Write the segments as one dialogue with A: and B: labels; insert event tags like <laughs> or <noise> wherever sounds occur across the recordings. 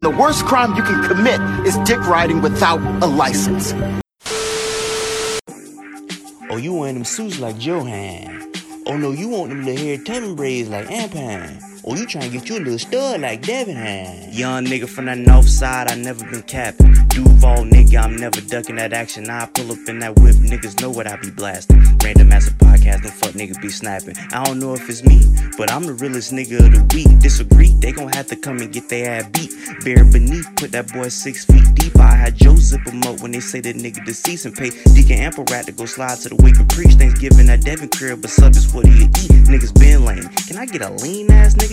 A: The worst crime you can commit is dick riding without a license.
B: Oh, you want them suits like Johan. Oh no, you want them little hair tumbling braids like Ampan. Oh, you trying to get you a little stud like Devin had.
C: Young nigga from the north side, I never been capping. Duval nigga, I'm never ducking that action. I pull up in that whip, niggas know what I be blasting. Random ass a podcast, no fuck nigga be snapping. I don't know if it's me, but I'm the realest nigga of the week. Disagree, they gon' have to come and get their ass beat. Bare beneath, put that boy six feet deep. I had Joe zip him up when they say that nigga deceased and pay Deacon Ample Rat to go slide to the wake and preach. Thanksgiving at Devin crib, but sub is what he eat. Niggas been lame. Can I get a lean ass nigga?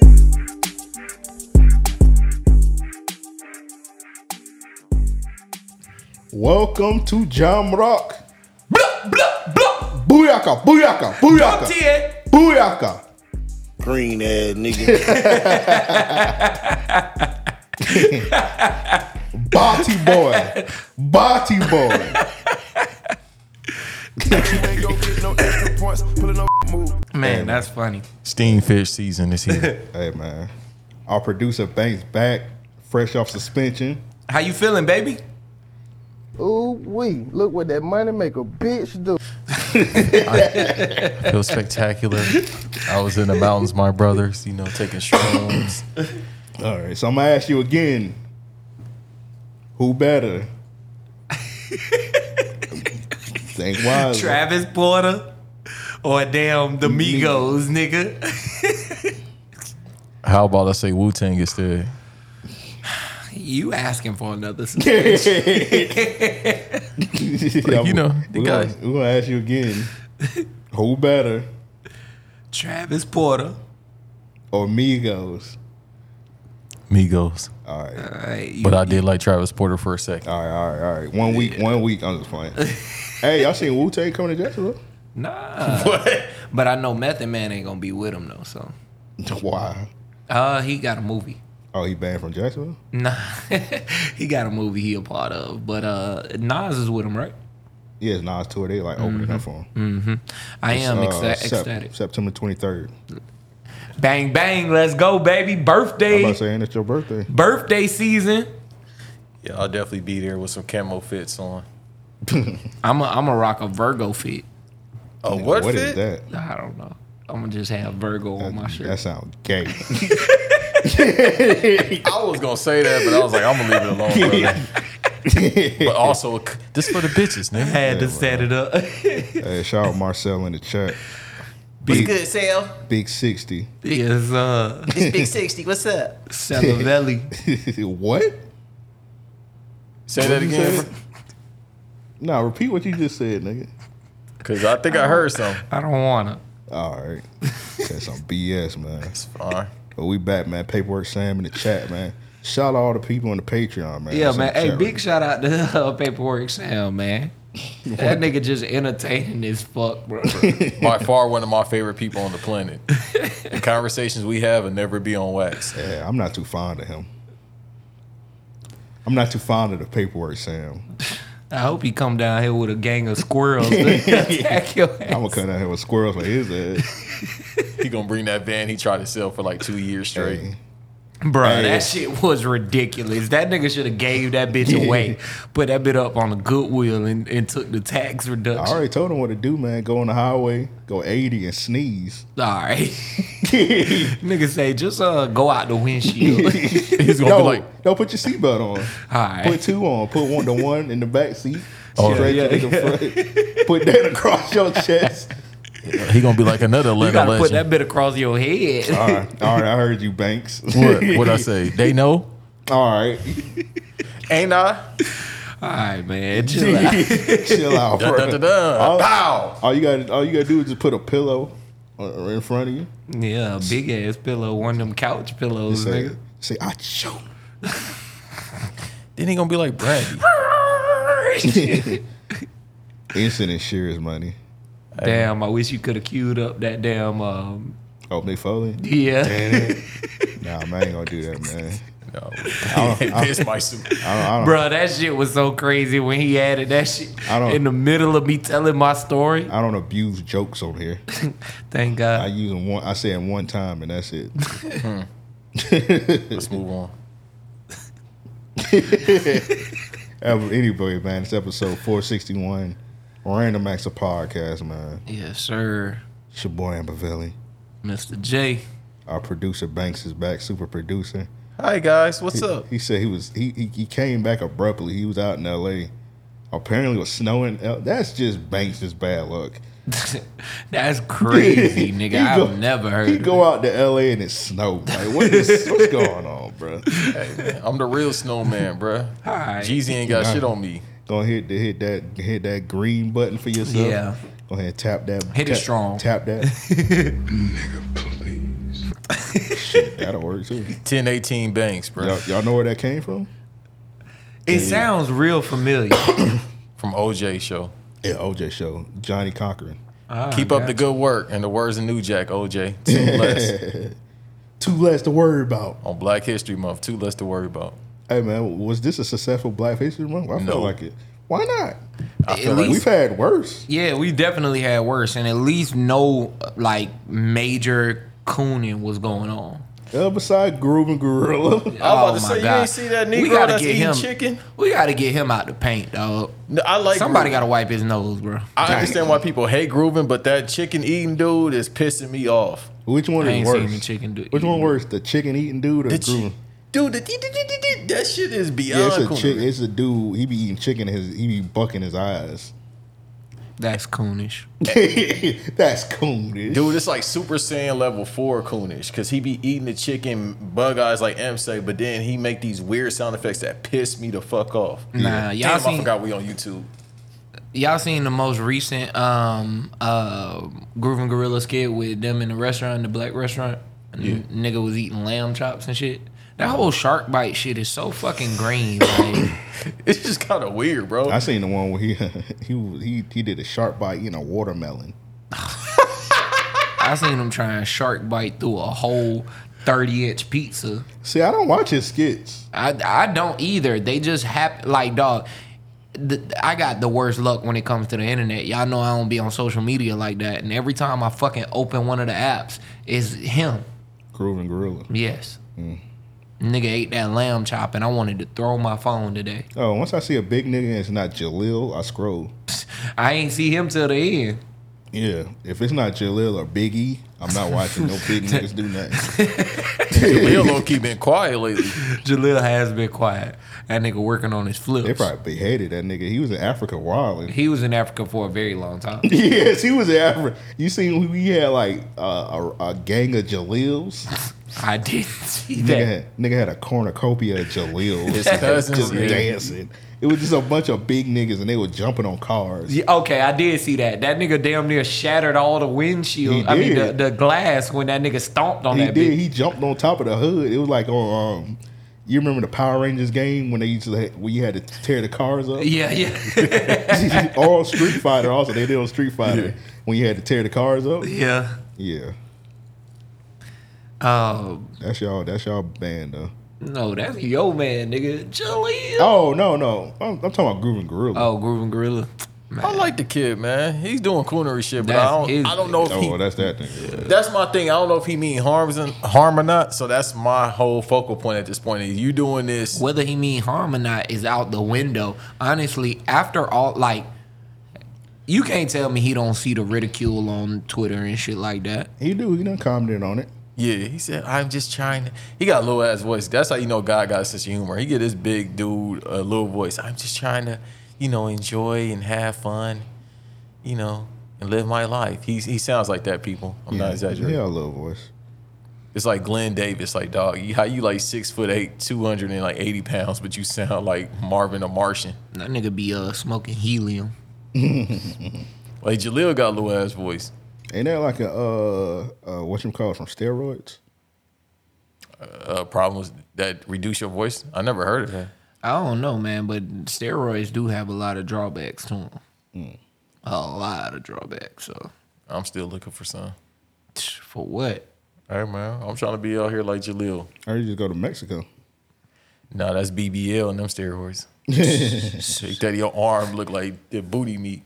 D: Welcome to Jam Rock. Booyaka, booyaka, booyaka. Booyaka.
B: Green ass
D: <laughs>
B: nigga.
D: Bati boy. Bati boy.
E: ain't gon' get no extra points. Pulling no move.
F: Man, that's funny.
G: Steamfish season is here.
D: Hey man. Our producer Banks back, fresh off suspension.
F: How you feeling, baby?
H: Ooh wee! Look what that money make a bitch do.
G: Feel spectacular. I was in the mountains, my brothers, you know, taking shrooms.
D: All right, so I'm gonna ask you again. Who better? Think wise. <laughs>
F: Travis Porter or damn the Migos, nigga? <laughs>
G: How about I say Wu Tang instead?
F: You asking for another? s-
G: you know, the
D: we're
G: guy-
D: Gonna, we're gonna ask you again. Who better
F: Travis Porter.
D: or Migos?
G: Migos.
D: All right.
F: All right, you-
G: But I did like Travis Porter for a second.
D: All right, all right, all right. One week, one week. I'm just playing. hey, y'all seen Wu Tang coming to Jacksonville? <laughs>
F: nah. But I know Method Man ain't gonna be with him though. So,
D: Why?
F: uh, he got a movie. <laughs>
D: Oh, he banned from Jacksonville?
F: Nah, he got a movie he a part of. But uh, Nas is with him, right?
D: Yeah, it's Nas tour. They like opening up for him.
F: I am
D: Uh,
F: exta-
D: Sep-
F: ecstatic.
D: September 23rd.
F: Bang bang, let's go, baby!
D: I'm
F: Birthday,
D: about saying it's your birthday.
F: birthday season.
G: Yeah, I'll definitely be there with some camo fits on.
F: I'm a, I'm a rock a Virgo fit.
G: Oh,
D: Nigga,
G: what,
D: what
G: fit?
D: is that?
F: I don't know. I'm gonna just have Virgo on my shirt.
D: That sounds gay.
F: <laughs>
G: I was gonna say that, but I was like, I'm gonna leave it alone, brother. But also, just for the bitches, nigga.
F: had to set it up. <laughs>
D: hey, shout out Marcel in the chat.
F: Be good, Sal.
D: Big 60.
F: Yes, uh, it's
A: <laughs>
F: Big Sixty. What's up, Salavelli?
D: <laughs> what?
G: Say that again,
D: Nah, repeat what you just said, nigga.
G: because I think I heard something.
F: I don't wanna.
D: All right. That's some BS, man.
G: It's fine.
D: But we back, man. Paperwork Sam in the chat, man. Shout out all the people on the Patreon, man.
F: Yeah,
D: That's in
F: man.
D: the
F: Hey,
D: chat
F: big shout out to uh, Paperwork Sam, man. That nigga just entertaining as fuck, bro.
G: By far, one of my favorite people on the planet. The conversations we have will never be on wax.
D: Yeah, I'm not too fond of him. I'm not too fond of the paperwork, Sam.
F: <laughs> I hope he come down here with a gang of squirrels. <laughs> to attack your ass.
D: I'm gonna cut out here with squirrels for his ass.
G: He gonna bring that van he tried to sell for like two years straight.
D: Hey,
F: Bro,
D: Hey.
F: that shit was ridiculous. That nigga should have gave that bitch away, put that bit up on the goodwill, and, and took the tax
D: I
F: reduction. All right,
D: already told him what to do, man. Go on the highway, go 80 and sneeze. <laughs>
F: <laughs> nigga say just uh go out the windshield. <laughs>
G: He's gonna
D: No,
G: be like,
D: no, put your seatbelt
G: <laughs>
D: on.
F: Alright.
D: Put two on. Put one, the one in the back seat.
G: Oh,
D: straight
F: yeah,
D: to the front. Put that across
G: <laughs>
D: your chest.
G: he gonna be like another
F: you
G: Atlanta
F: gotta put that
G: legend.
F: bit across your head. <laughs>
D: All right, all right. I heard you, Banks.
G: What what I say? They know.
D: <laughs>
G: <laughs>
D: All right,
G: Ain't I?
F: All right, man,
D: <laughs>
F: chill out.
D: chill out,
G: Da,
D: bro.
G: da, da, da.
D: All-
G: Pow.
D: All you got, all you gotta do is just put a pillow uh, in front of you.
F: Yeah, a big ass pillow, one of them couch pillows,
D: Say,
F: nigga.
D: say, I
G: <laughs>
D: choke. <laughs>
G: Then he gonna be <laughs> like Brandy.
D: <laughs> Instant insurance money.
F: Damn, I wish you could have queued up that damn. Um,
D: Opening Foley.
G: <laughs>
F: yeah.
D: Nah, man, I ain't gonna do that, man.
G: No, <laughs> I pissed my
D: I
G: suit.
D: don't, I don't,
F: Bro, that shit was so crazy when he added that shit
D: I don't-
F: in the middle of me telling my story.
D: I don't abuse jokes on here.
F: Thank
D: I
F: God.
D: use them one. I say it one time, and that's it.
G: Let's move on.
D: Um, anyway, man, it's episode four sixty one. Random Acts of Podcast, man.
F: Yes, sir.
D: It's your boy Ambervelli.
F: Mr. J.
D: Our producer Banks is back, super producer.
G: Hi guys, what's up?
D: He said he was he he, he came back abruptly. He was out in L.A. Apparently, it was snowing. Uh, That's just Banks' bad luck.
F: That's
D: <laughs>
F: crazy,
D: He
F: nigga. I've
D: go-
F: never heard
D: He
F: of
D: go out to L.A. and it snowed. Like what is what's going on, bro?
G: Hey, man, I'm the real snowman, bruh.
F: Alright.
G: Jeezy ain't got shit on me.
D: Go hit the, hit that hit that green button for yourself.
F: Yeah.
D: Go ahead, tap that.
F: Hit it
D: tap-
F: strong.
D: Tap
F: <laughs>
D: that. Nigga, please. Shit, that'll work too.
G: 1018 Banks, bruh.
D: Y'all, y'all know where that came from?
F: It sounds real familiar.
G: From OJ show.
D: Yeah, OJ show. Johnny Cochran.
G: Keep up the good work. And the words of New Jack, OJ. Two less <laughs>
D: Two less to worry about.
G: on Black History Month. Two less to worry about.
D: Hey man, was this a successful Black History Month? I
G: No.
D: feel like it. Why not?
G: I
F: At
G: feel like
D: We've had worse.
F: Yeah, we definitely had worse, and at least no like major cooning was going on. Oh
D: Uh, beside Groove and Gorilla.
G: I was about to say, you ain't see that Negro
F: gotta
G: that's
F: get
G: eating
F: him,
G: chicken?
F: We gotta get him out the paint, dog.
G: No, I like
F: Somebody
G: Groovin.
F: gotta wipe his nose, bro.
G: I understand why people hate grooving, but that chicken eating dude is pissing me off.
D: <laughs> Which one
F: I
D: is
F: ain't
D: worse?
F: seen the chicken do.
D: Which one worse? The chicken eating dude or
G: The
D: Groove?
G: chi- dude, the dee- dee- dee- dee- dee- that shit is
D: Yeah,
G: beyond
D: it's a
G: cool.
D: chick, it's a dude. He be eating chicken. And his he be bucking his eyes.
F: That's coonish.
D: <laughs> That's cool, dude.
G: Dude, it's like Super Saiyan level four coonish because he be eating the chicken bug eyes like M say, but then he make these weird sound effects that piss me the fuck off.
F: Nah, Mm. y'all
G: Damn, I
F: seen-
G: forgot we on YouTube. <laughs>
F: Y'all seen the most recent um uh Groovin' Gorilla skit with them in the restaurant, the black restaurant? And the Nigga was eating lamb chops and shit. That whole shark bite shit is so fucking green. Like,
G: It's just kind of weird, bro.
D: I seen the one where he <laughs> he was- he he did a sharp bite eating a watermelon.
F: I seen him trying shark bite through a whole thirty inch pizza.
D: See, I don't watch his skits.
F: I I don't either. They just happen like dog. The, I got the worst luck when it comes to the internet. Y'all know I don't be on social media like that. And every time I fucking open one of the apps, it's him.
D: Grooving gorilla.
F: Yes.
D: Mm.
F: Nigga ate that lamb chop and I wanted to throw my phone today.
D: Oh, once I see a big nigga and it's not Jalil, I scroll.
F: I ain't see him till the end.
D: Yeah, if it's not Jalil or Biggie, I'm not watching no big niggas do nothing.
G: Lil low key been quiet
F: <laughs>
G: lately.
F: Jalil has been quiet. That nigga working on his flips. <laughs>
D: They probably beheaded that nigga. He was in Africa wilding.
F: he was in Africa for a very long time.
D: <laughs> yes, he was in Africa. You seen we had like a, a, a gang of Jalils.
F: I didn't see
D: Nigga
F: that.
D: had, nigga had a cornucopia of Jalil.
G: His cousins,
D: just
G: yeah.
D: dancing. It was just a bunch of big niggas and they were jumping on cars.
F: Yeah, okay, I did see that. That nigga damn near shattered all the windshield.
D: He
F: I mean, the,
D: did.
F: the glass when that nigga stomped on
D: He
F: that
D: did.
F: bitch.
D: He jumped on top of the hood. It was like on. Um, you remember the Power Rangers game when they used to ha- when you had to tear the cars up?
F: Yeah, yeah. <laughs>
D: <laughs> or Street Fighter. Also, they did on Street Fighter when you had to tear the cars up.
F: yeah.
D: Yeah,
F: Um,
D: that's y'all. That's y'all band though.
F: no, that's yo man, nigga. Jaleel. Oh,
D: Oh no no, I'm, I'm talking about Groovin' Gorilla.
F: oh Groovin' Gorilla.
G: I like the kid, man. He's doing coonery shit, but
F: That's
G: I don't.
F: his
G: I don't know if
D: Oh,
G: he.
D: that's that thing.
G: That's my thing. I don't know if he mean harms and harm or not. So that's my whole focal point at this point. Is you doing this?
F: whether he mean harm or not is out the window. Honestly, after all, like you can't tell me he don't see the ridicule on Twitter and shit like that.
D: He do. He done commented on it.
G: Yeah, he said, "I'm just trying." to He got a little ass voice. That's how you know God got a sense of humor. He get this big dude a little voice. I'm just trying to, you know, enjoy and have fun, you know, and live my life. He he sounds like that. People, I'm not exaggerating.
D: Yeah, I love voice.
G: It's like Glenn Davis, like dog. You, how you like six foot eight, two hundred and like eighty pounds, but you sound like Marvin the Martian.
F: That nigga be uh smoking helium.
G: Like Jaleel got a little ass voice.
D: Ain't that like a uh, uh what you call from steroids?
G: Uh, problems that reduce your voice. I never heard of that.
D: Mm.
F: I don't know, man, but steroids do have a lot of drawbacks to them. a lot of drawbacks. So
G: I'm still looking for some.
F: for what?
G: Hey man, I'm trying to be out here like Jaleel.
D: Or you just go to Mexico.
G: Nah, that's BBL and them <laughs> steroids. Shake that your arm look like the booty meat.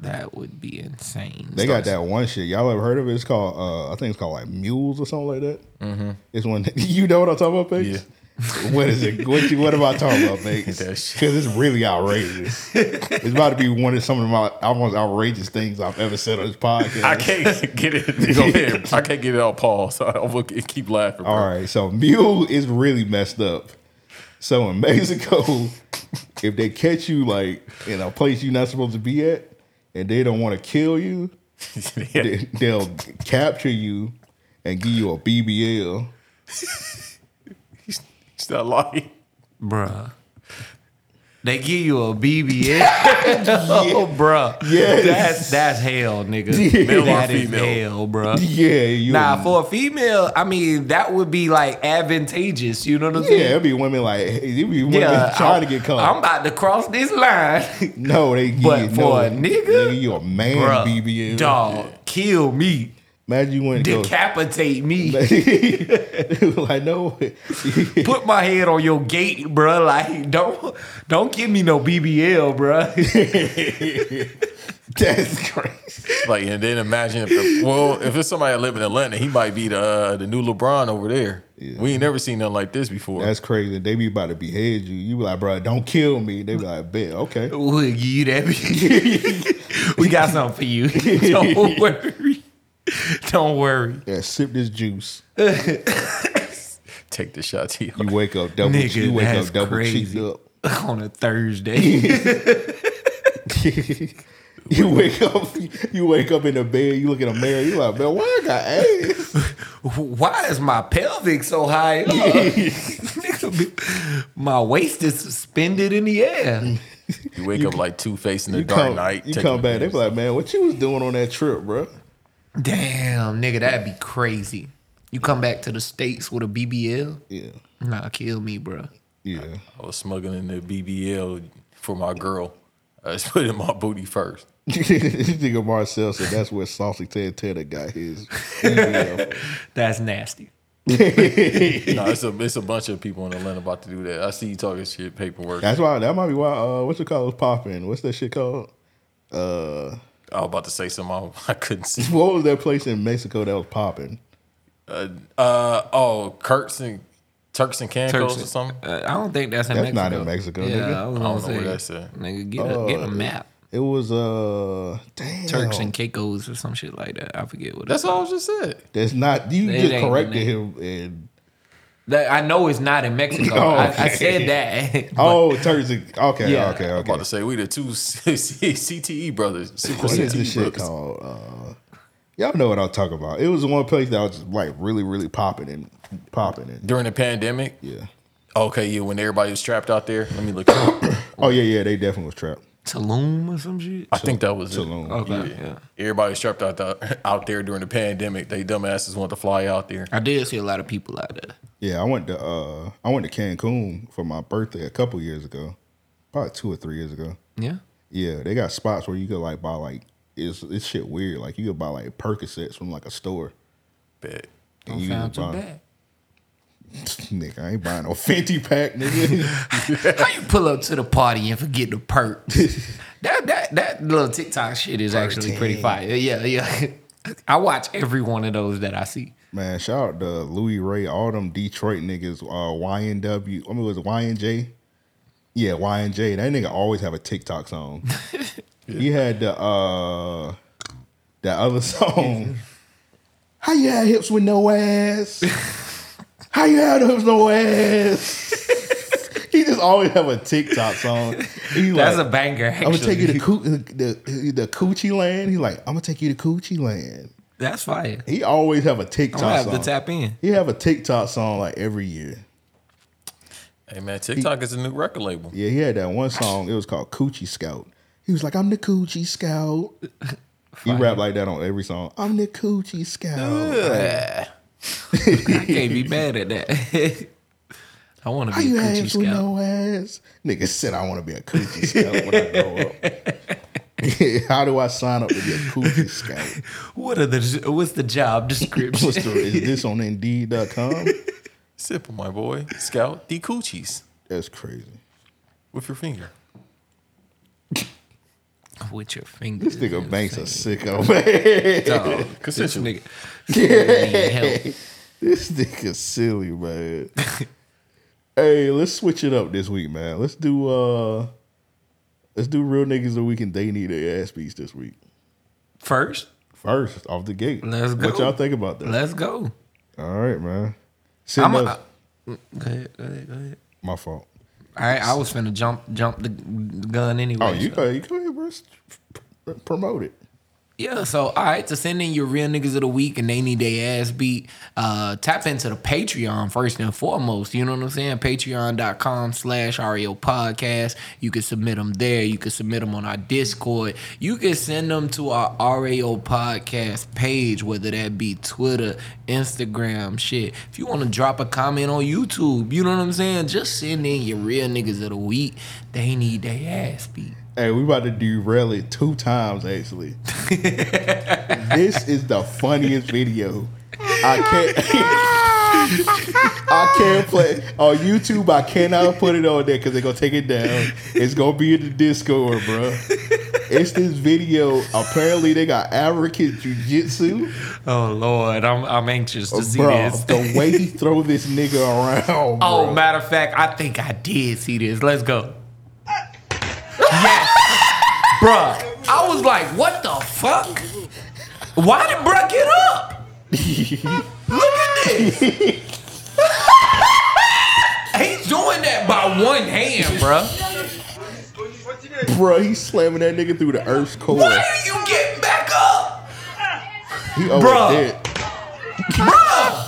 F: That would be insane.
D: They got that one shit. Y'all ever heard of it? It's called uh, I think it's called like mules or something like that. Mm-hmm. It's when <laughs> you know what I'm talking about, Pigs? <laughs> what is it? What you, what am I talking about, Pigs?
G: <laughs> That
D: Because
G: shit.
D: it's really outrageous. it's about to be one of some of my almost outrageous things I've ever said on this podcast.
G: <laughs> I <laughs> can't get it. Go ahead. I can't get it out, Paul. So <laughs> I will keep laughing. Bro. <laughs>
D: All right, so mule is really messed up. So in Mexico, if they catch you like in a place you're not supposed to be at, and they don't want to kill you,
G: Yeah.
D: they, they'll capture you and give you a BBL.
G: It's not lying.
F: bruh. They give you
D: <laughs>
F: a BBL, <laughs> oh, bruh.
D: Yes.
F: that's that's hell, nigga.
G: Male or
F: That is
G: female?
F: hell, bruh.
D: Yeah, you
F: Nah, for a female, I mean that would be like advantageous. You know what I'm
D: yeah,
F: saying?
D: it'd be women like it'd be women <laughs> trying to get caught.
F: I'm about to cross this line,
D: no, they give
F: But
D: you,
F: for
D: no,
F: a nigga?
D: you a man
F: bruh.
D: BBL.
F: Dog, kill me,
D: Imagine you went to
F: decapitate me.
D: go. <laughs> like no,
F: put my head on your gate, bruh. Like, don't don't give me no
D: <laughs>
F: BBL, bruh.
D: <laughs> that's crazy.
G: Like, and then imagine if the, well, if it's somebody that live in Atlanta, he might be the uh, the new LeBron over there. We ain't never seen nothing like this before.
D: That's crazy. They be about to behead you. You be like, bro, don't kill me. They be like, bet, okay.
F: We'll give you that. BBL. <laughs> we got something for you.
D: <laughs>
F: Don't worry. Don't worry.
D: Yeah, sip this juice.
G: Take the shot to you.
D: You wake up double.
F: Nigga,
D: you wake
F: that's
D: up double
F: crazy.
D: cheeked up.
F: <laughs> On a Thursday. <laughs>
D: you wake up. You wake up in the bed. You look in the mirror. You like, man, why I got ass?
F: Why is my pelvic so high up? <laughs> Nigga, be- my waist is suspended in
D: <laughs>
F: the air.
G: You wake up like two face in the
D: You
G: dark
D: come,
G: night.
D: you
G: taking
D: come
G: a
D: back. They
G: piss.
D: be like, man, what you was doing on that trip, bro?
F: Damn, nigga, that'd be crazy. You come back to the States with a BBL?
D: Yeah,
F: Nah, kill me, bruh.
D: yeah. <laughs>
G: I was smuggling in the BBL for my girl. I just <laughs> put it in my booty first.
D: this nigga Marcel said that's where Saucy Tantana got
F: <laughs>
D: his. BBL.
F: That's nasty.
G: No, it's a it's a bunch of people in Atlanta about to do that. I see you talking shit, paperwork.
D: that's why. That might be why. Uh, what's it called? Was popping. What's that shit called? Uh,
G: I was about to say something I, <laughs> I couldn't see.
D: what was that place in Mexico that was popping?
G: Uh, uh oh, Kurtz and Turks and Caicos
F: Turks
G: or
F: and-
G: something.
F: Uh, I don't think that's in
D: That's
F: Mexico.
D: not in Mexico,
F: Yeah,
D: nigga. Oh.
F: I was
G: I
F: gonna
G: don't know
F: say,
G: where that's at.
F: nigga, get a get a map.
D: It was uh damn
F: Turks and Caicos or some shit like that. I forget what.
G: That's
F: it's
G: all I just said.
D: That's not you
F: It
D: just
F: ain't
D: corrected
F: in
D: him and
F: That, I know it's not in
D: <laughs>
F: Mexico. I, I
D: Okay. <laughs>
F: said that. But
D: oh Turks and okay
F: Yeah.
D: okay
G: I'm about
D: okay.
G: to say we the two <laughs> C- C- CTE brothers. Super
F: Oh,
D: What
G: E.
D: is
G: CTE
D: this shit
G: brothers.
D: called? Uh, y'all know what I'm talking about. It was the one place that was just like really really popping and popping and
G: During the pandemic.
D: yeah.
G: Okay, yeah, when everybody was trapped out there. Let me look.
F: <coughs>
G: I
D: Oh yeah yeah they definitely was trapped.
F: Tulum or some shit.
G: think that was it.
D: Tulum.
F: Okay, yeah.
G: Everybody was trapped out the, out there during the pandemic. They dumbasses want to fly out there.
F: I did see a lot of people out there.
D: Yeah I went to uh I went to Cancun for my birthday a couple years ago, probably two or three years ago.
F: Yeah,
D: Yeah, they got spots where you could like buy like it's it's shit weird like you could buy like Percocets from like a store.
G: Bet.
D: And you just
F: found too
D: buy-
F: bad.
D: <laughs> Nigga, I ain't buying no Fenty pack, nigga.
F: <laughs>
D: <laughs>
F: How you pull up to the party and forget the perks?
D: <laughs>
F: that that that little TikTok shit is actually pretty fire. Yeah, yeah. <laughs> I watch every one of those that I see.
D: Man, shout out to Louis Ray, all them Detroit niggas, uh, YNW. I mean, was it YNJ? Yeah, YNJ. That nigga always have a TikTok song.
F: <laughs>
D: He had the uh that other <laughs> song. How you had hips with no
F: <laughs>
D: ass? How you had hips no ass? <laughs> he just always have a TikTok song. He
F: That's
D: like-
F: a banger. Actually.
D: I'm gonna take you to coo- the, the the coochie land. He's like, I'm gonna take you to coochie land.
F: <laughs> That's fire.
D: He always have a
F: I'm
D: TikTok
F: gonna have
D: song.
F: to tap in.
D: he have a TikTok song like every year.
G: Hey man, TikTok is a new record label.
D: Yeah, he had that one song. It was called Coochie Scout. He was like, I'm the Coochie
F: <laughs>
D: Scout. he rap like that on every song. I'm the Coochie Scout.
F: I
D: <laughs>
F: can't be mad at that. <laughs> I want to
D: How
F: be
D: you
F: a coochie
D: ass with
F: scout.
D: no ass? Nigga said I want to be a Coochie Scout when I grow up. <laughs> How do I sign up to be a coochie
F: <laughs>
D: scout?
F: What are the what's the job
D: <laughs>
F: description? <laughs>
D: What's the, is this on Indeed.com?
G: Simple, my boy. Scout the coochies
D: That's crazy.
G: with your finger.
F: With your fingers.
D: This nigga Banks
F: <laughs>
D: a sicko, <laughs> man.
G: Uh, <laughs>
F: Dog, this
G: Consensual.
F: nigga. Need help.
D: This nigga silly,
F: <laughs>
D: man. hey, let's switch it up this week, man. Let's do uh let's do real niggas the week and they need their ass beats this week.
F: First,
D: First, off the gate.
F: Let's
D: What
F: go.
D: y'all think about that?
F: let's uh, go.
D: All right, man.
F: I'm
D: Send
F: a-
D: us,
F: Go ahead, go ahead, go ahead.
D: my fault.
F: I, I was finna jump jump the gun anyway.
D: Oh, you
F: so-
D: go you go ahead, bro. S- p- Promote it.
F: Yeah, so all right, to send in your real niggas of the week and they need their ass beat, uh, tap into the Patreon first and foremost. You know what I'm saying? Patreon.com slash REO podcast. You can submit them there. You can submit them on our Discord. You can send them to our REO podcast page, whether that be Twitter, Instagram, shit. If you want to drop a comment on YouTube, you know what I'm saying? Just send in your real niggas of the week. They need their ass beat.
D: Hey, we about to derail it two times
F: <laughs>
D: actually. this is the funniest video. I can't. <laughs> I can't play on YouTube. I cannot put it on there because they're gonna take it down. It's gonna be in the Discord, bro. It's this video. Apparently, they got African jujitsu,
F: Oh Lord, I'm I'm anxious to see
D: Oh, bro.
F: this.
D: The way he throw this nigga around, bro.
F: oh, matter of fact, I think I did see this. Let's go. yes, bruh. I was like, what the fuck? Why did bruh get up? Look at this. <laughs> He's doing that by one hand, bruh.
D: bro, he slamming that nigga through the earth's core.
F: Why are you getting back up,
D: He always <laughs>
F: Bruh.
D: did.
F: bruh?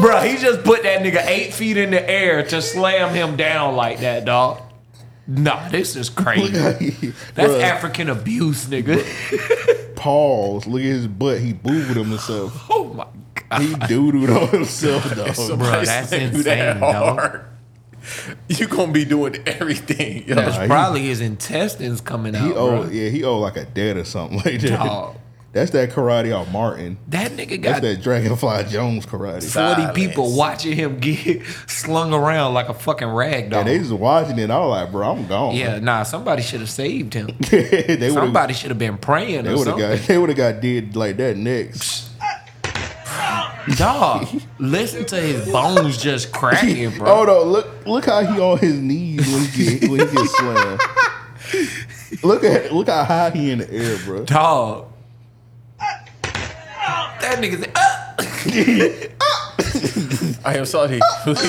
F: Bruh, he just put that nigga eight feet in the air to slam him down like that, dog. Nah, this is crazy. That's
D: Bruh.
F: African abuse, nigga.
D: paws. Look at his butt. He boo booed himself.
F: <laughs> oh my god, <laughs>
D: He doodled on himself, though.
F: bro,
G: Somebody
F: that's
G: slam you that
F: insane, dog.
G: hard. You gonna be doing everything. Yo.
D: Nah, he-
F: Probably his intestines coming out.
D: He
F: bro.
D: owe, yeah, he owe like a debt or something <laughs> like that.
F: Dog.
D: That's that karate off Martin.
F: That nigga
D: That's
F: got
D: that Dragonfly Jones karate.
G: Stop.
F: 40
G: Silence.
F: people watching him get <laughs> slung around like a fucking rag
D: And
F: dog.
D: they <laughs>
F: Yeah,
D: just watching it. I was like, bro, I'm gone.
F: nah, somebody should have saved him.
D: <laughs> they would have.
F: somebody should have been praying
D: They
F: or
D: would have
F: something.
D: got. They would have got did like that next. <laughs>
F: Dog, listen to his bones just cracking, bro.
D: Oh no! Look, look how he on his knees when he get when he gets slammed.
F: <laughs>
D: look at look how high he in the air, bro.
F: Dog. That nigga said, "Ah,
G: I am <laughs> sorry. Please,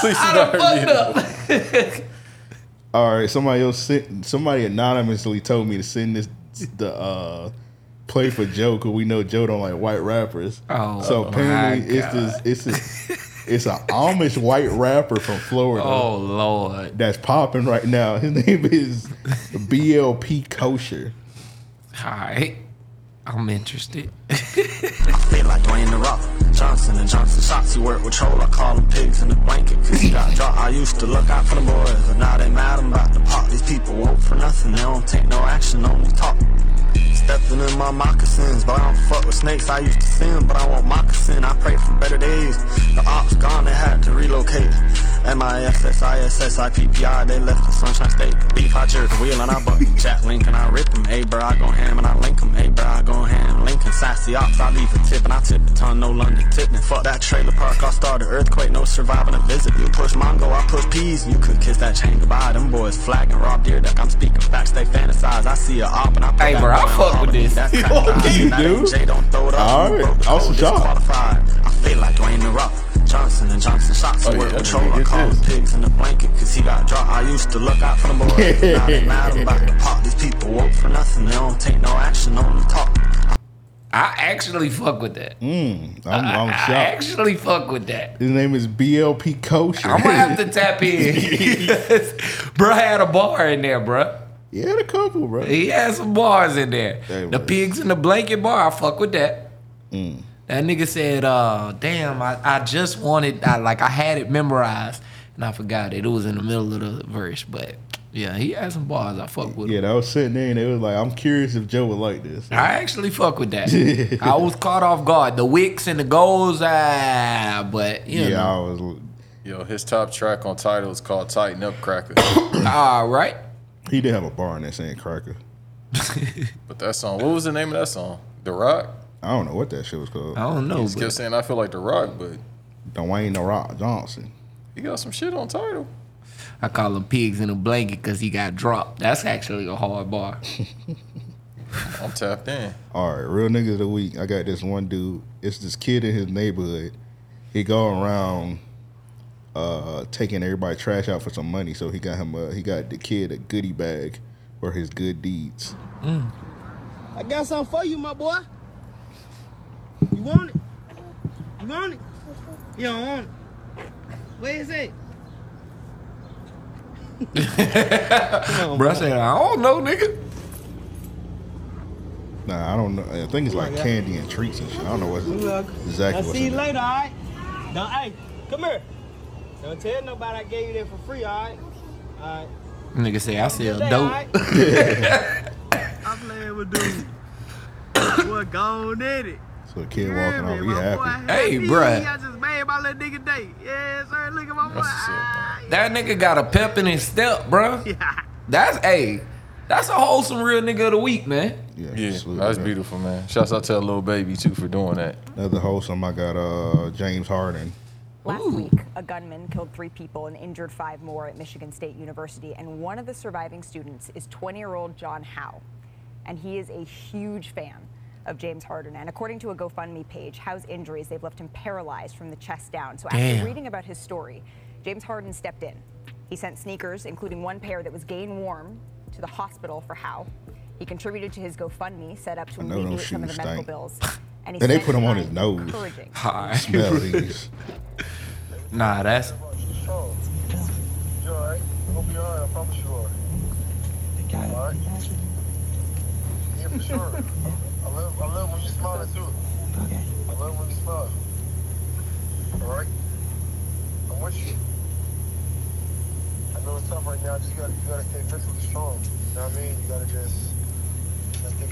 G: please do
F: I done
G: not hurt
F: fucked
G: me.
F: up.
D: All right, somebody else sent somebody anonymously told me to send this the uh play for Joe because we know Joe don't like white rappers.
F: Oh,
D: so
F: my
D: apparently it's
F: God.
D: this it's this it's an Amish white rapper from Florida
F: Oh, Lord.
D: that's popping right now. His name is BLP Kosher.
F: All right. I'm interested. <laughs>
I: They like Dwayne the Rock, Johnson and Johnson shots. He work with Troll, I call him pigs in the blanket. Cause he got drop. I used to look out for the boys, but now they mad about the pot. These people woke for nothing, they don't take no action, only talk. Stepping in my moccasins, but I don't fuck with snakes. I used to sin, but I want moccasin. I pray for better days. The ops gone, they had to relocate. M-I-S-S-I-S-S-I-P-P-I, they left the Sunshine State. Beef, I jerk, wheel, and I buck. Jack Lincoln, I rip him. Hey, bro, I go ham and I link him. Hey, bro, I go ham. Lincoln, sassy ops, I leave a tip and I tip a ton. No London tipping. Fuck that trailer park, I start an earthquake. No surviving a visit. You push Mongo, I push peas. You could kiss that chain goodbye. Them boys flagging, rob deer duck. I'm speaking facts, they fantasize. I see a op and I put
F: Hey,
I: that
F: bro, I
I: boy in
F: fuck with
I: harmony.
F: this. <laughs>
I: That's kinda
D: Okay,
I: fine. That ain't
D: dude.
I: Jay, don't throw it up.
D: All
I: You
D: right,
I: broke the
D: I was
I: code,
D: shocked.
I: disqualified. I feel like Dwayne the Rock, Johnson and Johnson
D: Oh,
I: shots. I work
G: yeah, I
I: with Troll,
G: mean,
I: I
G: it
I: call
G: is.
I: him pigs in the blanket, cause he got dropped. I used to look out for the boys. now they mad about the pot. These people work for nothing, they don't take no action, only talk.
F: I actually fuck with that.
D: I'm, I'm
F: <laughs> I
D: shocked.
F: actually fuck
D: <laughs>
F: with that.
D: His name is BLP Kosher.
F: I'm gonna
D: <laughs>
F: have to tap in. <laughs> bruh had a bar in there, bruh.
D: he had a couple, bro.
F: He had some bars in there.
D: They
F: the
D: was.
F: pigs in the blanket bar, I fuck with that.
D: Mm.
F: That nigga said, uh, damn, I, I just wanted I like I had it memorized and I forgot it. It was in the middle of the verse, but Yeah, he had some bars. I fuck with him.
D: Yeah, they was sitting there and they was like, I'm curious if Joe would like this.
F: I actually fuck with
D: <laughs>
F: that. I was caught off guard. The wicks and the goals, ah, but you
D: yeah,
F: know,
D: I was.
G: Yo, his top track on title is called Tighten Up Cracker.
F: all right.
D: He did have a bar in that saying cracker.
G: but that song, what was the name of that song? The Rock?
D: I don't know what that shit was called.
F: I don't know.
G: Just
F: but-
G: kept saying, I feel like The Rock, but
D: Dwayne the Rock Johnson.
G: he got some shit on title.
F: I call him pigs in a blanket because he got dropped. That's actually a
D: <laughs>
F: hard bar.
G: I'm tapped in.
D: All right, real niggas of the week. I got this one dude. It's this kid in his neighborhood. He go around uh, taking everybody trash out for some money. So he got him. A, he got the kid a goodie bag for his good deeds.
A: I got something for you, my boy. You want it? You want it? You don't want it. Where is it?
F: Bro, I said, I don't know, nigga.
D: Nah, I don't know. I think it's like candy and treats and shit. I don't know what exactly. What's in it.
A: later, all right? Now, hey, come here. Don't tell nobody I gave you that for free, all right? All right.
F: Nigga say, I sell dope.
D: <laughs>
A: <laughs> I'm playing with dude. <coughs> What gone did it?
D: So the kid walking off, he happy.
F: Hey, bruh.
A: I just made my little nigga day. Yeah, sir. Look at my boy.
G: That's what's up.
F: That nigga got a pep in his step, bro.
A: Ah, <laughs>
F: That's, hey, that's a wholesome real nigga of the week, man.
D: Yeah,
G: Yeah,
D: salute
G: that's
D: to him.
G: beautiful, man. Shouts out to that little baby, too, for doing that.
D: Another wholesome. I got uh James
G: <laughs>
D: Harden.
J: Last week, a gunman killed three people and injured five more at Michigan State University. And one of the surviving students is 20 year old John Howe. And he is a huge fan of James Harden. And according to a GoFundMe page, Howe's injuries, they've left him paralyzed from the chest down. So after
F: Damn.
J: reading about his story, James Harden stepped in. He sent sneakers, including one pair that was game warm, to the hospital for Howe. He contributed to his GoFundMe set up to
D: I know them
J: alleviate some of the
D: shoes
J: medical
D: stink.
J: bills. he
D: And they
J: sent
D: put 'em on
J: signs
D: his nose.
J: encouraging
F: All right.
D: Smell these.
F: Nah, that's,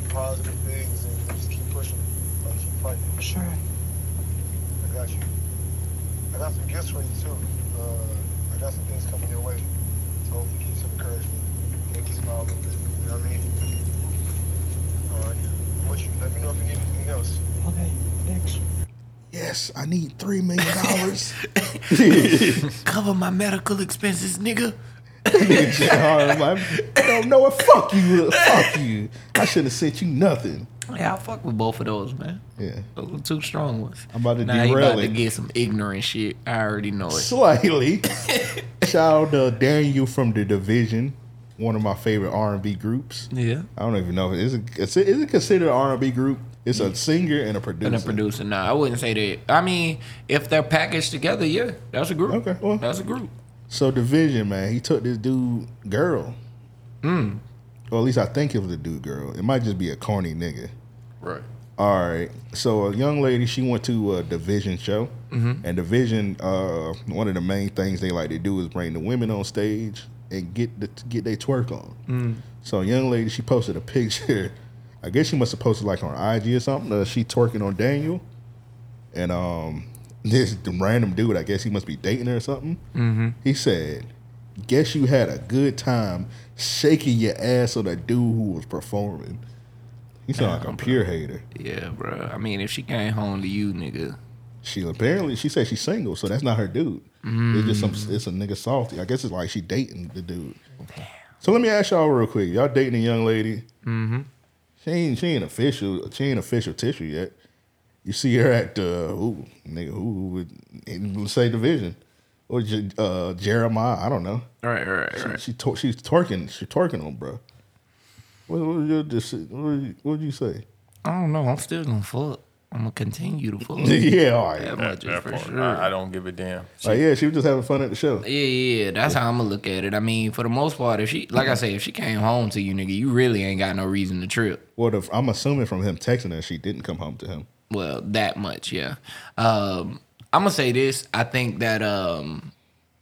E: Positive things and just keep pushing, like keep fighting. Sure. I got you. I got some gifts for you too. Uh, I got some things coming your way. So hopefully give you some encouragement. Make you smile a little bit. You know what I mean? Alright. What you let me know if you need anything else.
D: Yes, I need three million
G: <laughs>
D: dollars.
F: cover my medical expenses, nigga.
D: <laughs> Harden, like, I don't know what. Fuck you. Fuck you. I shouldn't have sent you nothing.
F: Yeah, I fuck with both of those, man.
D: Yeah.
F: Those were two strong ones.
D: I'm about to
F: Nah, he
D: derail
F: about to
D: it.
F: get some ignorant shit. I already know it.
D: Slightly.
F: <laughs>
D: Shout out to Daniel from the Division, one of my favorite R and B groups.
F: Yeah.
D: I don't even know if it's a, is it is it considered an R and B group. It's a singer and a producer.
F: And a producer, nah, I wouldn't say that. I mean, if they're packaged together, yeah, that's a group.
D: Okay, well.
F: that's a group.
D: So Division, man, he took this dude girl.
F: Hmm.
D: Mm. Or at least I think it was a dude girl. It might just be a corny nigga.
G: Right.
D: All right. So a young lady, she went to a division show, and division, uh, one of the main things they like to do is bring the women on stage and get the get they twerk on. So a young lady, she posted a <laughs> picture. I guess she must have posted like on IG or something. Uh, she twerking on Daniel, and um, <laughs> this random dude, I guess he must be dating her or something. He said, "Guess you had a good time shaking your ass on a dude who was performing." He sound like a pure hater.
F: Yeah, bro. I mean, if she came home to you, nigga,
D: She apparently she said she's single, so that's not her dude. It's just some it's a nigga salty. I guess it's like she dating the dude. So let me ask y'all real quick. Y'all dating a young lady? Mm-hmm. She ain't she ain't official. She ain't official tissue yet. You see her at the ooh, nigga who would in, let's say division or J- uh, Jeremiah. I don't know.
F: all right, all right, all right.
D: She tor- she's twerking. She twerking on bro. What what would you just what would you, what would you say? <laughs>
F: I don't know. I'm still gonna fuck. I'm gonna continue <laughs> to fuck.
D: yeah, all right.
F: That much is for sure.
G: I, I don't give a damn.
D: Like, yeah, she was just having fun at the show.
F: Yeah, yeah, yeah, that's how I'm gonna look at it. I mean, for the most part, if she, like I say, if she came home to you, nigga, you really ain't got no reason to trip.
D: Well, the, I'm assuming from him texting her, she didn't come home to him.
F: Well, that much, yeah. Um, I'm gonna say this. I think that um,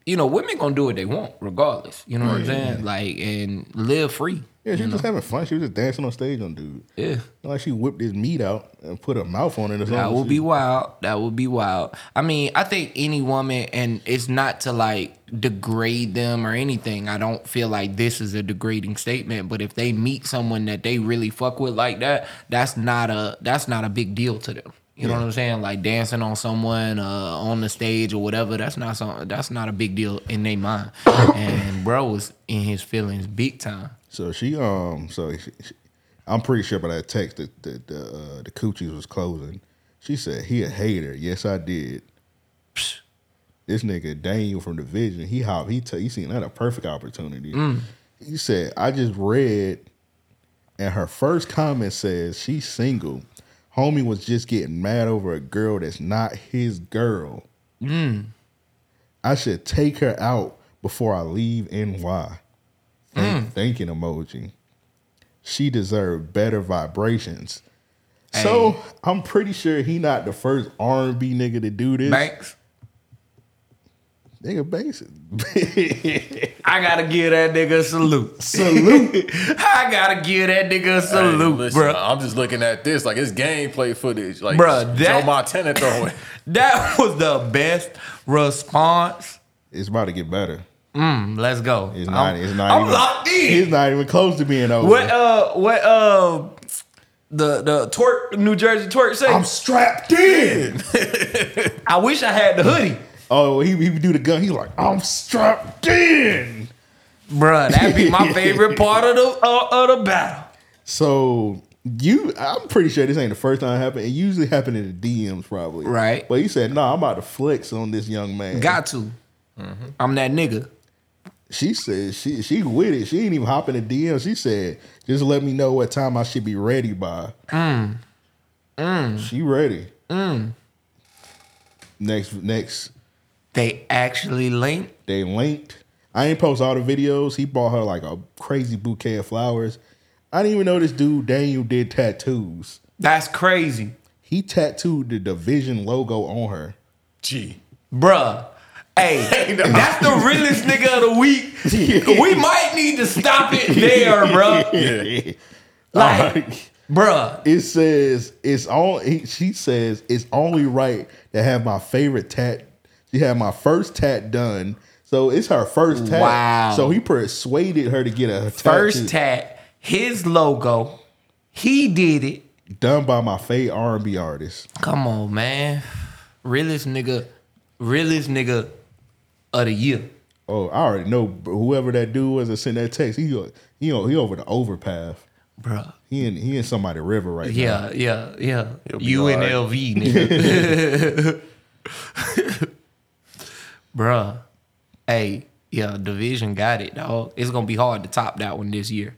F: you know, women gonna do what they want regardless. You know what I'm saying? Like and live free.
D: Yeah, she
F: you
D: was
F: know?
D: just having fun. She was just dancing on stage on dude.
F: yeah.
D: Like she whipped his meat out and put her mouth on it or something.
F: That would
D: She-
F: be wild. That would be wild. I mean, I think any woman, and it's not to like degrade them or anything. I don't feel like this is a degrading statement, but if they meet someone that they really fuck with like that, that's not a that's not a big deal to them. You know what I'm saying? Like dancing on someone uh, on the stage or whatever. That's not something. That's not a big deal in their mind. and bro was in his feelings big time.
D: So she um so she, she- I'm pretty sure by that text that the the, uh, the coochies was closing. She said he a hater. Yes, I did. This nigga Daniel from Division, he hop he t- he seen that a perfect opportunity. He said I just read, and her first comment says she's single. Homie was just getting mad over a girl that's not his girl. I should take her out before I leave NY. Think, Thinking emoji. She deserved better vibrations. So I'm pretty sure he not the first R&B nigga to do this.
F: Banks,
D: Nigga Banks.
F: I gotta give that nigga a salute.
D: Salute.
F: <laughs> I gotta give that nigga a
G: Hey,
F: salute,
G: listen,
F: bro.
G: I'm just looking at this like it's gameplay footage. Like
F: Bruh,
G: Joe
F: that- <laughs>
G: Montana throwing.
F: That was the best response.
D: <laughs> it's about to get better.
F: Mm, Let's go.
D: It's not.
F: I'm,
D: it's not
F: I'm
D: even.
F: locked in.
D: It's not even close to being over.
F: What uh what uh the the twerk New Jersey twerk say?
D: I'm strapped in. <laughs>
F: I wish I had the hoodie.
D: oh, he, he do the gun. He's like, I'm strapped in.
F: Bruh, that'd
D: <laughs>
F: be my favorite part of the uh, of the battle.
D: So you, I'm pretty sure this ain't the first time it happened. It usually happened in the DMs, probably.
F: Right.
D: But he said, "No, I'm about to flex on this young man."
F: Got to.
G: Mm-hmm.
F: I'm that nigga.
D: She said she she with it. She ain't even hopping in the DM. She said, "Just let me know what time I should be ready by." She ready. Next next,
F: They actually linked.
D: they linked. I ain't post all the videos. He bought her like a crazy bouquet of flowers. I didn't even know this dude Daniel did tattoos.
F: That's crazy.
D: He tattooed the division logo on her.
G: Gee.
F: Bruh. <laughs> Hey, that's the realest nigga of the week. <laughs> We might need to stop it there, bruh.
D: <laughs>
F: Like, bruh.
D: It says it's all. he- She says it's only right to have my favorite tat. She had my first tat done, so it's her first tat.
F: Wow.
D: So he persuaded her to get a tattoo
F: first tat, his logo. He did it.
D: done by my fave R and B artist.
F: Come on, man. Realest nigga, realest nigga of the year.
D: Oh, I already know whoever that dude was that sent that text. He he he over the overpass.
F: Bruh.
D: He in he in somebody river right now.
F: Yeah, yeah, yeah.
G: be
F: You and <laughs>
G: alright.
F: LV, nigga. <laughs> Bruh. Hey, yeah, division got it, dog. It's gonna be hard to top that one this year.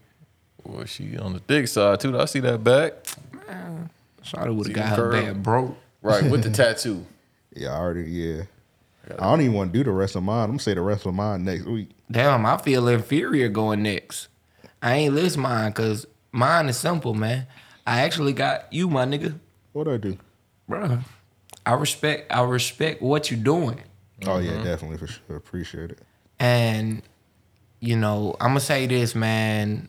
G: Boy, she on the thick side too. I see that back.
F: Sorry would
G: See
F: have got
G: the
F: her
G: curve?
F: bad broke.
G: Right, with the <laughs> tattoo.
D: Yeah, I already yeah. I don't even want to do the rest of mine. I'm gonna say the rest of mine next week.
F: Damn, I feel inferior going next. I ain't list mine because mine is simple, man. I actually got you, my nigga.
D: What I do?
F: Bruh. I respect I respect what you doing.
D: Oh
F: Mm-hmm.
D: yeah, definitely for sure. Appreciate it.
F: And, you know, I'ma say this, man.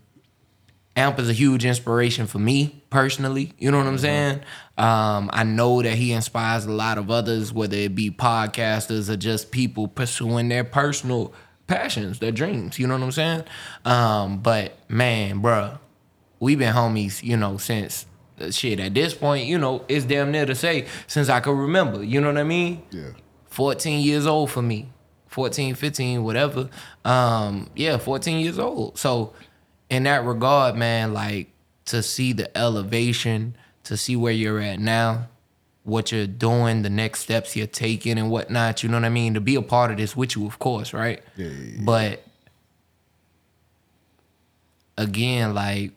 F: Amp is a huge inspiration for me personally. You know what I'm saying? Um, I know that he inspires a lot of others, whether it be podcasters or just people pursuing their personal passions, their dreams. You know what I'm saying? Um, but man, bruh, we've been homies, you know, since uh, shit. At this point, you know, it's damn near to say since I can remember. You know what I mean?
D: Yeah.
F: 14 years old for me 14 15 whatever um yeah 14 years old so in that regard man like to see the elevation to see where you're at now what you're doing the next steps you're taking and whatnot you know what i mean to be a part of this with you of course right
D: Yeah, yeah, yeah.
F: but again like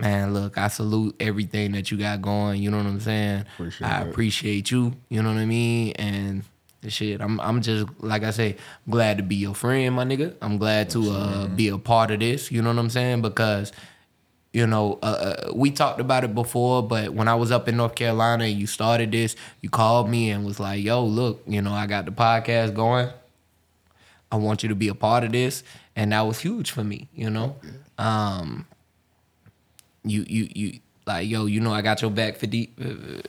F: man, look, I salute everything that you got going. You know what I'm saying?
D: Appreciate
F: I
D: that.
F: appreciate you. You know what I mean? And shit, I'm I'm just like I say, glad to be your friend, my nigga. I'm glad to uh, be a part of this. You know what I'm saying? Because you know, uh, uh, we talked about it before, but when I was up in North Carolina and you started this, you called me and was like, yo, look, you know, I got the podcast going. I want you to be a part of this, and that was huge for me. You know, um, you you you like yo, you know, I got your back 50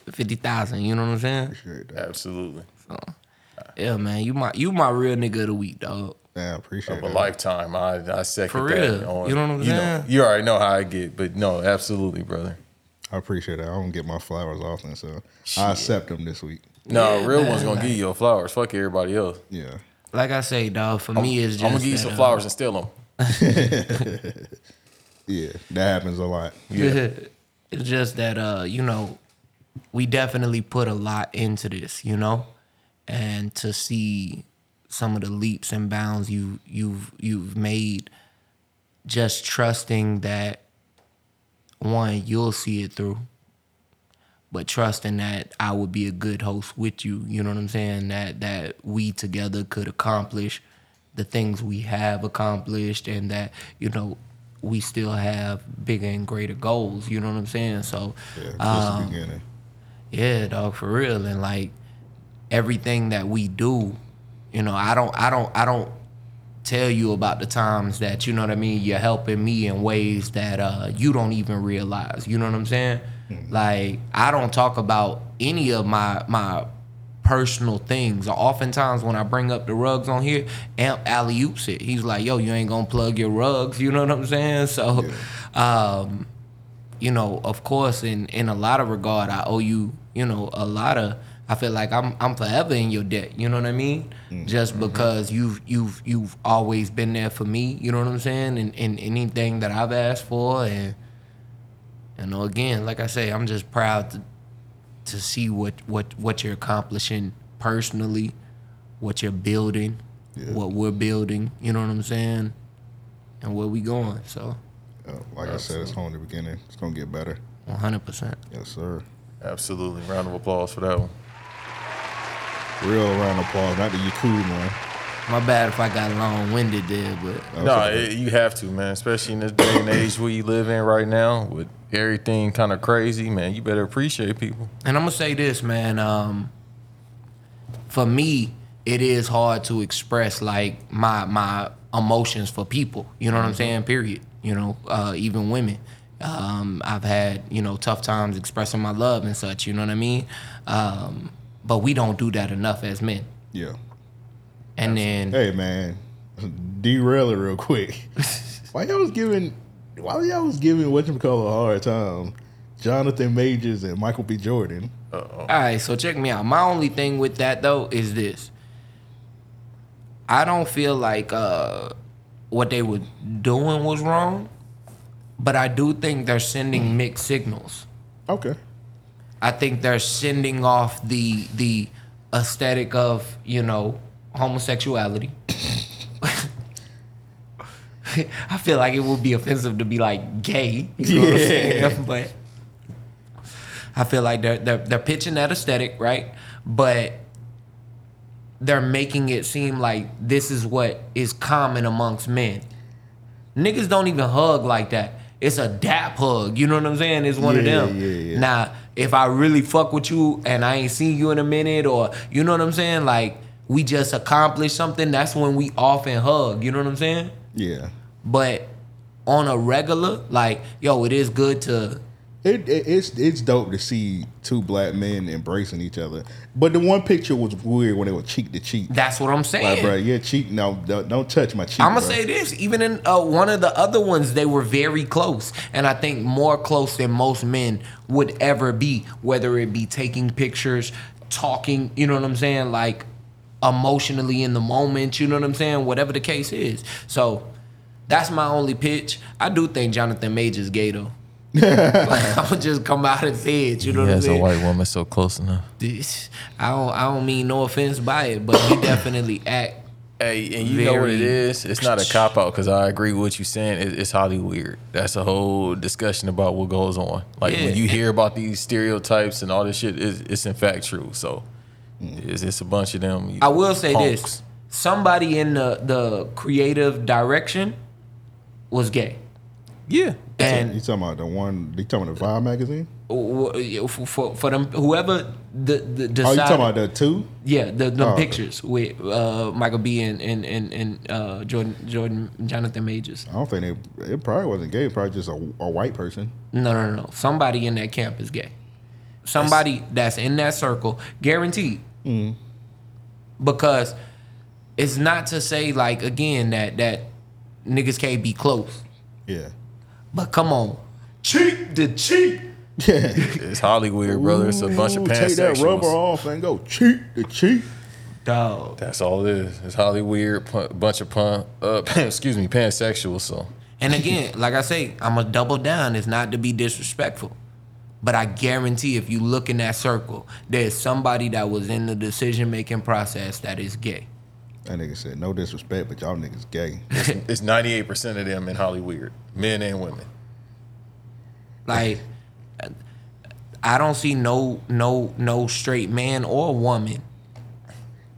F: uh, 50,000, You know what I'm saying?
G: Absolutely.
F: Yeah, man, you my you my real nigga of the week, dog.
D: Yeah, I appreciate
G: Of a
D: that.
G: lifetime. I, I second
F: For
G: that.
F: real. You know what I'm
G: you
F: saying?
G: you already know how I get, but no, absolutely, brother.
D: I appreciate that. I don't get my flowers often, so I accept them this week.
G: No, real one's
F: man,
G: gonna give you your flowers. Fuck everybody else.
D: Yeah.
F: Like I say, dog, for me it's just
G: I'm gonna give you some
F: that, uh,
G: flowers and steal them.
D: Yeah. That happens a lot.
F: <laughs> it's just that uh, you know, we definitely put a lot into this, you know, and to see some of the leaps and bounds you you've you've made, just trusting that one you'll see it through, but trusting that I would be a good host with you, you know what I'm saying? That that we together could accomplish the things we have accomplished and that, you know, we still have bigger and greater goals, you know what I'm saying? So
D: Yeah. Just
F: um,
D: the beginning.
F: yeah, dog, for real. And like everything that we do, you know, I don't I don't I don't tell you about the times that, you know what I mean, you're helping me in ways that uh you don't even realize. You know what I'm saying? Like I don't talk about any of my my personal things. Oftentimes when I bring up the rugs on here, Amp alley oops it. He's like, yo, you ain't gonna plug your rugs, you know what I'm saying? So um you know, of course, in in a lot of regard, I owe you, you know, a lot of. I feel like I'm I'm forever in your debt. You know what I mean? Just because you've you've you've always been there for me. You know what I'm saying? And and anything that I've asked for, and you know, again, like I say, I'm just proud to to see what what what you're accomplishing personally, what you're building, what we're building. You know what I'm saying? And where we going? So,
D: Uh, like I said, it's only the beginning. It's gonna get better.
F: 100. percent
D: Yes, sir.
G: Absolutely. Round of applause for that one.
D: Real round of applause, not the Yaku one.
F: My bad if I got long winded there, but
G: No, it, you have to, man. Especially in this day and age we live in right now, with everything kind of crazy, man. You better appreciate people.
F: and I'm gonna say this, man. Um, for me, it is hard to express like my my emotions for people. You know what I'm saying? Period. You know, uh, even women. Um, I've had you know tough times expressing my love and such. You know what I mean? Um, but we don't do that enough as men.
D: Yeah.
F: And then
D: Hey man, derail it real quick.
G: <laughs>
D: why y'all was giving? Why y'all was giving what you call a hard time? Jonathan Majors and Michael B. Jordan.
F: All right, so check me out. My only thing with that though is this. I don't feel like uh, what they were doing was wrong, but I do think they're sending mixed signals.
D: Okay.
F: I think they're sending off the the aesthetic of you know homosexuality. I feel like it would be offensive to be like gay, you know what I'm saying? <laughs> But I feel like they're, they're they're pitching that aesthetic, right? But they're making it seem like this is what is common amongst men. Niggas don't even hug like that. It's a dap hug. You know what I'm saying? It's one of
D: Yeah,
F: them.
D: yeah, yeah.
F: Now, if I really fuck with you and I ain't seen you in a minute, or you know what I'm saying, like we just accomplished something, that's when we off and hug. You know what I'm saying?
D: Yeah.
F: But on a regular, like yo, it is good to
D: It, it it's it's dope to see two black men embracing each other. But the one picture was weird when they were cheek to cheek.
F: That's what I'm saying.
D: Like, bro, you're cheating. No, don't, don't touch my cheek.
F: I'm gonna
D: bruh.
F: say this. Even in uh, one of the other ones, they were very close, and I think more close than most men would ever be. Whether it be taking pictures, talking, you know what I'm saying, like emotionally in the moment, you know what I'm saying. Whatever the case is, so that's my only pitch. I do think Jonathan Majors gay though. <laughs> I'm gonna just come out and say it. You know what I'm saying.
G: woman so close enough.
F: This- I don't. I don't mean no offense by it, but he
D: <coughs>
F: definitely act.
G: Hey, and you know what it
F: Very-
G: is? It's not a cop out because I agree with what you're saying. It, it's highly weird. That's a whole discussion about what goes on. Like
F: Yeah.
G: when you hear about these stereotypes and all this shit, it's, it's in fact true. So it's, it's a bunch of them.
F: I will say
G: punks.
F: this: somebody in the the creative direction was gay,
G: Yeah.
F: and
D: You talking about the one? You talking about the Vibe magazine?
F: w- w- for, for, for them whoever the, the
D: Oh, you
F: decided,
D: talking about the two?
F: yeah the, the
D: Oh, okay.
F: pictures with uh, Michael B and and and, and uh, Jordan Jordan Jonathan Majors.
D: I don't think they. It probably wasn't gay. Probably just a, a white person.
F: No, no, no, no. Somebody in that camp is gay. Somebody that's in that circle, guaranteed. Because it's not to say like again that that niggas can't be close,
D: Yeah. <laughs>
F: but come on, cheat the cheat.
D: Yeah.
G: It's Hollywood, brother. It's a bunch of
D: Ooh, Take that rubber
G: pansexuals.
D: off and go cheat the cheat.
F: Dog.
G: That's all it is. It's Hollywood, pu- bunch of pun, uh, <laughs> excuse me, pansexuals. So
F: And again, like I say, I'm going to double down. It's not to be disrespectful. But I guarantee if you look in that circle, there's somebody that was in the decision making process that is gay.
D: That nigga said, no disrespect, but y'all niggas
F: <laughs>
D: gay.
G: it's ninety eight percent of them in Hollywood, men and women.
F: Like I don't see no no no straight man or woman.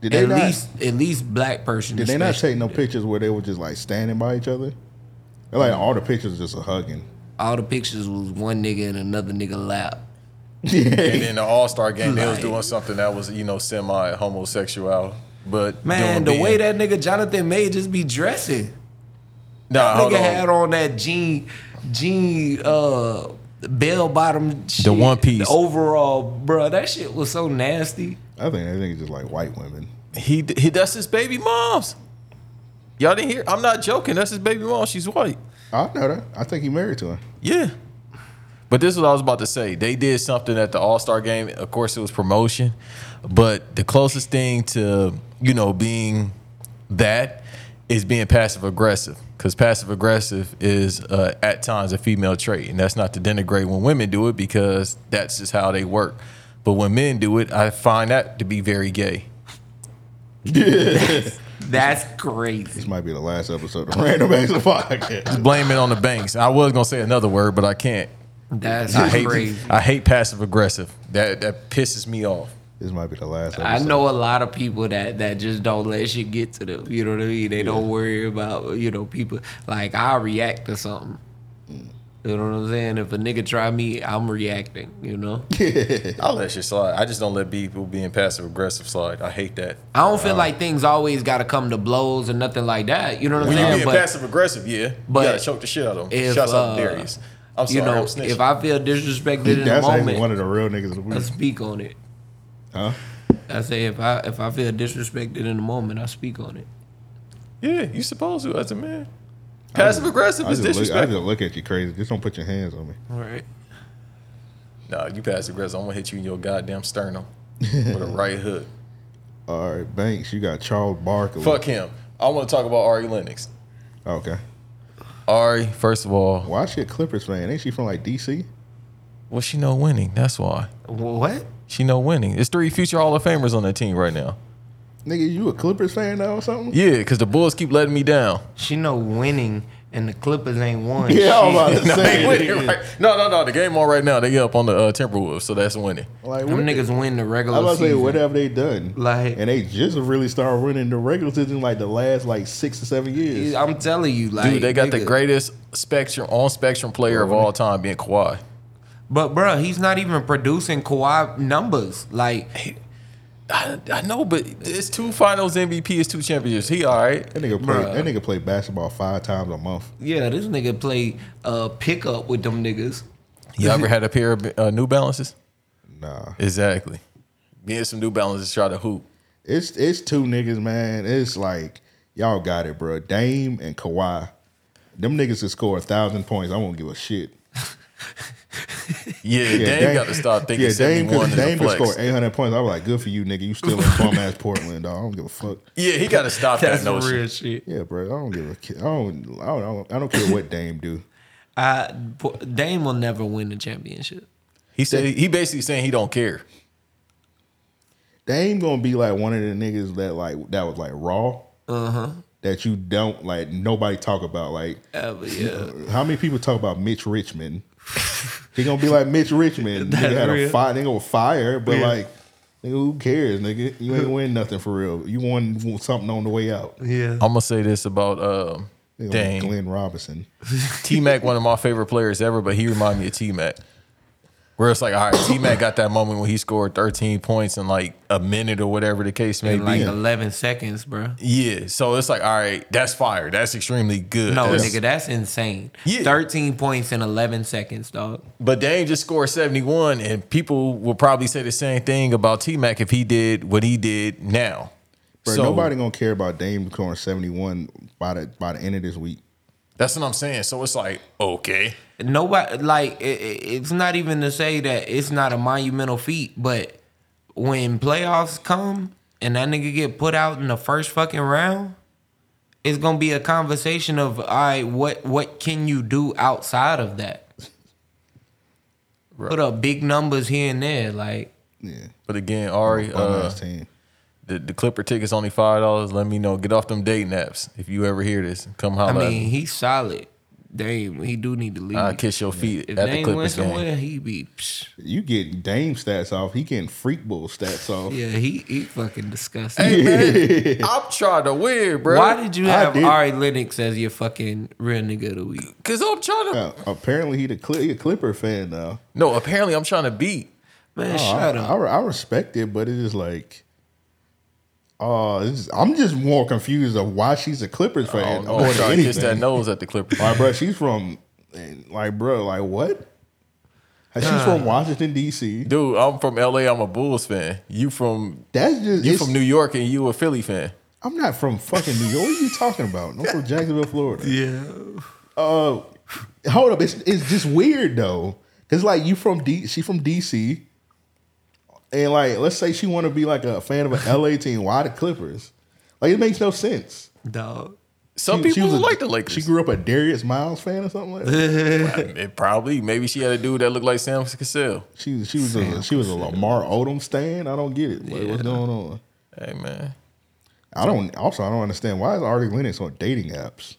D: Did they
F: At
D: not?
F: least at least black person.
D: did they not
F: especially.
D: take no pictures where they were just like standing by each other? They're Like all the pictures just a hugging.
F: all the pictures was one nigga in another nigga lap.
G: And then the All Star game, they was
F: Like-
G: doing something that was you know semi homosexual, but
F: Man,
G: doing
F: the
G: being-
F: way that nigga Jonathan May just be dressing.
G: nah, hold
F: nigga
G: on.
F: had on that jean jean uh bell bottom shit.
G: one piece.
F: the overall, bro. That shit was so nasty.
D: I think they think it's just like white women.
G: He, he that's his baby mom's. Y'all didn't hear? I'm not joking. That's his baby mom. She's white.
D: I know that. I think he married to her.
G: Yeah. But this is what I was about to say. They did something at the All Star game. Of course, it was promotion, but the closest thing to you know being that is being passive aggressive because passive aggressive is uh, at times a female trait, and that's not to denigrate when women do it because that's just how they work. But when men do it, I find that to be very gay.
F: That's crazy.
D: This might be the last episode of <laughs> Random Acts of Podcast.
G: Blame it on the banks. I was gonna say another word, but I can't.
F: That's
G: I hate.
F: crazy.
G: I hate passive aggressive. That that pisses me off.
D: This might be the last episode.
F: I know a lot of people that that just don't let shit get to them. You know what I mean? They don't worry about you know people like I react to something.
G: Mm.
F: You know what I'm saying? If a nigga try me, I'm reacting. You
G: <laughs>
F: know?
G: I'll let shit slide. I just don't let people being passive aggressive slide. I hate that.
F: I don't feel like things always got to come to blows and nothing like that. You know what I'm
G: When you
F: saying?
G: being
F: But-
G: passive aggressive, yeah,
F: but
G: you gotta choke the shit out of them.
F: if,
G: Shouts out to
F: uh,
G: Darius. I'm sorry,
F: you know,
G: I'm snitching.
F: if I feel disrespected in the
D: That's actually one
F: moment,
D: of the real niggas of the
F: I
D: week.
F: speak on it.
D: Huh?
F: I say if I if I feel disrespected in the moment, I speak on it.
G: yeah, you supposed to as a man. Passive aggressive
D: I
G: is
D: just, look, I
G: disrespectful.
D: just look at you crazy. Just don't put your hands on me.
F: All right.
G: Nah, you passive aggressive. I'm gonna hit you in your goddamn sternum with <laughs> a right hook.
D: All right, Banks, you got Charles Barkley.
G: Fuck him. I want to talk about Ari Lennox.
D: Okay.
G: Ari, first of all,
D: Why is she a Clippers fan? Ain't she from like DC?
G: well, she no winning. That's why
F: What?
G: she no winning. It's three future Hall of Famers on that team right now.
D: Nigga, you a Clippers fan now or something?
G: Yeah, because the Bulls keep letting me down.
F: She know winning, and the Clippers ain't
G: <laughs>
F: won.
D: Yeah, I'm about
F: <laughs>
D: to
G: no,
D: say.
G: they winning, right? No, no, no. The game on right now. They up on the uh, Timberwolves, so that's winning.
D: Like,
F: Them
D: what-
F: niggas win the regular
D: I was about to say,
F: season.
D: what have they done?
F: Like-
D: and they just really started running the regular season like the last like six to seven years.
F: I'm telling you, like
G: Dude, they got the
F: nigga.
G: greatest spectrum on spectrum player of all time, being Kawhi.
F: But bruh, he's not even producing Kawhi numbers. Like
G: I, I know, but it's two Finals MVP, it's two championships. He all right.
D: That nigga play. That nigga play basketball five times a month.
F: yeah, this nigga play uh pickup with them niggas.
G: You ever had a pair of uh, New Balances?
D: Nah,
G: Exactly. Getting some New Balances, try to hoop.
D: it's it's two niggas, man. It's like y'all got it, bro. Dame and Kawhi. Them niggas can score a thousand points. I won't give a shit.
G: Yeah, <laughs> Dame, got
D: <laughs>
G: to stop thinking
D: yeah, Dame
G: 71
D: could,
G: is a
D: Dame could
G: flex.
D: score 800 points. I was like, good for you, nigga. You still
G: <laughs>
D: in bum ass Portland, dog. I don't give a fuck.
G: Yeah, he got to stop that
F: That's
G: notion.
F: real shit.
D: Yeah, bro. I don't give a. ki- I don't. I don't. I don't care what Dame do.
F: I po- Dame will never win the championship.
G: He said he basically saying he don't care.
D: Dame gonna be like one of the niggas that like that was like raw. Uh huh.
F: Uh-huh.
D: That you don't like nobody talk about. Like
F: Ever, yeah.
D: how many people talk about Mitch Richmond? he gonna be like Mitch Richmond. Nigga
F: <laughs> That's
D: had a
F: real.
D: fire. They gonna fire, but
F: Yeah.
D: like. Nigga, who cares, nigga? You
F: <laughs>
D: ain't win nothing for real. You won something on the way out.
F: Yeah.
G: I'm gonna say this about um,
D: Nigga, like
G: Dame.
D: Glenn Robinson.
G: T Mac, one of my favorite players ever, but he reminded me of T Mac. Where it's like, all right, T Mac got that moment when he scored 13 points in like a minute or whatever the case may
F: in like
G: be.
F: eleven seconds, bro.
G: Yeah. So it's like, all right, that's fire. That's extremely good.
F: No,
G: That's-
F: nigga, that's insane.
G: Yeah.
F: Thirteen points in eleven seconds, dog.
G: But Dame just scored 71, and people will probably say the same thing about T Mac if he did what he did now.
D: Bro,
G: so
D: nobody gonna care about Dame scoring seventy one by the by the end of this week.
G: that's what I'm saying. So it's like, okay.
F: Nobody like it, it- it's not even to say that it's not a monumental feat, but when playoffs come and that nigga get put out in the first fucking round, it's gonna be a conversation of all right, what what can you do outside of that? Put up big numbers here and there, like
D: Yeah,
G: But again, Ari,
D: uh,
G: uh, the, the Clipper ticket's only $5. Let me know. Get off them date naps if you ever hear this. Come
F: I
G: holler at
F: mean,
G: me.
F: he's solid. Dame, he do need to leave.
G: I'll Uh, kiss your feet
F: if
G: at the
F: Dame went
G: Clippers game.
F: somewhere, he be. psh,
D: You get Dame stats off. He getting freak bull stats off.
F: yeah, he he fucking disgusting.
G: Hey, man, <laughs> I'm trying to win, bro.
F: Why did you
D: I
F: have
D: did.
F: Ari Lennox as your fucking real nigga of the week?
G: Because I'm trying to.
D: Uh, apparently he the Cl- he a Clipper fan now.
G: No, apparently I'm trying to beat.
F: Man,
D: Oh,
F: shut
D: I,
F: up.
D: I, re- I respect it, but it is like, oh, this is- I'm just more confused of why she's a Clippers fan.
G: Oh,
D: more
G: I'm
D: than
G: trying to kiss that
D: anything.
G: nose at the Clipper.
D: Like, bro, she's from, and, like, bro, like, what? And She's from Washington D.C.
G: Dude, I'm from LA. I'm a Bulls fan. You from
D: That's just
G: you
D: it's-
G: from New York and you a Philly fan.
D: I'm not from fucking New York. What are you talking about? I'm
G: <laughs>
D: from Jacksonville, Florida. Yeah. Uh, hold up. It's it's just weird though. Cause like you from D, she from DC, and like let's say she want to be like a fan of an LA team. Why the Clippers? Like it makes no sense.
F: Dog.
G: Some
D: She- she
G: people
D: was a-
G: like the Lakers.
D: She grew up a Darius Miles fan or something like that.
G: It probably maybe she had a dude that looked like Sam Cassell.
D: she she was a, she was a Lamar Odom stan. I don't get it. Like, What's going on?
G: Hey man,
D: I don't. Also, I don't understand why is Ari Lennox on dating apps.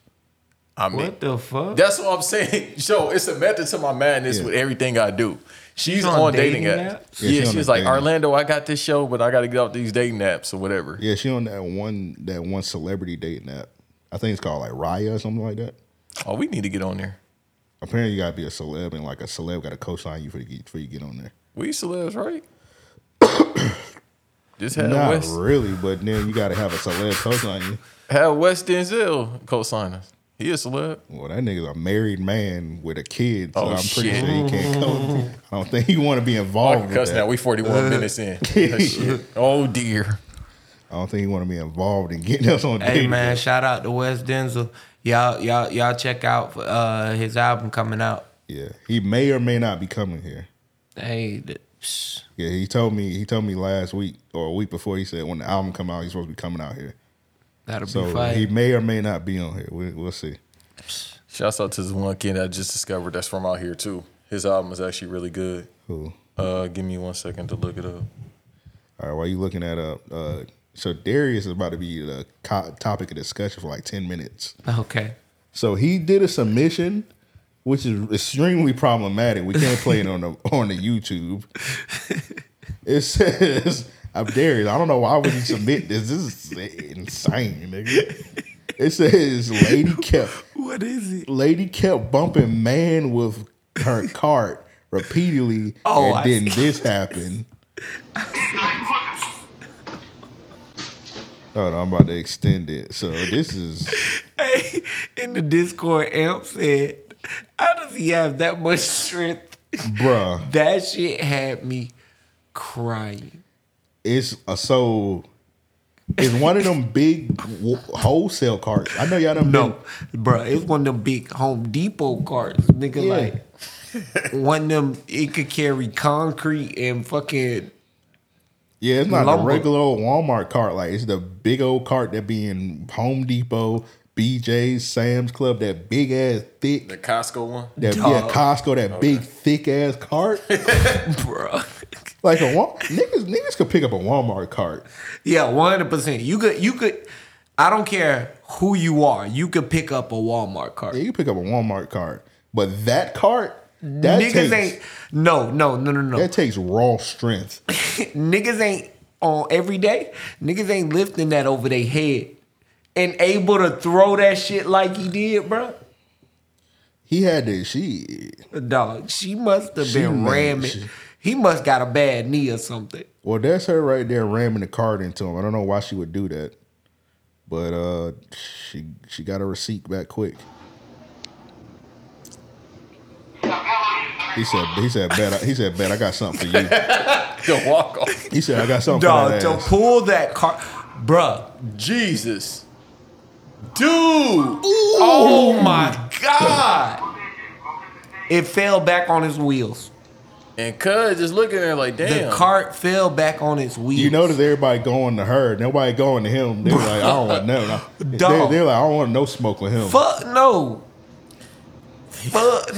G: I mean
F: What the fuck?
G: that's what I'm saying. <laughs> So it's a method to my madness
D: Yeah.
G: with everything I do. She's,
F: She's
G: on,
F: on
G: dating,
F: dating
G: apps.
F: apps?
D: Yeah,
G: Yeah,
D: she on
G: she's
D: the
G: like
D: dating apps.
G: Orlando. I got this show, but I got to get off these dating apps or whatever.
D: Yeah, she on that one that one celebrity dating app. I think it's called like Raya or something like that.
G: Oh, we need to get on there.
D: Apparently, you gotta be a celeb and like a celeb gotta co-sign you for the get for you get on there.
G: We
D: <coughs>
G: celebs, right? Just have
D: Not
G: West,
D: really, but then you gotta have a celeb co-sign you.
G: have West Denzel co-sign us. He a celeb.
D: Well, that nigga's a married man with a kid, so
G: Oh,
D: I'm pretty
G: shit.
D: sure he can't co. I don't think he want to be
G: I
D: involved
G: can
D: with
G: cuss
D: that.
G: now. We
D: <laughs>
G: 41 minutes in. That shit. Oh dear.
D: I don't think he want to be involved in getting us on.
F: Hey
D: dating
F: man,
D: apps.
F: shout out to Wes Denzel. Y'all, y'all, y'all check out uh, his album coming out.
D: yeah, he may or may not be coming here.
F: Hey, th- psh,
D: Yeah, he told me he told me last week or a week before. He said when the album come out, he's supposed to be coming out here.
F: that'll be
D: So
F: fire.
D: he may or may not be on here. We, we'll see.
G: Shouts out to this one kid I just discovered that's from out here too. His album is actually really good.
D: Cool.
G: Uh, give me one second to look it up.
D: All right, while you looking that up, uh, so Darius is about to be the co- topic of discussion for like ten minutes.
F: okay.
D: So he did a submission, which is extremely problematic. We can't play it on the <laughs> on the YouTube. It says, "I'm Darius. I don't know why would you submit this. This is insane, nigga." It says, "Lady kept
F: What is it?
D: lady kept bumping man with her <laughs> cart repeatedly,
F: Oh,
D: and
F: I
D: then this
F: <laughs>
D: happened. Hold on, I'm about to extend it. So this is
F: Hey, in the Discord, Amp said, "How does he have that
D: <laughs>
F: much strength?"
D: bruh.
F: That shit had me crying.
D: It's a so. It's one of them big w- wholesale carts. I know y'all don't
F: No, bro, it's one of them big Home Depot carts, nigga.
D: Yeah.
F: Like one of them, it could carry concrete and fucking.
D: Yeah, it's not the
F: Lumber.
D: regular old Walmart cart. Like it's the big old cart that be in Home Depot, BJ's, Sam's Club. That big ass thick
G: The Costco one.
D: That yeah,
F: Dog.
D: Costco, that big thick ass cart.
F: Bro,
D: like a Wal- <laughs> niggas, niggas could pick up a Walmart cart.
F: <laughs> yeah, one hundred percent. You could, you could. I don't care who you are. You could pick up a Walmart cart.
D: Yeah, you could pick up a Walmart cart, but that cart that
F: Niggas
D: takes
F: ain't. No, no, no, no, no.
D: that takes raw strength.
F: niggas ain't on every day. Niggas ain't lifting that over their head and able to throw that shit like he did, bro.
D: He had this shit.
F: Dog, she must have
D: She
F: been
D: mad,
F: ramming.
D: she-
F: He must got a bad knee or something.
D: Well, that's her right there ramming the card into him. I don't know why she would do that, but uh, she she got a receipt back quick. He said, he said, bet, I, he said, bet, I got something for you.
G: <laughs> The walk off.
D: He said, I got something
F: Dog,
D: for
F: to
D: that ass.
F: pull that car, bruh.
G: Jesus. Dude.
F: Oh my god! It fell back on its wheels.
G: And cuz just looking at her like, damn.
F: The cart fell back on its wheels.
D: You notice everybody going to her, nobody going to him. They're like, I don't
F: <laughs>
D: want no. They,
F: Dog.
D: they're like, I don't want no smoke with him.
F: Fuck no. Fuck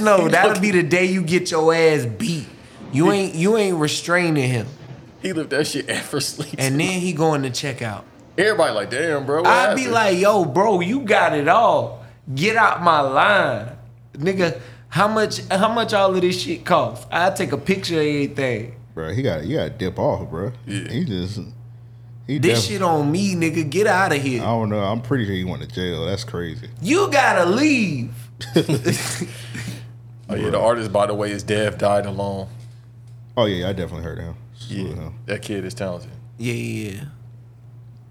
D: <laughs>
F: no. That'll be the day you get your ass beat. You ain't you ain't restraining him.
G: He lived that shit <laughs> effortlessly.
F: And then he going to check out.
G: everybody like, damn, bro. what
F: I'd be
G: happened?"
F: like, yo, bro, you got it all. Get out my line. Nigga, how much how much all of this shit cost? I take a picture of everything.
D: bro, he got, you got to dip off, bro.
G: Yeah.
D: He just, he
F: This
D: def-
F: shit on me, nigga. Get out of
D: I
F: here.
D: don't know. I'm pretty sure he went to jail. That's crazy.
F: You gotta leave.
G: Oh, yeah, the artist, by the way, is deaf, died alone.
D: Oh yeah, I definitely heard him. Salute
G: Yeah.
D: him.
G: That kid is talented.
F: Yeah, yeah,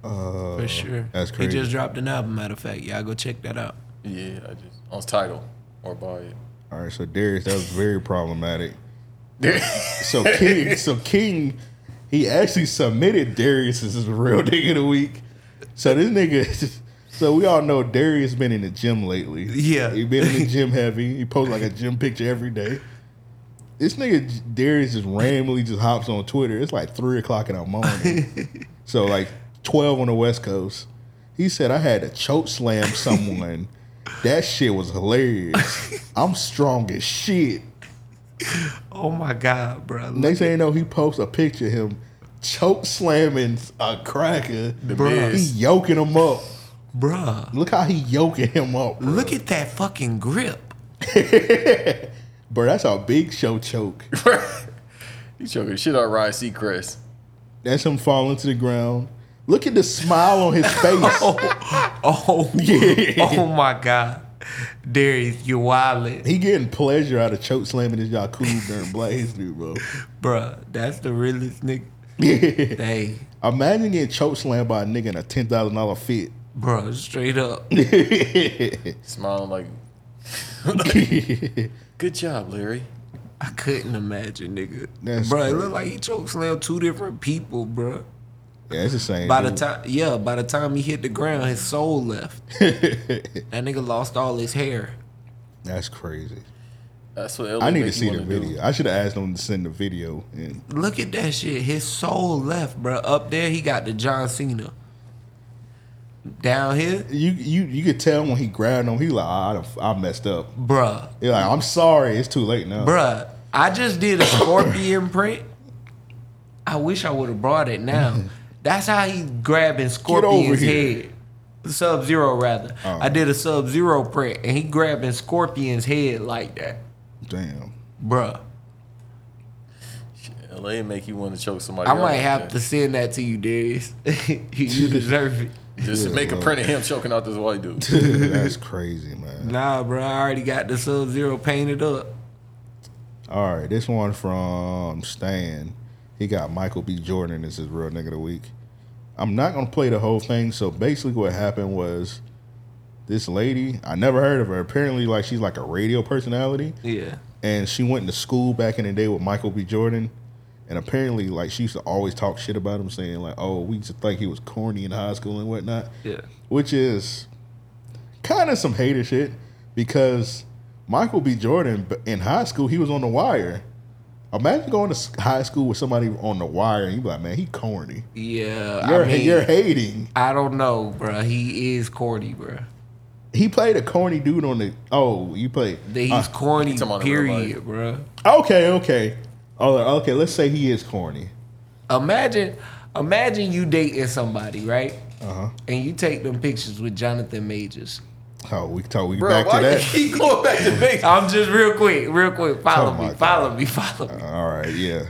F: yeah.
D: Uh,
F: For sure.
D: that's
F: He
D: crazy.
F: just dropped an album, matter of fact. Y'all go check that out.
G: Yeah, I just on his title or buy it.
D: All right, so Darius, that was very problematic. So King, so King, he actually submitted Darius as his real nigga of the week. So this nigga, <laughs> so we all know Darius been in the gym lately.
F: Yeah.
D: he been in the gym heavy. He posts like a gym picture every day. This nigga Darius just randomly just hops on Twitter. It's like three o'clock in the morning. so like twelve on the West Coast. He said I had to choke slam someone. that shit was hilarious. I'm strong as shit.
F: Oh my God, bro.
D: Next thing you know, he posts a picture of him choke slamming a cracker.
G: Bruh.
D: He yoking him up.
F: Bruh.
D: Look how he yoking him up. Bro.
F: Look at that fucking grip.
D: Bro, that's a big show choke.
G: He choking the shit out of Ryan Seacrest.
D: That's him falling to the ground. Look at the smile on his face. <laughs>
F: Oh,
D: Yeah.
F: oh my God. Darius, you wildin'.
D: He getting pleasure out of choke slamming his Yakuza during Black History, bro.
F: Bruh, that's the
D: <laughs>
F: realest nigga.
D: Yeah.
F: Hey,
D: Imagine getting choke slammed by a nigga in a ten thousand dollar fit. <laughs>
F: bruh, straight up.
G: Smiling like, good job, Larry.
F: I couldn't imagine, nigga.
D: That's
F: bruh, it
D: crazy.
F: looked like he choke slammed two different people, bruh.
D: yeah, it's the same.
F: By the
D: dude.
F: time, yeah, by the time he hit the ground, his soul
D: <laughs>
F: left. that nigga lost all his hair.
D: that's crazy.
G: That's what
D: I need to
G: elevate
D: see
G: you
D: the
G: wanna do.
D: video. I should have asked them to send the video. And
F: Look at that shit. His soul left, bruh. Up there, he got the John Cena. Down here,
D: you you you could tell when he grabbed him. He like "Ah, I, done- I messed up.
F: bruh.
D: He like I'm sorry. It's too late now.
F: Bruh, I just did a scorpion print. I wish I would have brought it
D: <laughs>
F: now. That's how he grabbing scorpion's
D: here.
F: head. Sub zero rather.
D: Oh.
F: I did a sub zero print and he grabbing scorpion's head like that.
D: Damn.
F: Bruh.
G: LA make you want to choke somebody.
F: I
G: out
F: might
G: like
F: have
G: that.
F: to send that to you, Darius.
D: <laughs>
F: <laughs> you deserve it.
G: just to make a print of him choking out this white
D: <laughs>
G: dude.
D: That's crazy, man.
F: Nah, bruh, I already got the sub zero painted up.
D: All right, this one from Stan. He got Michael B. Jordan as his real nigga of the week. I'm not gonna play the whole thing. So basically, what happened was this lady. I never heard of her. Apparently, like she's like a radio personality.
F: Yeah.
D: and she went to school back in the day with Michael B. Jordan. And apparently, like she used to always talk shit about him, saying like, "Oh, we used to think he was corny in high school and whatnot,"
F: Yeah.
D: which is kind of some hater shit because Michael B. Jordan b- in high school he was on the wire. Imagine going to s- high school with somebody on the wire and you be like, "Man, he corny."
F: Yeah.
D: You're
F: I mean,
D: you're hating.
F: I don't know, bruh. He is corny, bruh.
D: He played a corny dude on the. Oh, you played.
F: That He's
D: uh,
F: corny,
G: talking about in real life.
F: period, bruh.
D: okay, okay. Oh, okay. Let's say he is corny.
F: Imagine, imagine you dating somebody, right?
D: Uh huh.
F: And you take them pictures with Jonathan Majors.
D: Oh, we talk. We
G: Bro,
D: back
G: why
D: to
F: <laughs>
D: that.
G: you keep going back
D: <laughs>
G: to big?
F: I'm just real quick, real quick. Follow
D: Oh my
F: me,
D: God.
F: follow me, follow me.
D: All right, yeah.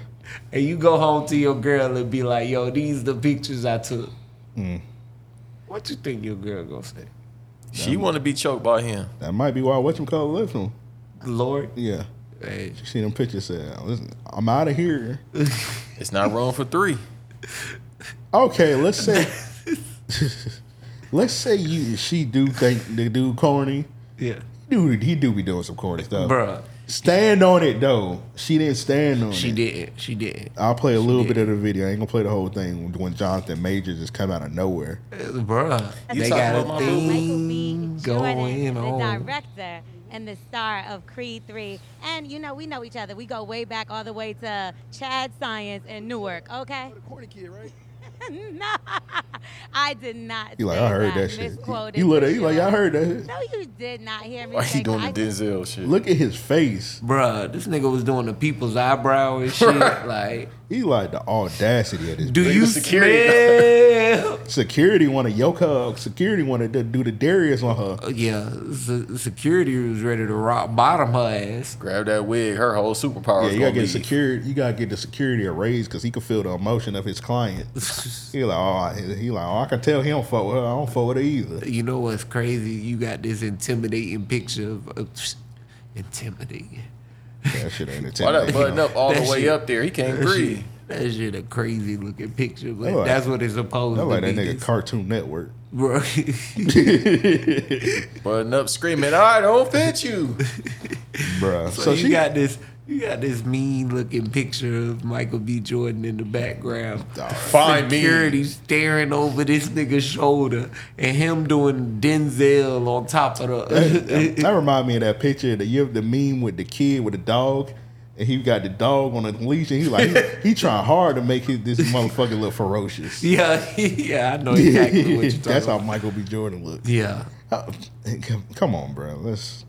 F: And you go home to your girl and be like, "Yo, these the pictures I took." What you think your girl gonna say?
G: She want to be choked by him.
D: That might be why Whatchamacallit left him.
F: Lord.
D: Yeah.
F: Hey,
D: You see them pictures said, listen, I'm out of here.
G: It's not wrong for three.
D: Okay, let's say <laughs> let's say you and she do think the dude corny.
F: yeah,
D: Dude, he do be doing some corny stuff.
F: Bruh.
D: Stand on it though. She didn't stand on
F: she
D: it.
F: did. She did.
D: I'll play a little bit of the video. I ain't gonna play the whole thing when Jonathan Major just come out of nowhere.
F: Bruh,
G: You
F: they
G: talking
F: got
G: about
F: a
G: my
F: thing
K: B.
F: going
K: the
F: on.
K: director and the star of Creed 3. And you know, we know each other. We go way back all the way to Chad Science in Newark, okay? <laughs> no, I did not.
D: You like,
K: say
D: I heard that shit.
K: Misquoted
D: You look at
K: for
D: you like, I
K: sure.
D: heard that.
K: No, you did not hear me.
G: Why he
K: say
G: doing
K: that.
G: the
K: I-
G: Denzel shit?
D: Look at his face.
F: Bruh, this nigga was doing the people's eyebrow and shit. Like,
D: He like the audacity of this.
F: do
D: bitch.
F: you smell?
D: security want to yoke her? up. Security want to do the Darius on her?
F: yeah, se- security was ready to rock bottom her ass.
G: Grab that wig. Her whole superpower.
D: Yeah,
G: is
D: you
G: gonna
D: gotta get
G: be-
D: security. You gotta get the security a raise because he can feel the emotion of his
F: <laughs>
D: client. he like, oh, he like, oh, I can tell he don't fuck with her. I don't fuck with her
F: <laughs>
D: either.
F: You know what's crazy? You got this intimidating picture of, of intimidating.
D: That shit ain't
G: Why that
D: intimidating.
G: button up all the
F: That
G: way
F: shit-
G: up there? He can't breathe.
F: That shit a crazy looking picture, but
D: That like-
F: that's what it's supposed
D: That
F: to
D: like
F: be.
D: that nigga
F: It's-
D: Cartoon Network.
F: <laughs> Bro,
G: Button up, screaming, "I don't fit you."
D: Bruh.
F: so, you got this, you got this mean looking picture of Michael B. Jordan in the background.
G: Find me.
F: Security staring over this nigga's shoulder and him doing Denzel on top of <laughs> the.
D: <laughs> that remind me of that picture that you have the meme with the kid with the dog, and he got the dog on a leash, and he like he, he
F: <laughs>
D: trying hard to make his, this motherfucker look ferocious.
F: yeah, <laughs> yeah, I know exactly what
D: <laughs>
F: you're talking
D: That's how
F: about.
D: Michael B. Jordan looked.
F: yeah,
D: Uh, Come on, bro. Let's.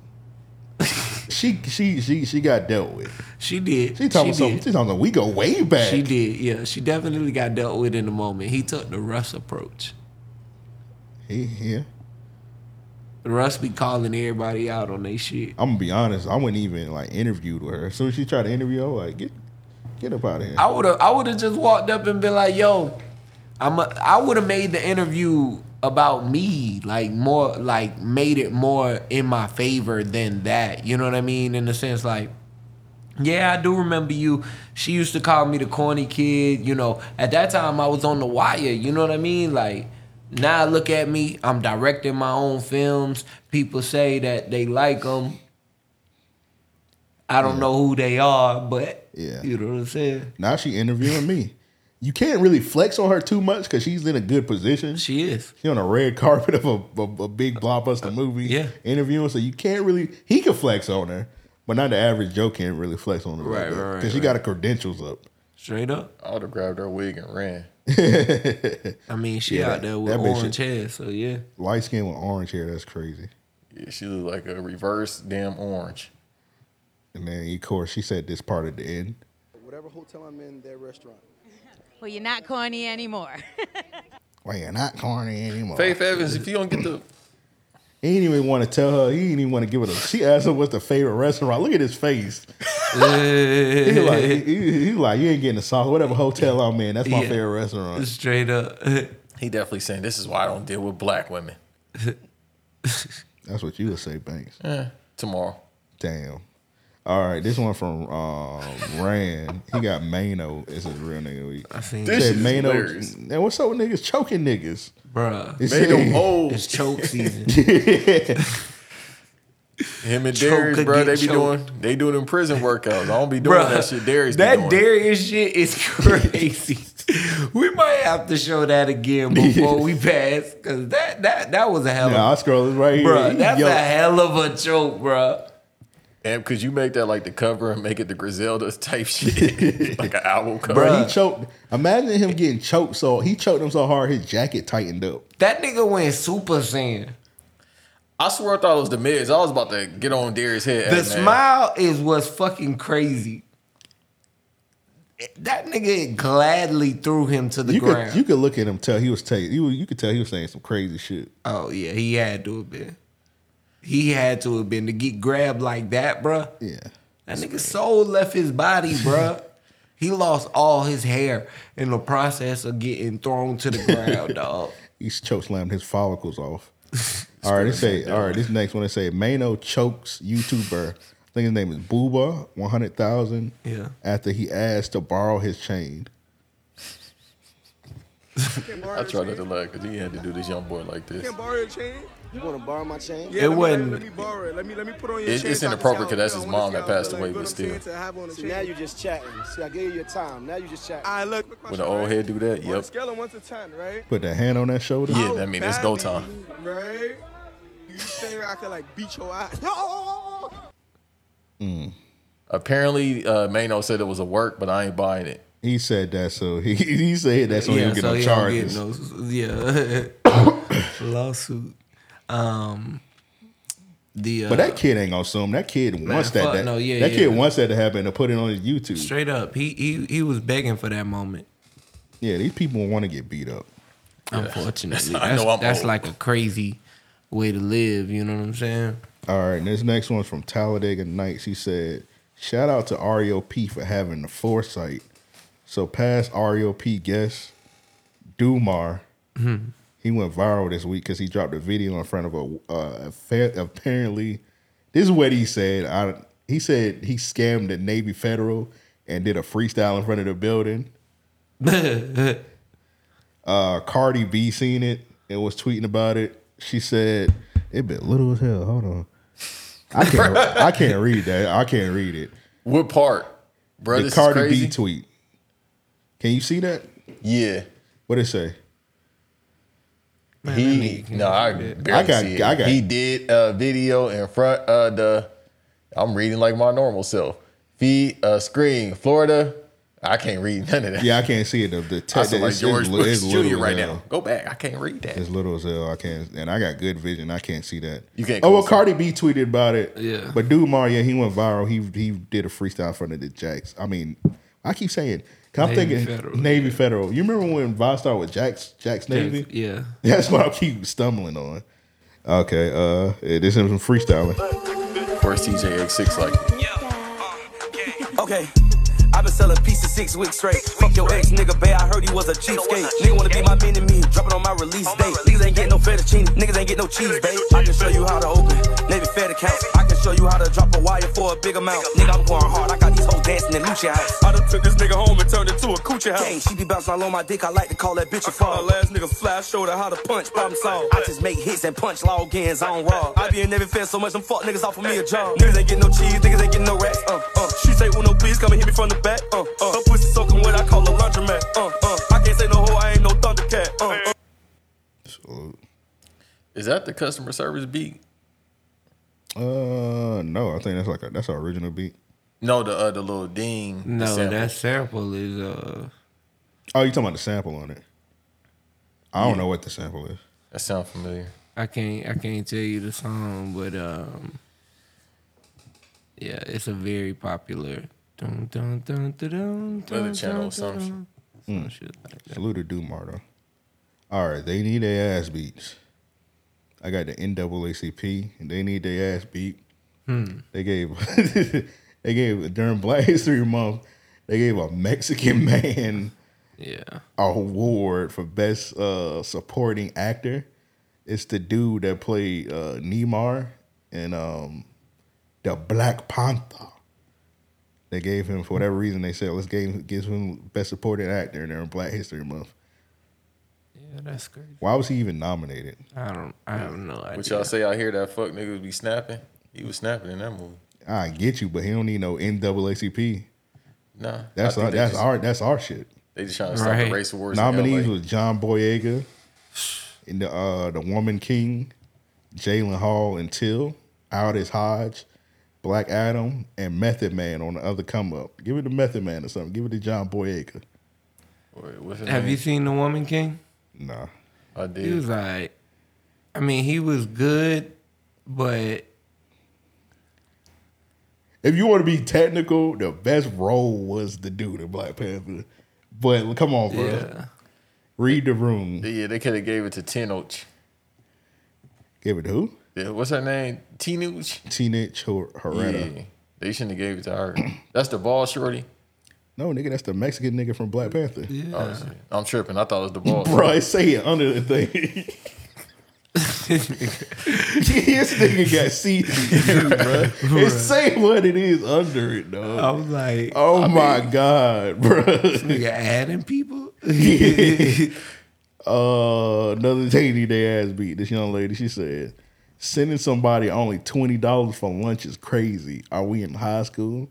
D: she she she she got dealt with.
F: she did.
D: She talking
F: she
D: something.
F: did.
D: She talking. We go way back.
F: She did, yeah. She definitely got dealt with in the moment. He took the Russ approach.
D: He, yeah.
F: Russ be calling everybody out on their shit.
D: I'm gonna be honest. I wouldn't even like interviewed with her. As soon as she tried to interview, I was like, get get up out of here.
F: I would have I would have just walked up and been like, "Yo, I'm a, I would have made the interview about me like more like made it more in my favor than that. You know what I mean? In the sense like yeah, I do remember you. She used to call me the corny kid. You know, at that time I was on the wire. You know what I mean? Like, now look at me. I'm directing my own films. People say that they like them. I don't know who they are, but
D: Yeah.
F: you know what I'm saying?
D: now she interviewing me. You can't really flex on her too much because she's in a good position. She,
F: She is.
D: on a red carpet of a, a, a big blockbuster movie.
F: Uh, yeah.
D: interviewing. So you can't really. He can flex on her, but not the average Joe can't really flex on her.
F: Right, right, right,
D: Because she
F: right.
D: got her credentials up.
F: Straight up.
G: I would have grabbed her wig and ran.
F: I mean, she
D: Yeah,
F: out there with
D: that bitch
F: orange hair, so yeah.
D: Light skin with orange hair. That's crazy.
G: Yeah, she looked like a reverse damn orange.
D: And then, of course, she said this part at the end.
L: Whatever hotel I'm in, their restaurant.
K: Well, you're not corny anymore.
D: Well, you're not corny anymore.
G: Faith Evans, if you don't get the <clears throat>
D: He didn't even want to tell her. He didn't even want to give it a. She asked her what's the favorite restaurant. Look at his face. he like, he, he- he like, you ain't getting the sauce. Whatever hotel I'm in, that's my
F: Yeah.
D: favorite restaurant.
F: Straight up. <laughs>
G: He definitely saying this is why I don't deal with black women.
D: That's what you would say, Banks.
G: Tomorrow.
D: Damn. All right, this one from um, Rand. He got Mano as his real nigga. Week.
F: I seen
G: This
D: Said
G: shit is
D: Mano.
G: hilarious.
D: And what's up with niggas choking niggas?
F: bruh.
D: <laughs> It
G: Mano
D: said-
G: old.
F: It's choke season.
G: Him and
F: Choke
G: Darius, bro,
F: again,
G: they be
F: choke.
G: doing they do them prison workouts. I don't be
F: <laughs>
G: doing
F: Bruh,
G: that shit. Darius,
F: that
G: be doing.
F: Darius shit is <laughs> crazy. we might have to show that again before
D: <laughs>
F: we pass, cause that that that was a hell of
D: Yeah, I scroll it right here.
F: bruh.
D: He
F: That's
D: yoked.
F: a hell of a joke, bruh.
G: And could you make that like the cover and make it the
D: <laughs>
G: Griselda type shit, like an album cover?
D: Bro,
F: Bruh.
D: he choked. Imagine him getting choked so he choked him so hard his jacket tightened up.
F: That nigga went super saiyan.
G: I swear I thought it was the Miz. I was about to get on Darius' head.
F: The
G: Hey, man.
F: smile is what's fucking crazy. That nigga gladly threw him to the
D: You
F: ground.
D: could you could look at him tell he was tell you you could tell he was saying some crazy shit.
F: Oh yeah, he had to have been. He had to have been to get grabbed like that, bruh.
D: Yeah,
F: That nigga's soul left his body, bruh. he lost all his hair in the process of getting thrown to the ground,
D: <laughs>
F: dog.
D: he choke slammed his
F: <laughs>
D: follicles off. all right, they say all right. This next one they say Mano chokes YouTuber think his name is Booba, 100,000.
F: Yeah.
D: After he asked to borrow his chain.
G: I tried not to laugh because he had to do this young boy like this.
L: Can borrow your chain? You want to borrow my chain?
G: It
L: let me-
G: wasn't-
L: Let me borrow it. Let me let me put on your
G: It,
L: chain.
G: it's
L: so I can
G: inappropriate
L: tell
G: because that's
L: you
G: his
L: I wanna
G: mom
L: see
G: that
L: how I
G: passed
L: feel,
G: away,
L: like,
G: but
L: what I'm
G: still.
L: saying, to have on a
H: See,
L: chain.
H: now you just chatting. See, I gave you your time. Now you just chatting.
L: I look. quick
G: When
L: question,
G: the old
L: right?
G: head do that,
L: On a
G: yep.
L: scale of one to ten, right?
D: Put that hand on that shoulder.
G: Yeah, I mean, it's go
L: Badly,
G: time.
L: Right? You think I could like beat your <laughs> ass?
G: Apparently, uh, Mano said it was a work, but I ain't buying it.
D: He said that, so he, <laughs> he said that so he
F: yeah,
D: don't get
F: so
D: no
F: he don't get
D: charges.
F: no- yeah,
D: <coughs>
F: lawsuit. Um, the uh,
D: But that kid ain't gonna assume. That kid
F: Man,
D: wants that.
F: fuck
D: that
F: no, yeah,
D: that
F: yeah.
D: kid wants that to happen to put it on his YouTube.
F: straight up, he he he was begging for that moment.
D: Yeah, these people want to get beat up.
F: Unfortunately,
G: I
F: that's,
G: know I'm
F: that's
G: old.
F: like a crazy way to live. You know what I'm saying? <laughs>
D: All right, and this next one's from Talladega Nights. He said, "Shout out to REOP for having the foresight." So past REOP guest Dumar,
F: Mhm.
D: he went viral this week because he dropped a video in front of a uh, affair, apparently. This is what he said. I, he said he scammed the Navy Federal and did a freestyle in front of the building. uh, Cardi B seen it and was tweeting about it. She said, "It been little as hell." Hold on, I
G: <laughs>
D: can't. I can't read that. I can't read it.
G: What part, bro?
D: the
G: this
D: Cardi
G: is crazy.
D: B tweet. Can you see that?
G: Yeah.
D: What it say?
G: he no, I barely
D: I got-
G: see it.
D: I got-
G: He did a video in front of the. I'm reading like my normal self. Feed uh, screen Florida. I can't read none of that.
D: Yeah, I can't see it. The, the
G: I
D: text
G: sound like
D: it's-
G: George
D: it's li-
G: Bush
D: it's little
G: Jr.
D: as
G: right
D: hell.
G: now. Go back. I can't read that.
D: It's little as hell. I can't, and I got good vision. I can't see that.
G: You can't
D: Oh well,
G: close
D: Cardi
G: it.
D: B tweeted about it.
G: Yeah.
D: But dude, Mario, he went viral. He he did a freestyle in front of the Jacks. I mean, I keep saying. 'cause I'm
F: Navy
D: thinking
F: Federal,
D: Navy Federal. You remember when Vostar was Jack's Jack's Navy?
F: Jack's- yeah.
D: That's what I keep stumbling on. Okay. Uh, yeah, this is some freestyling.
G: First TJX6 like.
M: Uh, Okay. I've been selling pieces six weeks straight. Fuck your ex, nigga, bae. I heard he was a cheapskate. Nigga wanna be my enemy, drop it on my release date. Niggas ain't get no fettuccine, niggas ain't get no cheese, babe. I can show you how to open Navy Fed accounts. I can show you how to drop a wire for a big amount. Nigga, I'm going hard. I got these hoes dancing in Lucia house. I done took this nigga home and turned it to a coochie house. Dang, she be bouncing all on my dick. I like to call that bitch a fall. last nigga fly, showed her how to punch, problem solved. I just make hits and punch logins on raw. I be in Navy Fed so much, them fuck niggas off of me a job. Niggas ain't get no cheese, niggas ain't get no racks. Uh, uh. She say, Uno, please come and hit me from the back. Uh, uh. Her pussy soaking what I call a laundromat. Uh, uh. I can't say no hoe, I ain't no thundercat. Uh, uh.
G: Is that the customer service beat?
D: Uh, no, I think that's like a, that's our original beat.
G: No, the uh, the little ding. the
F: No,
G: sample.
F: that sample is uh.
D: Oh, you talking about the sample on it? I don't
F: Yeah.
D: know what the sample is.
G: That sounds familiar.
F: I can't I can't tell you the song, but um, yeah, it's a very popular. Dun, dun, dun, dun, dun,
G: Weather
F: dun,
G: Channel Hmm.
F: dun,
G: assumption.
F: dun.
D: Mm. Salute to Dumar though. All right, they need their ass beats. I got the NAACP, and they need their ass beat.
F: Hmm.
D: They gave <laughs> they gave during Black History Month, they gave a Mexican <laughs> man
F: yeah.
D: award for best uh, supporting actor. It's the dude that played uh, Neymar and um, the Black Panther. They gave him for whatever reason they said let's give, give him best supporting actor during Black History Month.
F: Yeah, that's great.
D: Why was he even nominated?
F: I don't. I have no idea.
G: What y'all say out here? That fuck niggas be snapping. He was snapping in that movie.
D: I get you, but he don't need no NAACP.
G: Nah,
D: That's
G: I think
D: our,
G: they
D: that's
G: just-
D: our that's our shit.
G: They just trying to stop the race wars.
D: Nominees
G: in LA.
D: was John Boyega, and the uh, the Woman King, Jalen Hall and Till, Aldis Hodge, Black Adam, and Method Man on the other come up. Give it to Method Man or something. Give it to John Boyega.
F: Have you seen The Woman King?
D: Nah.
G: I
F: He
G: did.
F: was like, I mean, he was good, but
D: If you want to be technical, the best role was the dude in Black Panther. But come on, bro.
G: Yeah.
D: Read the room.
G: Yeah, they could have gave it to Tenoch.
D: Give it to who?
G: Yeah, what's her name? Tenoch.
D: Teenage Her- Herrera.
G: Yeah, they shouldn't have gave it to her. That's the ball shorty.
D: No, nigga, that's the Mexican nigga from Black Panther. <laughs>
G: Oh, shit. I'm tripping. I thought it was the ball.
F: <laughs>
D: Bro, it say it under the thing. this nigga got C through, bro. It say what it is under it, though. I
F: was like,
D: oh
F: Uh, I
D: my
F: mean,
D: god, bro.
F: this nigga adding
D: <laughs>
F: people.
D: uh, another lady they ass beat. This young lady, she said, sending somebody only twenty dollars for lunch is crazy. Are we in high school?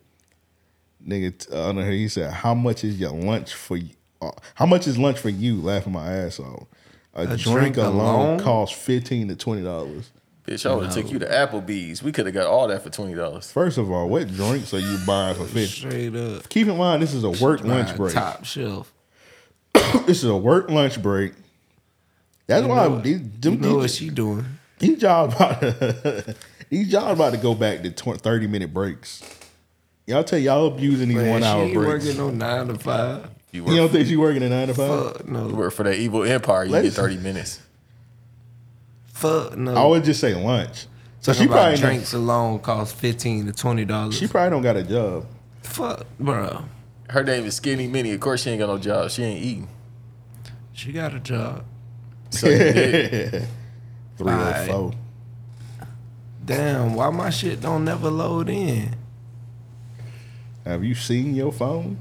D: Nigga, t- uh, under her, he said, how much is your lunch for? You? uh, how much is lunch for you? Laughing my ass off. A, drink, alone,
G: alone?
D: costs fifteen to twenty dollars.
G: Bitch, I would have took you to Applebee's. We could have got all that for twenty dollars.
D: First of all, what drinks are you buying for fifty?
F: Straight up.
D: Keep in mind, this is a work lunch
F: Nah,
D: break.
F: Top shelf.
D: this is a work lunch break. That's
F: You
D: why
F: know-
D: these, them,
F: you know
D: these-
F: what she doing.
D: These y'all about to, <laughs> these y'all about to go back to 20, thirty minute breaks. Y'all tell y'all abusing these
F: Man,
D: one hour
F: she ain't
D: breaks.
F: working no nine to five.
D: You, don't think she working a nine to five?
F: Fuck no.
G: You work for that evil empire, you
D: Let's-
G: get thirty minutes.
F: Fuck no.
D: I would just say lunch. So
F: Talking
D: she
F: about
D: probably
F: drinks alone cost fifteen to twenty dollars.
D: she probably don't got a
F: <laughs>
D: job. <laughs>
F: Fuck, bro.
G: Her name is Skinny Minnie. Of course, she ain't got no job. She ain't eating.
F: She got a job.
G: So you did.
D: Three oh four.
F: Damn, why my shit don't never load in?
D: Have you seen your phone?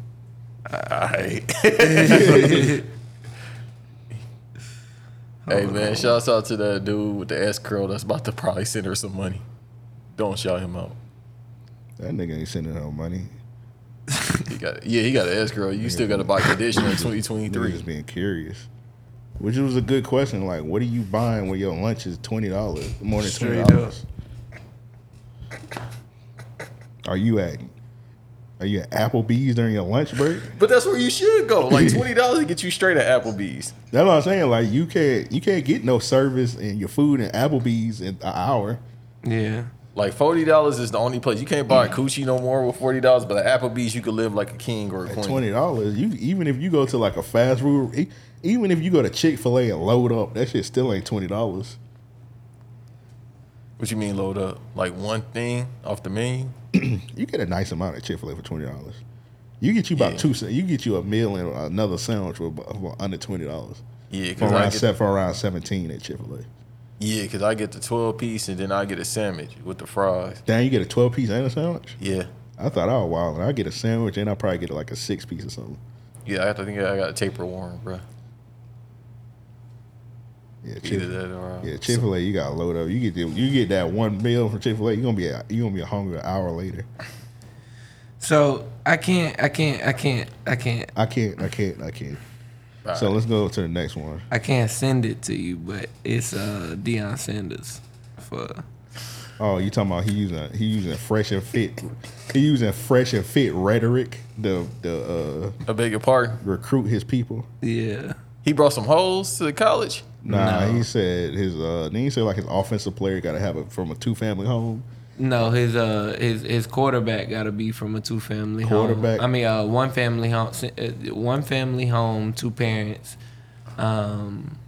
G: Alright. <laughs> Hey man, shouts out to that dude with the S curl that's about to probably send her some money. Don't shout him out.
D: That nigga ain't sending her money.
G: He got yeah, he got an S curl. You still got to buy conditioner in twenty twenty
D: Nigga
G: three.
D: Just being curious. Which was a good question. Like, what are you buying when your lunch is twenty dollars? More than twenty
F: Straight up.
D: dollars. Are you at? Are you at Applebee's during your lunch break?
G: But that's where you should go. Like twenty dollars to get you straight at Applebee's.
D: That's what I'm saying. Like, you can't you can't get no service and your food in Applebee's in an hour.
F: Yeah.
G: Like forty dollars is the only place you can't buy a coochie no more with forty dollars. But at Applebee's, you can live like a king or a
D: At
G: queen.
D: twenty dollars, you even if you go to like a fast food, e- even if you go to Chick Fil A and load up, that shit still ain't twenty dollars.
G: What you mean load up? Like one thing off the menu?
D: You get a nice amount of Chick Fil A for twenty dollars. You get you about
G: Yeah.
D: two. sa- You get you a meal and another sandwich for, about- for under twenty dollars.
G: Yeah,
D: for
G: because I
D: around
G: get
D: set for around seventeen at Chick Fil A.
G: yeah, 'cause I get the twelve piece and then I get a sandwich with the fries.
D: Then you get a twelve piece and a sandwich.
G: Yeah,
D: I thought I was wild. I get a sandwich and I probably get like a six piece or something.
G: yeah. I have to think I got a taper warm, bro.
D: Yeah,
G: Either
D: Chick-
G: that or uh,
D: yeah. Chick Fil A, you got to load up. You get the, you get that one meal from Chick Fil A. You gonna be a, you gonna be hungry an hour later.
F: So I can't, I can't, I can't, I can't,
D: I can't. I can't. I can't.
G: All
D: So let's go to the next one.
F: I can't send it to you, but it's uh Deion Sanders for
D: Oh, you talking about he using he using fresh and fit he using fresh and fit rhetoric to the uh,
G: I beg your pardon.
D: recruit his people.
F: yeah.
G: He brought some hoes to the college.
D: Nah, he said his uh then he said like his offensive player gotta have it from a two family home.
F: No, his uh his his quarterback got to be from a two family
D: Quarterback.
F: Home. I mean, uh, one family home, uh, one family home, two parents. Um,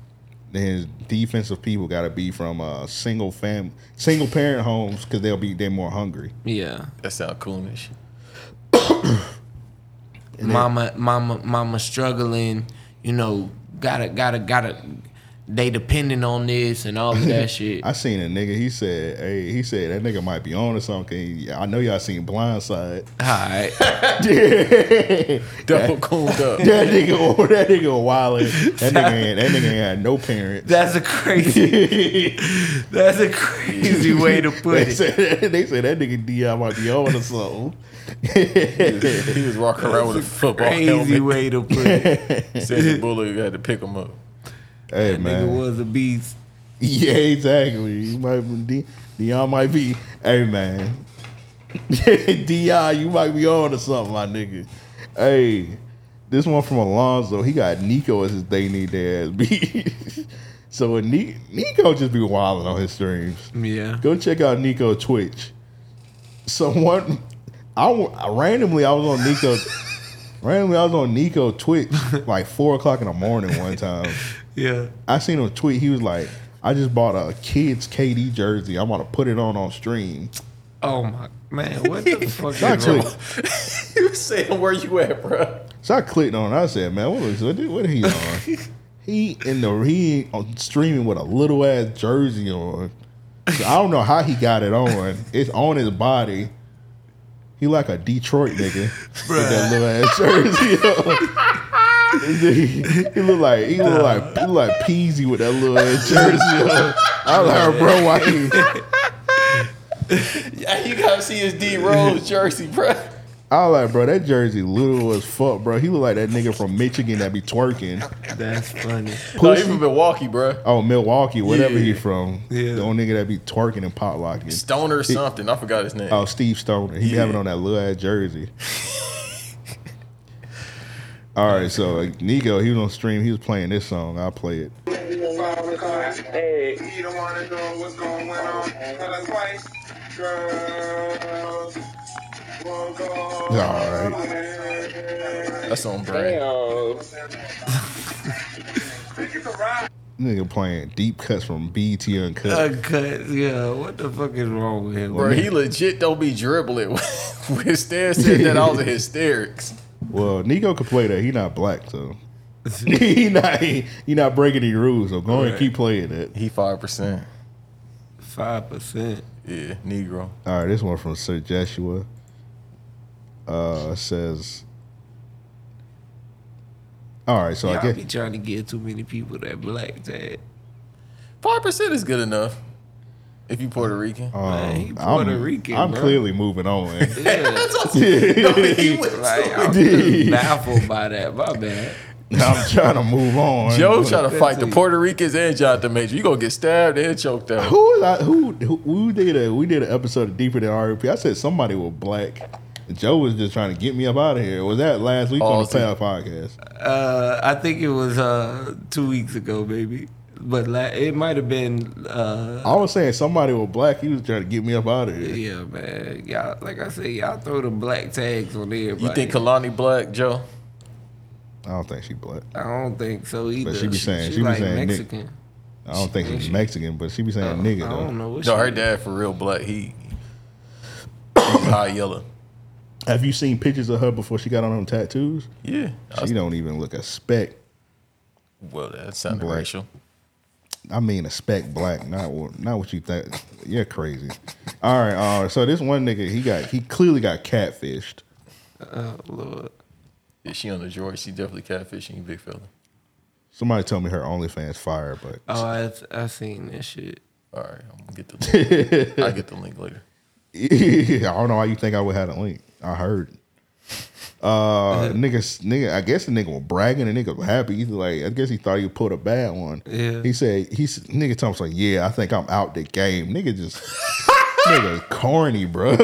D: Then his defensive people gotta be from uh single fam single parent homes because they'll be they're more hungry.
F: yeah,
G: That sound coolish.
D: And then-
F: mama, mama, mama struggling. You know, gotta, gotta, gotta. They depending on this and all of
D: <laughs>
F: that shit.
D: I seen a nigga. He said, "Hey, he said that nigga might be on or something." 'cause I know y'all seen Blindside. <laughs>
F: All right,
D: Yeah.
G: Double cooled up.
D: That nigga, <laughs> that nigga wilding. That nigga, ain't, that nigga ain't had no parents.
F: that's a <laughs>
G: <laughs>
F: crazy,
D: <laughs>
F: that's a crazy way to put
D: they
F: it.
D: said, <laughs> they said that nigga Dion might be on or
F: <laughs>
D: something.
G: He was walking around with a football
F: Crazy
G: helmet.
F: way to put it.
G: Sandra Bullock had to pick him up.
D: Hey
F: That nigga
D: man,
F: was a beast.
D: yeah, exactly. You might be, Dion might be. Hey man, <laughs> Dion, you might be on or something, my nigga. Hey, this one from Alonzo. He got Nico as his they need their ass <laughs> beat. so Ni- Nico just be wilding on his streams.
F: Yeah.
D: Go check out Nico Twitch. Someone, I w- randomly I was on Nico, randomly I was on Nico Twitch like four o'clock in the morning one time.
F: Yeah.
D: I seen him tweet. He was like, "I just bought a kids KD jersey. I'm gonna put it on on stream."
F: Oh my man,
D: <laughs>
F: what the fuck?
D: So I
F: Is wrong?
D: clicked.
G: You was saying where you at, bro?
D: So I clicked on. it. I said, "Man, what was what, what he on?" He in the he on streaming with a little ass jersey on. So I don't know how he got it on. It's on his body. He like a Detroit nigga with that little ass jersey on. he look like he look like he look like Peasy with that little ass jersey on. I was like, bro, why you?
G: Yeah, you gotta see his D <laughs> Rose jersey, bro.
D: I was like, bro, that jersey little as fuck, bro. He look like that nigga from Michigan that be twerking.
F: That's funny.
G: No, he from Milwaukee, bro.
D: Oh, Milwaukee, whatever
G: Yeah.
D: he from. The only nigga that be twerking and potlocking.
G: Stoner or
D: He-
G: something. I forgot his name.
D: Oh, Steve Stoner. He be
G: Yeah.
D: having on that little ass jersey. All right, so like, Nico, he was on stream. He was playing this song. I'll play it.
N: Hey. You don't want to know what's going on. Tell us why. Girls. Won't go
D: All right.
G: That's on brand.
D: Nigga playing deep cuts from BT Uncut.
G: Uh,
F: Uncut, yeah. What the fuck is wrong with him?
G: Bro, he legit don't be dribbling. <laughs> when Stan said that, I was in hysterics.
D: Well, Nico could play that. He not black,
G: <laughs>
D: so <laughs> he not he, he not breaking any rules. So go ahead and
G: Right.
D: keep playing it.
G: He five percent.
F: Five percent.
G: Yeah, Negro.
D: All right, this one from Sir Joshua. Uh, says. All right, so
F: Y'all
D: I guess
F: be trying to get too many people that black tag.
G: Five percent is good enough. If you Puerto Rican.
F: Oh.
G: <laughs>
D: Um,
G: he
D: I'm, I'm clearly moving
F: <laughs>
D: on.
F: like, I'm just <laughs> baffled by that. My bad.
D: I'm trying to move on.
G: Joe trying to fight the Puerto Ricans and John the Major. You gonna get stabbed and choked out.
D: Who was I, who, who who did a we did an episode of Deeper Than RP. I said somebody was black. Joe was just trying to get me up out of here. Was that last week on the Pal
F: Awesome.
D: podcast?
F: Uh, I think it was uh, two weeks ago, maybe. But la- it might have been. Uh,
D: I was saying somebody was black. He was trying to get me up out of here.
F: yeah, man. Y'all, like I said, y'all throw the black tags on everybody.
G: You think Kalani black, Joe?
D: I don't think she black.
F: I don't think so either.
D: But she be saying she, be
F: like
D: saying
F: Mexican.
D: Mexican. I don't think she's Mexican, but she be saying nigga though.
F: Oh, I don't know what
G: No,
F: she
G: her dad for real black. He <coughs> he's high yellow.
D: Have you seen pictures of her before she got on them tattoos?
G: Yeah.
D: She don't even look a speck.
G: Well, that sounded
D: Black.
G: racial.
D: I mean a speck black, not what not what you think. You're crazy. All right, all right. So this one nigga, he got he clearly got catfished.
G: Oh Lord. Is she on the George? She definitely catfishing you, big fella.
D: Somebody told me her OnlyFans fire, but
F: Oh, I, I seen that shit.
G: All right, I'm
D: <laughs>
G: gonna get the. Link. I get the link later.
D: I don't know why you think I would have a link. I heard. Uh, niggas, nigga, I guess the nigga was bragging. The nigga was happy. He's like, I guess he thought he pulled a bad one.
F: Yeah.
D: He said, he's nigga Thomas like, yeah, I think I'm out the game. Nigga
F: <laughs>
D: just, nigga corny, bro.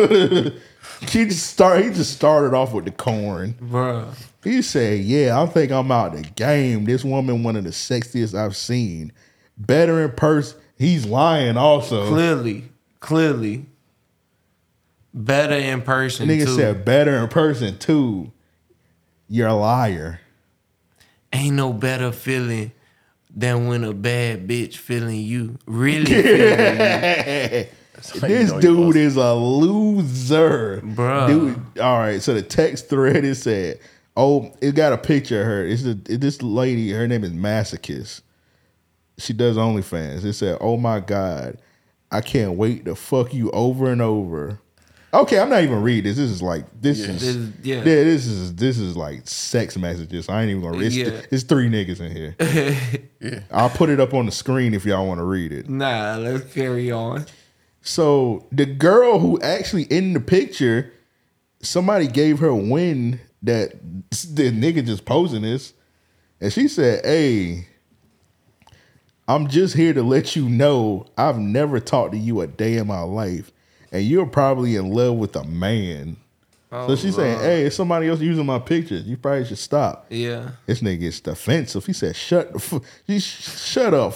D: <laughs> he just start, he just started off with the corn.
F: Bruh.
D: He said, "Yeah, I think I'm out the game. This woman, one of the sexiest I've seen. Better in person. He's lying, also.
F: Clearly, clearly, better in person.
D: Nigga
F: too.
D: said better in person too. You're a liar.
F: ain't no better feeling than when a bad bitch feeling you.
D: <laughs>
F: Really feeling you.
D: this dude is a loser,
F: Bruh.
D: Dude, all right. So the text thread it said, "Oh, it got a picture of her. It's a, it- this lady. Her name is Masochist. She does OnlyFans. It said, "Oh my god, I can't wait to fuck you over and over." Okay, I'm not even reading this. This is like this
F: Yeah.
D: is
F: This is- yeah.
D: This is this is like sex messages. I ain't even gonna. It's,
F: Yeah.
D: it's three niggas in here.
F: <laughs>
D: I'll put it up on the screen if y'all want to read it.
F: <laughs> nah, let's carry on.
D: So the girl who actually in the picture, somebody gave her a win that the nigga just posing this, and she said, "Hey, I'm just here to let you know I've never talked to you a day in my life, and you're probably in love with a man." so
F: Oh,
D: she's saying,
F: Lord.
D: "Hey, it's somebody else using my pictures. You probably should stop."
F: Yeah.
D: This nigga gets defensive. He said, "Shut the fu- you sh- shut up,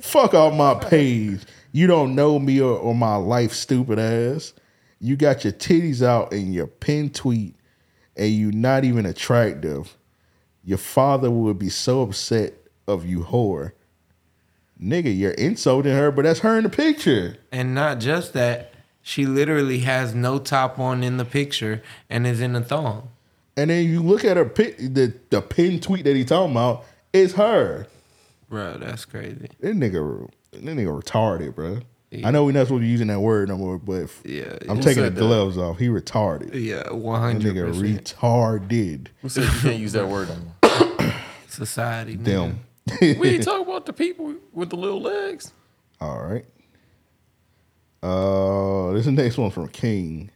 D: fuck off my page. You don't know me or, or my life, stupid ass. You got your titties out in your pin tweet, and you not even attractive. Your father would be so upset of you, whore. Nigga, you're insulting her, but that's her in the picture.
F: And not just that, she literally has no top on in the picture and is in a thong.
D: And then you look at her pic, the the pin tweet that he talking about is her.
F: Bro, that's crazy.
D: That nigga, that nigga retarded, bro. I know we're not supposed to be using that word no more, but if-
F: Yeah,
D: I'm
F: who
D: taking the
F: said that?
D: gloves off. He retarded.
F: Yeah,
D: That nigga
F: 100%.
D: retarded.
G: Who said you can't use that word anymore?
D: <laughs>
F: Society.
D: Them.
G: we ain't talking about the people with the little legs.
D: All right. Uh, this next one from King.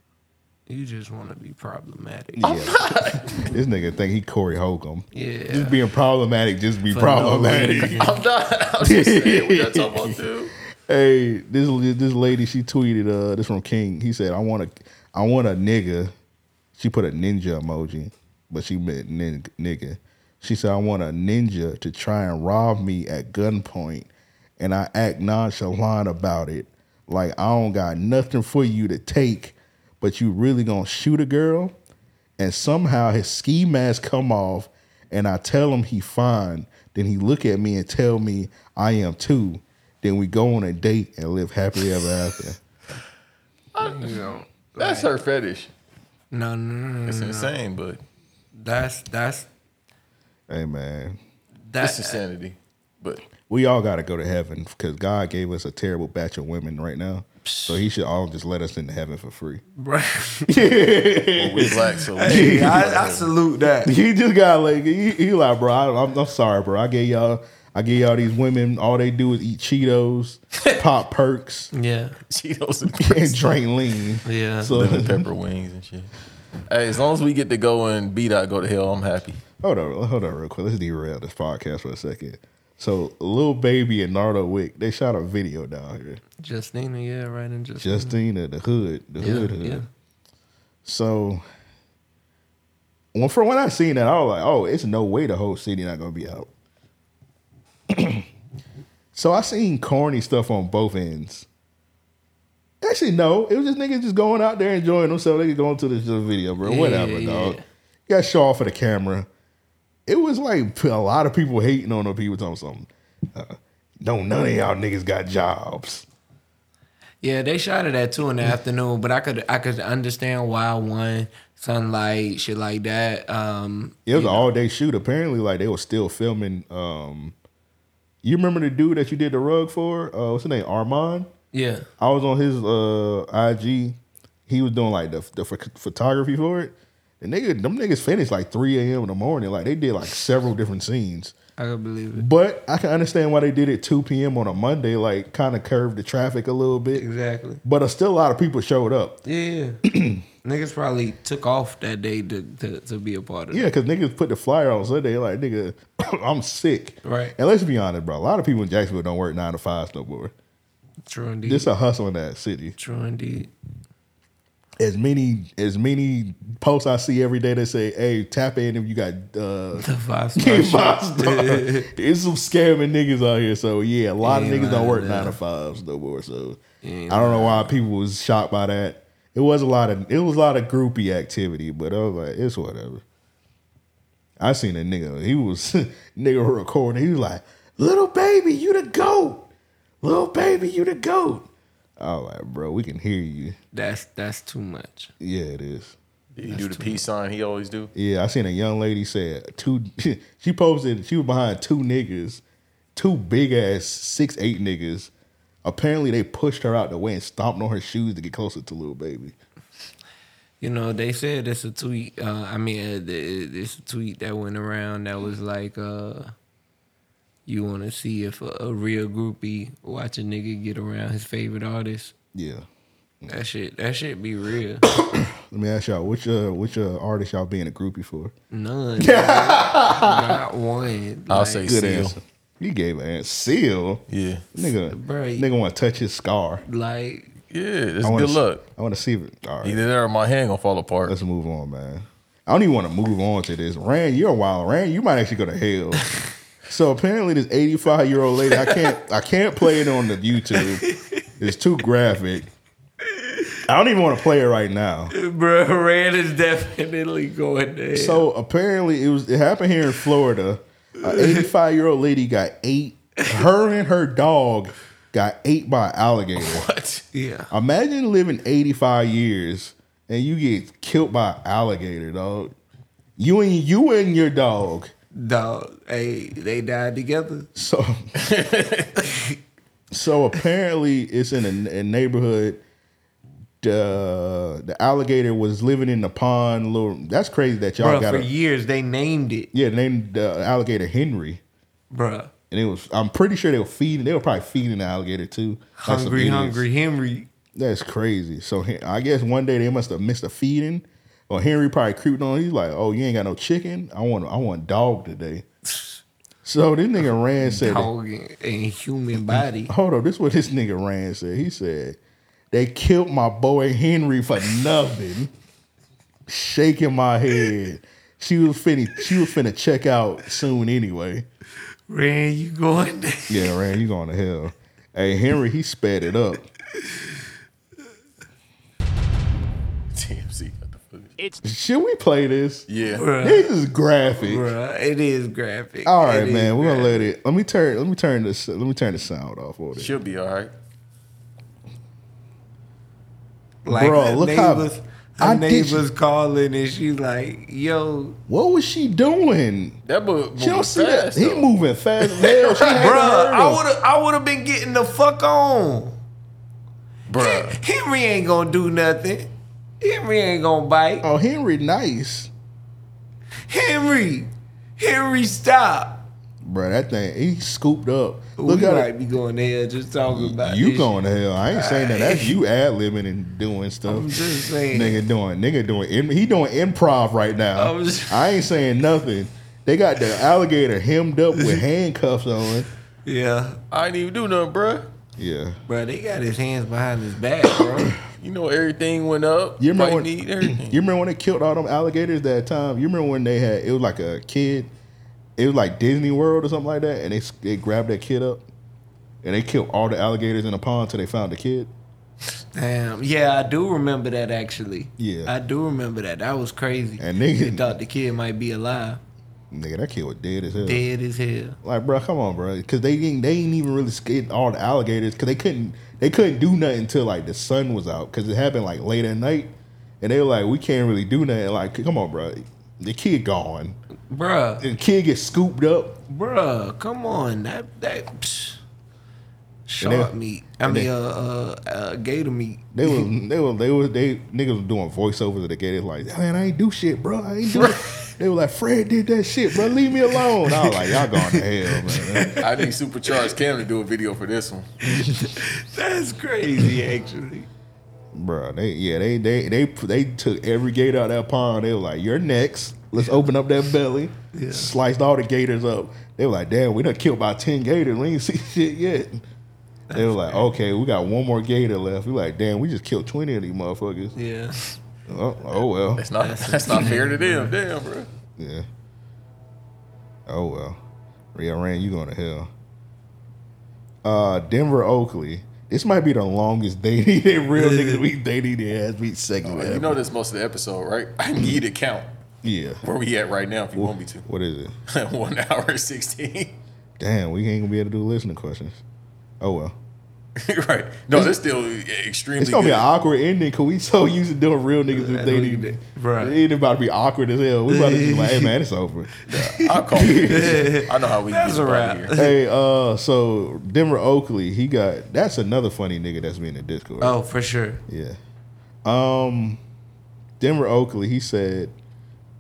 F: You just want to be problematic.
D: Yeah. this nigga think he Corey Holcomb.
F: Yeah.
D: Just being problematic, just be
F: For no
D: problematic.
F: reason. I'm
G: not- I'm just saying, we not talking about two.
D: Hey, this this lady, she tweeted uh this from King. He said, I want a I want a nigga. She put a ninja emoji, but she meant nin- nigga. She said, I want a ninja to try and rob me at gunpoint, and I act nonchalant about it. Like I don't got nothing for you to take, but you really gonna shoot a girl? and somehow his ski mask come off and I tell him he fine. Then he look at me and tell me I am too. Then we go on a date and live happily ever after.
G: That's her fetish.
F: No, no, no, no.
G: It's
F: no, no.
G: insane, but
F: That's that's
D: <laughs> hey man.
F: That's-
G: it's insanity. But
D: We all gotta go to heaven because God gave us a terrible batch of women right now. So he should all just let us into heaven for <laughs> free.
F: Right.
G: Well, we black, so we- Hey, I- I
F: salute that.
D: He just got like he, he like, bro. I, am I'm sorry, bro. I gave y'all, I gave y'all these women. All they do is eat Cheetos, <laughs> pop perks,
F: yeah,
G: Cheetos <laughs>
D: and drink lean.
F: Yeah,
D: so
G: lemon pepper wings and shit. Hey, as long as we get to go and beat out, go to hell, I'm happy.
D: Hold on, hold on, real quick. Let's derail this podcast for a second. So, Lil Baby and Nardo Wick, they shot a video down here.
F: Justina. Yeah, right in Justina.
D: Justina, the hood, the
F: Yeah,
D: hood, hood.
F: yeah.
D: So, when from when I seen that, I was like, "Oh, it's no way the whole city not gonna be out." <clears throat> so I seen corny stuff on both ends. Actually, no, it was just niggas just going out there enjoying themselves. They could go into this little video, bro.
F: Yeah,
D: Whatever, dog.
F: yeah, yeah.
D: You got to show off for the camera. It was like p- a lot of people hating on the people talking something. Uh, don't none of y'all niggas got jobs.
F: Yeah, they shot it at two in the afternoon, but I could I could understand why one sunlight shit like that. Um,
D: It was an all day shoot. Apparently, like they were still filming. Um, you remember the dude that you did the rug for? Uh, what's his name? Armand.
F: Yeah.
D: I was on his uh, IG. He was doing like the, the ph- photography for it. The nigga, them niggas finished like 3 a.m. in the morning. Like they did like several different scenes.
F: I could believe it.
D: But I can understand why they did it 2 p.m. on a Monday, like kind of curved the traffic a little bit.
F: Exactly.
D: But uh, still a lot of people showed up.
F: Yeah,
D: <clears throat>
F: niggas probably took off that day to to, to be a part of.
D: Yeah, because niggas put the flyer on Sunday, like, nigga, <coughs> I'm sick.
F: Right.
D: And let's be honest, bro. A lot of people in Jacksonville don't work nine to five no more.
F: True indeed.
D: This a hustle in that city.
F: True indeed.
D: <laughs> As many as many posts I see every day that say, "Hey, tap in if you got uh, the
F: five
D: star."
F: <laughs> shit.
D: it's some scamming niggas out here. So yeah, a lot
F: You
D: of
F: ain't
D: niggas don't
F: lying,
D: work
F: yeah.
D: nine to fives no more. So
F: You ain't
D: I don't know why people was shocked by that. It was a lot of it was a lot of groupie activity, but I was like, it's whatever. I seen a nigga. He was <laughs> nigga recording. He was like, "Little baby, you the goat. Little baby, you the goat." I was like, "Bro, we can hear you."
F: That's that's too much.
D: Yeah, it is.
G: Did he do the peace sign he always do?
D: Yeah, I seen a young lady said two. <laughs> She posted she was behind two niggas, two big ass six eight niggas. Apparently, they pushed her out the way and stomped on her shoes to get closer to little baby.
F: You know, they said it's a tweet. Uh, I mean, uh, the- this tweet that went around that was like, uh, you want to see if a, a real groupie watch a nigga get around his favorite artist.
D: Yeah.
F: That shit, that shit be real.
D: <coughs> Let me ask y'all, which uh, which uh, artist y'all being a groupie for? <coughs>
F: None. not one.
G: I'll
F: Like,
G: say
D: Good
G: seal.
D: answer. He gave an answer. Seal.
G: Yeah.
D: Nigga,
F: Bruh, you-
D: nigga want to touch his scar.
F: Like,
G: Yeah, it's
D: I wanna
G: good
D: s-
G: luck.
D: I want to see it. All right,
G: Either that or my hand gonna fall <laughs> apart.
D: let's move on, man. I don't even want to move on to this. Rand, you're a wild. Rand, you might actually go to hell. so apparently, this 85 year old lady, I can't, I can't play it on the YouTube. It's too graphic. I don't even want to play it right now.
F: bro, Red is definitely going there.
D: So apparently, it was it happened here in Florida. An 85 year old lady got eight. Her and her dog got ate by an alligator.
G: What?
F: yeah,
D: Imagine living 85 years and you get killed by an alligator, dog. You and you and your dog.
F: Dog, hey, they died together.
D: So, <laughs> so apparently, it's in a, a neighborhood. The the alligator was living in the pond. Little, that's crazy that y'all
F: Bruh,
D: got
F: for
D: a-
F: years they named it.
D: Yeah, named the alligator Henry.
F: Bruh.
D: And it was. I'm pretty sure they were feeding. They were probably feeding the alligator too. Like some
F: Hungry,
D: idiots.
F: hungry Henry.
D: That's crazy. So Hen- I guess one day they must have missed a feeding, or Henry probably creeped on. He's like, "Oh, you ain't got no chicken. I want, I want dog <laughs> today." So this nigga Rand said,
F: Dog and and
D: Mm-hmm.
F: human body.
D: Hold on, this is what this nigga Rand said. He said, They killed my boy Henry for nothing. Shaking my head. She was finna she was finna check out soon anyway.
F: Rand, you going
D: Yeah, Rand, you going to hell. Hey Henry, he sped it up.
G: TMZ got the footage.
O: It's
D: Should we play this?
G: Yeah.
F: Bruh.
D: This is graphic.
F: Bruh, it is graphic.
D: All right,
F: It is
D: man. We're gonna
F: graphic.
D: let it let me turn let me turn this let me turn the sound off for this.
G: She'll be all right.
F: Like
D: Bro,
F: her
D: look how-
F: neighbors,
D: I
F: her
D: did-
F: neighbors calling and she like, yo,
D: What was she doing?
G: That book
D: She don't see that. He moving fast as hell.
F: <laughs>
D: She hadn't
F: Bruh,
D: heard
F: I
D: him.
F: would have I would have been getting the fuck on.
G: Bruh.
F: Henry ain't gonna do nothing. Henry ain't gonna bite.
D: Oh, Henry nice.
F: Henry. Henry stop.
D: Bruh, that thing, he scooped up. Look
F: we
D: at
F: might
D: it.
F: be going to hell just talking about
D: You
F: this
D: going to hell. I ain't saying that. That's
F: Aight.
D: you ad libbing and doing stuff.
F: I'm
D: <laughs>
F: just saying.
D: Nigga doing, nigga doing, im- he doing improv right now.
F: I'm just-
D: I ain't saying nothing. They got the alligator hemmed up
F: <laughs>
D: with handcuffs on.
F: shit. Yeah.
G: I ain't even do nothing, bruh.
D: Yeah.
F: Bruh, they got his hands behind his back,
D: <coughs>
F: bro.
G: You know everything went up.
D: You remember,
G: Right
D: when, <clears throat>
G: knee, everything.
D: you remember when they killed all them alligators that time? You remember when they had, it was like a kid, it was like Disney World or something like that, and they, s- they grabbed that kid up and they killed all the alligators in the pond till they found the kid?
F: Damn. Yeah, I do remember that actually.
D: Yeah.
F: I do remember that. That was crazy.
D: And nigga-
F: they thought the kid might be alive.
D: Nigga, that kid was dead as hell.
F: Dead as hell.
D: Like, bro, come on, bro, because they didn't they didn't even really scared all the alligators because they couldn't they couldn't do nothing until like the sun was out because it happened like late at night, and they were like, we can't really do nothing. Like, come on, bro, the kid gone,
F: Bruh.
D: the kid gets scooped up.
F: Bruh, come on. That that psh.
D: And they-
F: shark meat. I
D: and
F: mean
D: they-
F: uh, uh uh gator meat. <laughs>
D: They was they was they was they niggas was doing voiceovers of the gate. They like, man, I ain't do shit, bro. I ain't do. it." They were like, Fred did that shit, bro. Leave me alone. I was like, y'all gone to hell, man.
F: <laughs>
G: I need Supercharged Cam to do a video for this one.
F: That's crazy actually.
D: Bro, they yeah, they they they they took every gator out of that pond. They were like, "You're next. Let's open up that belly."
F: Yeah.
D: Sliced all the gators up. They were like, "Damn, we done killed about ten gators. We ain't <laughs> see shit yet." They were like, "Okay, we got one more gator left." We like, "Damn, we just killed twenty of these motherfuckers."
F: Yeah.
D: Oh, oh well.
G: That's not that's not
D: <laughs>
G: fair to them. Damn, bro.
D: Yeah. Oh well. Rio Rand, you going to hell. Uh Denver Oakley. This might be the longest dating <laughs> real niggas we dating their ass beat segment.
G: Oh, You
D: ever.
G: know this most of the episode, right? I need a count
D: yeah.
G: where we at right now if you want me to. <laughs>
D: What is it?
G: One hour and sixteen. <laughs>
D: Damn, we ain't gonna be able to do listening questions. Oh well.
G: right. No, this still extremely
D: It's gonna be
G: good.
D: an awkward ending because we so <laughs> used to doing real niggas with dating.
F: Right.
D: It ain't about to be awkward as hell. We about to be like, hey
G: <laughs>
D: man, it's over.
G: I'll call
D: <laughs>
G: it. I know how we
F: That's
G: get
F: a
G: up
F: wrap.
G: out of here.
D: hey, uh, so Denver Oakley, he got that's another funny nigga that's been in the Discord.
F: Oh, for sure.
D: Yeah. Um, Denver Oakley, he said,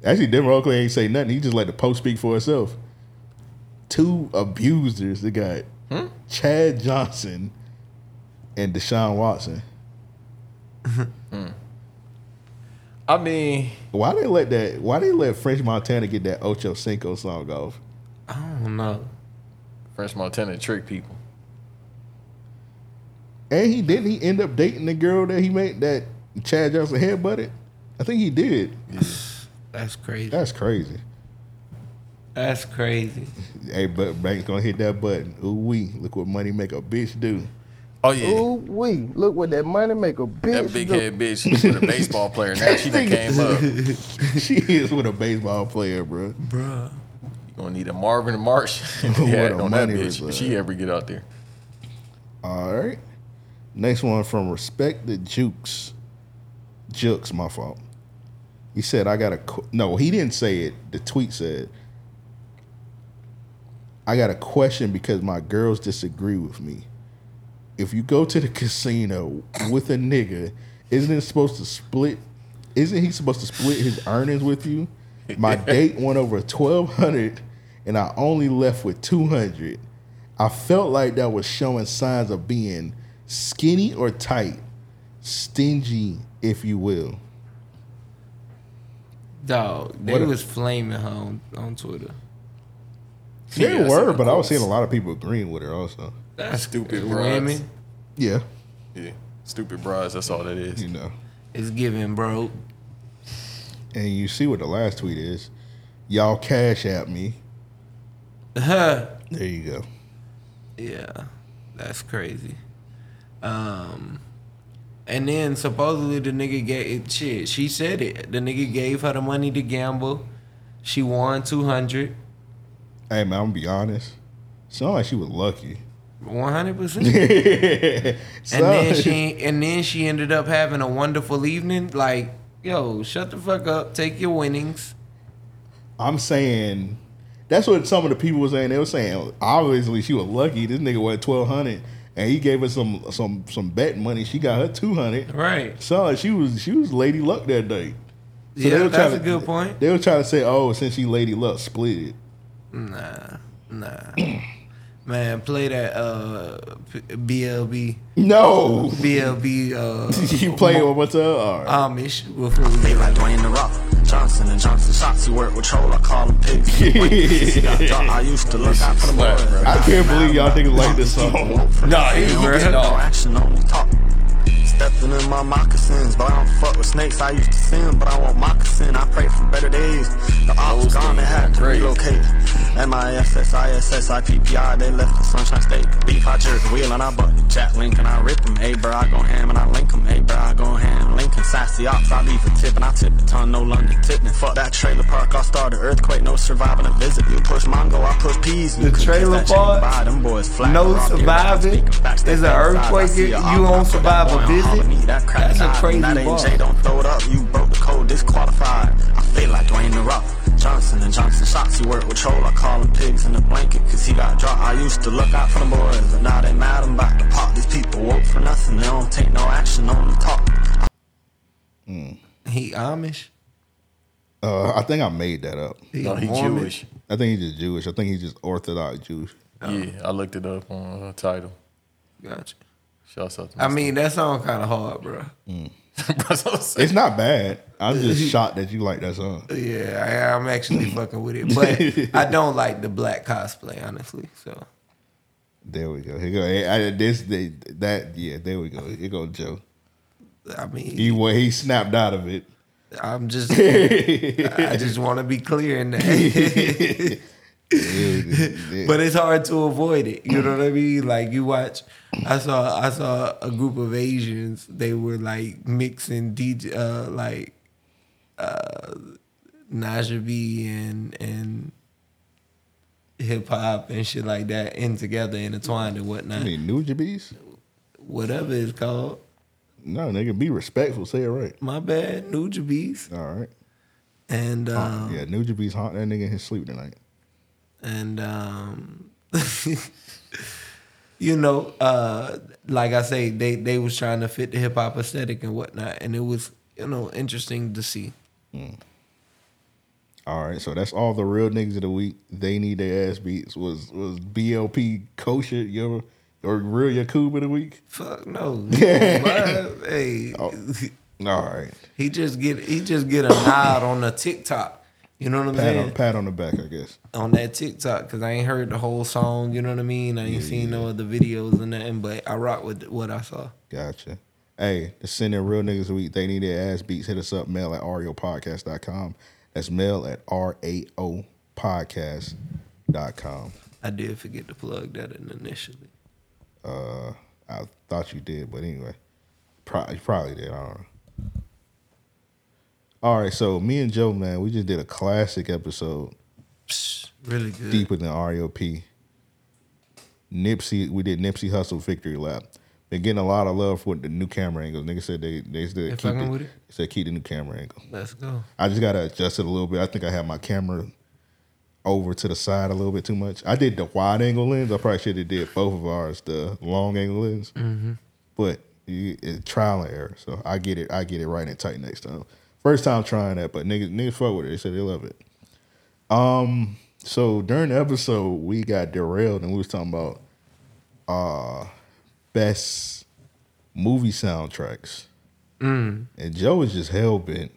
D: actually, Denver Oakley ain't say nothing. He just let the post speak for itself. Two abusers they got Chad Johnson and Deshaun Watson.
G: I mean,
D: Why they let that? Why they let French Montana get that Ocho Cinco song off?
F: I don't know.
G: French Montana trick people.
D: And he didn't. He end up dating the girl that he made that Chad Johnson headbutted. I think he did.
F: That's crazy.
D: That's crazy.
F: That's crazy.
D: Hey, but Banks gonna hit that button. Ooh wee! Look what money make a bitch do.
G: Oh yeah.
H: Ooh wee! Look what that money make a bitch
G: That big
H: do.
G: head bitch was a baseball player.
D: <laughs>
G: Now she done came up. You
D: she is with a baseball player, bro.
F: Bruh.
G: gonna need a
D: <laughs>
G: Marvin Marsh
D: What
G: hat
D: a
G: on that
D: money
G: bitch.
D: result.
G: If she ever get out there.
D: All right. Next one from Respect the Jukes. Jukes, my fault. He said, I got a. qu- No, he didn't say it. The tweet said, I got a question because my girls disagree with me. If you go to the casino with a nigga, isn't it supposed to split? Isn't he supposed to split his earnings with you? My date went over twelve hundred, and I only left with two hundred. I felt like that was showing signs of being skinny or tight, stingy, if you will.
F: Dog, they
D: What a-
F: was flaming her on, on Twitter.
D: They
F: Yeah, I
D: were,
F: seen
D: but I was
F: quotes.
D: seeing a lot of people agreeing with her also.
F: That's
G: stupid,
F: women.
G: broads.
D: Yeah.
G: Yeah, stupid brides. That's all that is.
D: You know.
F: It's giving, bro. <laughs>
D: And you see what the last tweet is. Y'all cash at me.
F: Huh.
D: There you go.
F: Yeah, that's crazy. Um, and then supposedly the nigga gave shit. She said it. The nigga gave her the money to gamble. She won two hundred.
D: Hey man, I'm gonna be honest. Sound like she was lucky.
F: One hundred
D: <laughs>
F: percent.
D: Yeah.
F: And then
D: So-
F: she and then she ended up having a wonderful evening. Like, yo, shut the fuck up. Take your winnings.
D: <laughs> I'm saying that's what some of the people were saying. They were saying obviously she was lucky. This nigga was twelve hundred, and he gave her some some some bet money. She got her two hundred.
F: Right.
D: So like, she was she was lady luck that day.
F: Yeah,
D: were
F: that's
D: trying
F: a good point.
D: They were trying to say, oh, since she lady luck split it.
F: Nah, nah. Man, play that uh P- BLB.
D: No. <laughs>
F: BLB. Uh,
D: you playing with what's up? All right.
F: Amish before we
I: They like Dwayne the Rock, Johnson and Johnson shots. He work with Troll, I call him pigs.
D: <laughs>
I: I used to look out for the boys.
D: I can't believe y'all niggas like this song.
I: Nah, <laughs> he No action, only talk. Stepping in my moccasins, but I don't fuck with snakes. I used to sin, but I want moccasin. I pray for better days. The ops gone, they had to relocate. M-I-S-S-I-S-S-I-P-P-I, they left the Sunshine State. Beef, I jerk the wheel and I butt the Jack Lincoln. I rip him, hey bro, I go ham and I link him, hey bro, I go ham. Lincoln, sassy ops, I leave a tip and I tip a ton, no London tipping. Fuck that trailer park, I started earthquake, no surviving a visit. You push Mongo, I push peas. You
F: The
I: could kiss
F: trailer
I: that chick
F: park,
I: goodbye, them boys flat.
F: no
I: Rock, they rock,
F: surviving.
I: speaking facts, they
F: There's a
I: fake sides. I
F: earthquake,
I: see
F: you- you
I: a op,
F: won't
I: I put that
F: survive a
I: boy on
F: visit?
I: Harmony, That crack
F: That's a
I: died,
F: crazy
I: That ain't
F: bar.
I: Jay, don't throw it up. You broke the code, disqualified. I feel like Dwayne the Rock. Johnson and Johnson shots. He work with Troll. I call him pigs in the blanket, cause he got dropped. I used to look out for the boys, but now they mad I'm about the pop. These people work for nothing. They don't take no action on the talk.
F: He Amish.
D: Uh, I think I made that up.
F: He No, he Mormon. Jewish.
D: I think he's just Jewish. I think he's just Orthodox Jewish.
G: Yeah, I looked it up on uh, title.
F: Gotcha.
G: Shouts out. To
F: I mean, that song kind of hard, bro.
G: <laughs>
D: It's not bad. I'm just shocked that you like that song.
F: Yeah, I, I'm <laughs> actually fucking with it, but I don't like the black cosplay, honestly. So
D: There we go. Here go. I, I- this they, that yeah. There we go. Here go Joe.
F: I mean,
D: he wa- he snapped out of it.
F: I'm <laughs> just, I just want to be clear in <laughs> that. but it's hard to avoid it. You know what I mean? Like you watch, I saw, I saw a group of Asians. They were like mixing DJ, uh, like uh, Naja B and and hip hop and shit like that in together, intertwined and whatnot.
D: I mean, New Jabis.
F: Whatever it's called.
D: No, nigga, be respectful. Say it right.
F: My bad, New Jabees.
D: All right.
F: And um,
D: yeah, New Jabis haunt that nigga in his sleep tonight.
F: and um, <laughs> you know, uh, like I say, they they was trying to fit the hip hop aesthetic and whatnot, and it was you know interesting to see.
D: All right, so that's all the real niggas of the week. They need their ass beats. Was was BLP kosher your or real Yakub of the week? <laughs>
F: Fuck no, hey,
D: Oh. all right.
F: He just get he just get a nod on the TikTok. You know what I'm
D: Pat
F: saying?
D: on, pat on the back, I guess.
F: on that TikTok because I ain't heard the whole song. You know what I mean? I ain't seen no other videos or nothing, but I rock with what I saw.
D: Gotcha. Hey, to send in real niggas a week, they need their ass beats. Hit us up, mail at ariopodcast.com. That's mail at R A O podcast.com.
F: I did forget to plug that in initially.
D: Uh, I thought you did, but anyway, probably, probably did. I don't know. All right, so me and Joe, man, we just did a classic episode.
F: Really good.
D: Deeper than REOP. Nipsey, we did Nipsey Hustle Victory Lap. Been getting a lot of love for the new camera angles. Niggas said they they
F: They
D: said keep
F: fucking
D: the,
F: with
D: they
F: it?
D: said keep the new camera angle.
F: Let's go.
D: I just gotta adjust it a little bit. I think I have my camera over to the side a little bit too much. I did the wide angle lens. I probably should have did both of ours, the long angle lens.
O: Mhm.
D: But you, it's trial and error. So I get it. I get it right and tight next time. First time trying that, but niggas niggas fuck with it. They said they love it. Um. So during the episode, we got derailed and we was talking about uh best movie soundtracks.
F: Mm.
D: And Joe was just hell bent.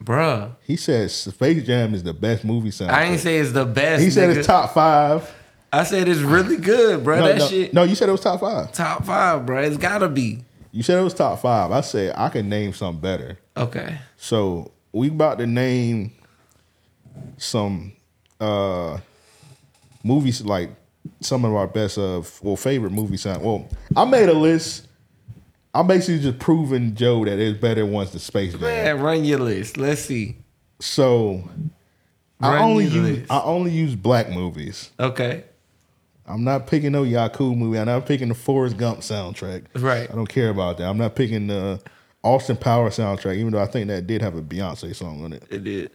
F: Bruh.
D: He said Space Jam is the best movie soundtrack.
F: I ain't say it's the best.
D: He said it's
F: nigga.
D: top five.
F: I said it's really good, bro.
D: no,
F: that
D: no,
F: shit.
D: No, you said it was top five.
F: Top five, bro. It's gotta be.
D: You said it was top five. I said I can name some better.
F: Okay.
D: So we about to name some uh movies like some of our best of well favorite movie sound. Well, I made a list. I'm basically just proving Joe that it's better once the Space Jam.
F: Man, run your list. Let's see.
D: So I
F: Run
D: only
F: your
D: use I only use black movies.
F: Okay.
D: I'm not picking no Yaku movie. I'm not picking the Forrest Gump soundtrack.
F: Right.
D: I don't care about that. I'm not picking the Austin Power soundtrack, even though I think that did have a Beyonce song on it.
F: It did.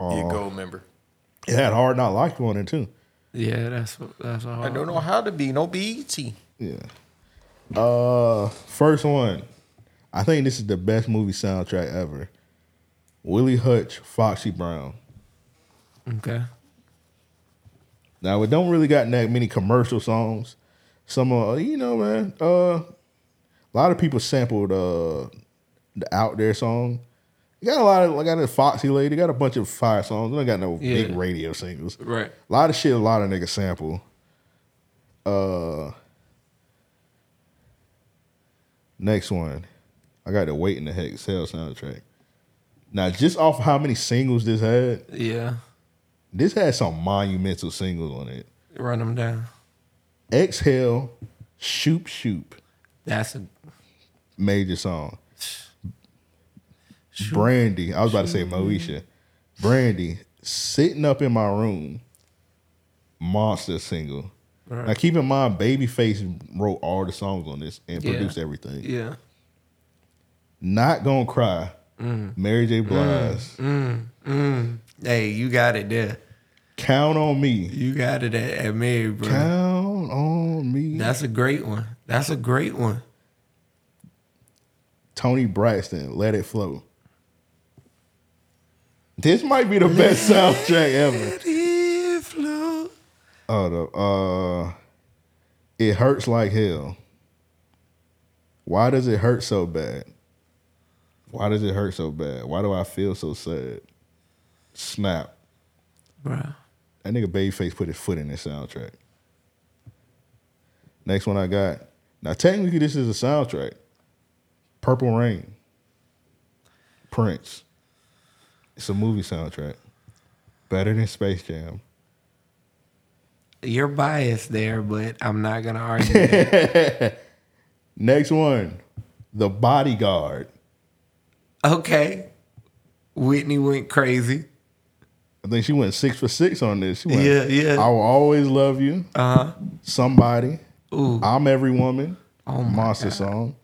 G: You a gold member.
D: It had Hard Not Like You on it too.
F: Yeah, that's what- that's all.
G: I don't know how to be no E BET.
D: Yeah. Uh, first one. I think this is the best movie soundtrack ever. Willie Hutch, Foxy Brown.
F: Okay.
D: Now it don't really got that many commercial songs. Some of you know, man. Uh, a lot of people sampled uh the out there song. You got a lot of like got a Foxy Lady, got a bunch of fire songs. They don't got no
F: Yeah.
D: big radio singles.
F: Right.
D: A lot of shit, a lot of niggas sample. Uh next one. I got to wait in the heck sale soundtrack. Now just off how many singles this had,
F: Yeah.
D: this had some monumental singles on it.
F: Run them down.
D: Exhale, Shoop Shoop,
F: That's a
D: major song. Brandy, I was about to say Moesha. Brandy, sitting up in my room, monster single.
F: Right.
D: Now keep in mind, Babyface wrote all the songs on this and
F: Yeah.
D: produced everything.
F: Yeah.
D: Not gonna cry.
F: Mm.
D: Mary J. Blige,
F: Mm, mm. Hey, you got it there.
D: Count on me.
F: You got it at, at Mary, bro.
D: Count on me.
F: That's a great one. That's a great one.
D: Tony Braxton, Let It Flow. This might be the
F: <laughs>
D: best soundtrack ever. Oh, the, uh, it hurts like hell. Why does it hurt so bad? Why does it hurt so bad? Why do I feel so sad? Snap.
F: Bruh.
D: That nigga Babyface put his foot in this soundtrack. Next one I got. Now technically this is a soundtrack. Purple Rain. Prince. It's a movie soundtrack. Better than Space Jam.
F: You're biased there, but I'm
D: <laughs>
F: not gonna argue. that.
D: Next one. The Bodyguard.
F: okay. Whitney went crazy.
D: I think she went six for six on this. She went,
F: Yeah, yeah.
D: I will always love you.
F: Uh huh.
D: Somebody.
F: Ooh.
D: I'm every woman. Oh Monster song.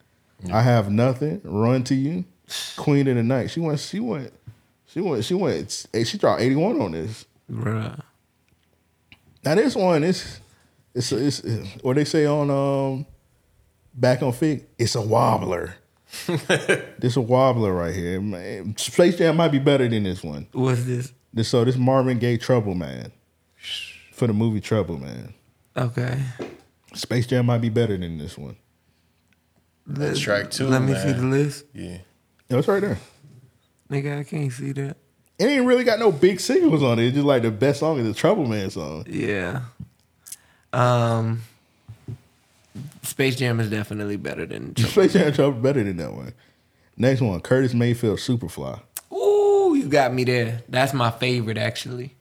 D: I have nothing. Run to you. Queen of the night. She went. She went. She went. She went. eh, She dropped 81 on this.
F: Bruh.
D: Now this one is. It's, it's, it's what they say on um, back on fig. It's a
F: <laughs>
D: wobbler. this a wobbler right here. Man, Space Jam might be better than this one.
F: What's this?
D: This so this Marvin Gaye Trouble Man for the movie Trouble Man.
F: Okay.
D: Space Jam might be better than this one.
G: That's
F: Let-
G: track two,
F: Let me
G: man.
F: see the list.
G: Yeah.
D: No, it's right there.
F: Nigga, I can't see that.
D: It ain't really got no big singles on it. It's just like the best song is the Trouble Man song.
F: Yeah. Um Space Jam is definitely better than
D: Space Jam Trouble better than that one. Next one, Curtis Mayfield Superfly.
F: Ooh, you got me there. That's my favorite, actually.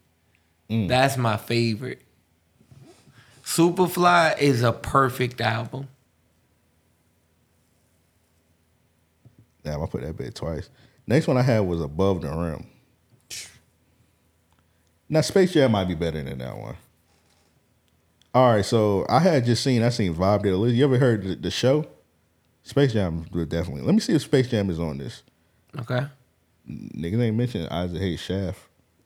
D: Mm.
F: That's my favorite. Superfly is a perfect album.
D: Damn, I put that bit twice. Next one I had was Above the Rim. Now Space Jam might be better than that one. All right, so I had just seen I seen Vibe did a list. You ever heard the, the show? Space Jam was definitely. Let me see if Space Jam is on this.
F: Okay.
D: Niggas ain't mentioned Isaac Hayes Shaft.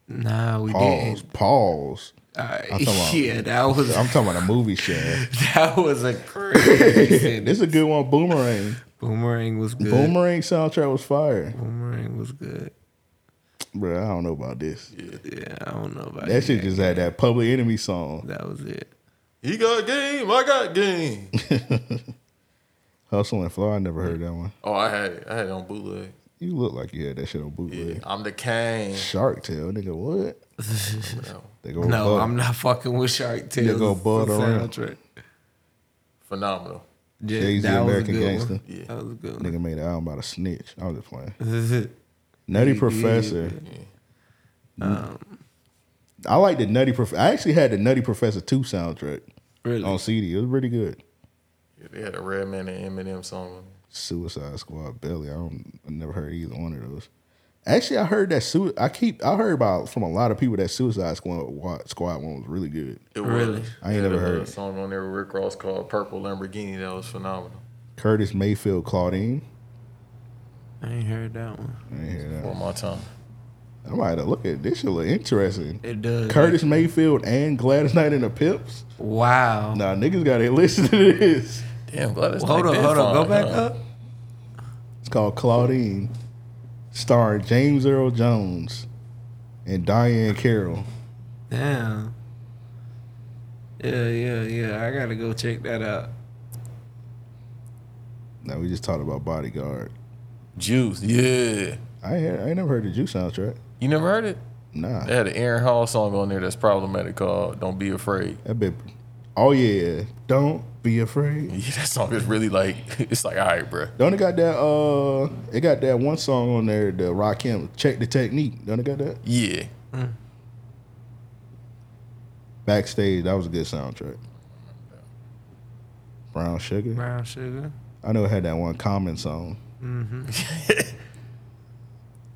F: Nah, we
D: pause,
F: didn't.
D: pause. I'm talking
F: <laughs> yeah, that was-
D: <laughs> I'm talking about a movie share.
F: That
D: <laughs>
F: was a crazy.
D: this is a good one. Boomerang.
F: Boomerang was good.
D: Boomerang soundtrack was fire.
F: Boomerang was good.
D: Bro, I don't know about this. Yeah,
F: I don't know about
D: that. Shit just had that Public Enemy song.
F: That was it.
G: He got game. I got game.
D: Hustle and Flow. I never heard that one.
G: Oh, I had it. I had it on bootleg.
D: You look like you had that shit on bootleg.
G: I'm the king.
D: Shark Tale, nigga. What? they go
F: no,
D: bud-
F: I'm not fucking with Shark Tale.
D: They go bud around.
F: soundtrack.
G: Phenomenal.
F: Yeah,
D: Jay Z,
F: that was a
D: American
F: good one.
D: Gangster.
F: Yeah. That was a good
D: Nigga made an album about a snitch. I was just playing.
F: He
D: Nutty
F: did. Um,
D: Professor. I like the Nutty Professor. I actually had the Nutty Professor 2 soundtrack
G: Really?
D: on CD. It was pretty good.
G: Yeah, they had a Redman and Eminem song. on it.
D: Suicide Squad Belly. I don't I never heard either one of those. Actually, I heard that sui- I keep I heard about from a lot of people that Suicide Squad wa- Squad one was really good.
G: It really.
D: I ain't
G: They had
D: never
G: a
D: heard.
G: A
D: it.
G: song on there with Rick Ross called "Purple Lamborghini." That was phenomenal.
D: Curtis Mayfield Claudine.
F: I ain't heard that one.
D: I ain't heard that.
G: One more time.
D: I might have look at this. Shit look interesting.
F: It does.
D: Curtis Mayfield and Gladys Knight and the Pips.
F: Wow.
D: Nah, niggas gotta <laughs> listen to this.
G: Damn, Gladys
F: Well, hold
G: Knight
F: on,
G: did
F: hold on. Go
G: fine,
F: back
G: huh?
F: up.
D: It's called Claudine, starring James Earl Jones and Diane Carroll.
F: Damn. Yeah, yeah, yeah. I gotta go check that out.
D: Now we just talked about Bodyguard.
G: Juice, yeah.
D: I ain't, I ain't never heard the Juice soundtrack.
G: You never heard it?
D: Nah,
G: They had an Aaron Hall song on there that's problematic called "Don't Be Afraid." <laughs>
D: that bit. Oh yeah, don't be afraid.
G: Yeah, that song is really like <laughs> it's like all right, bro.
D: Don't it got that? Uh, it got that one song on there. The Rock Him, check the technique. Don't it got that?
G: Yeah,
D: Backstage, that was a good soundtrack. Brown Sugar.
F: Brown sugar.
D: I know it had that one common song.
F: Mm-hmm.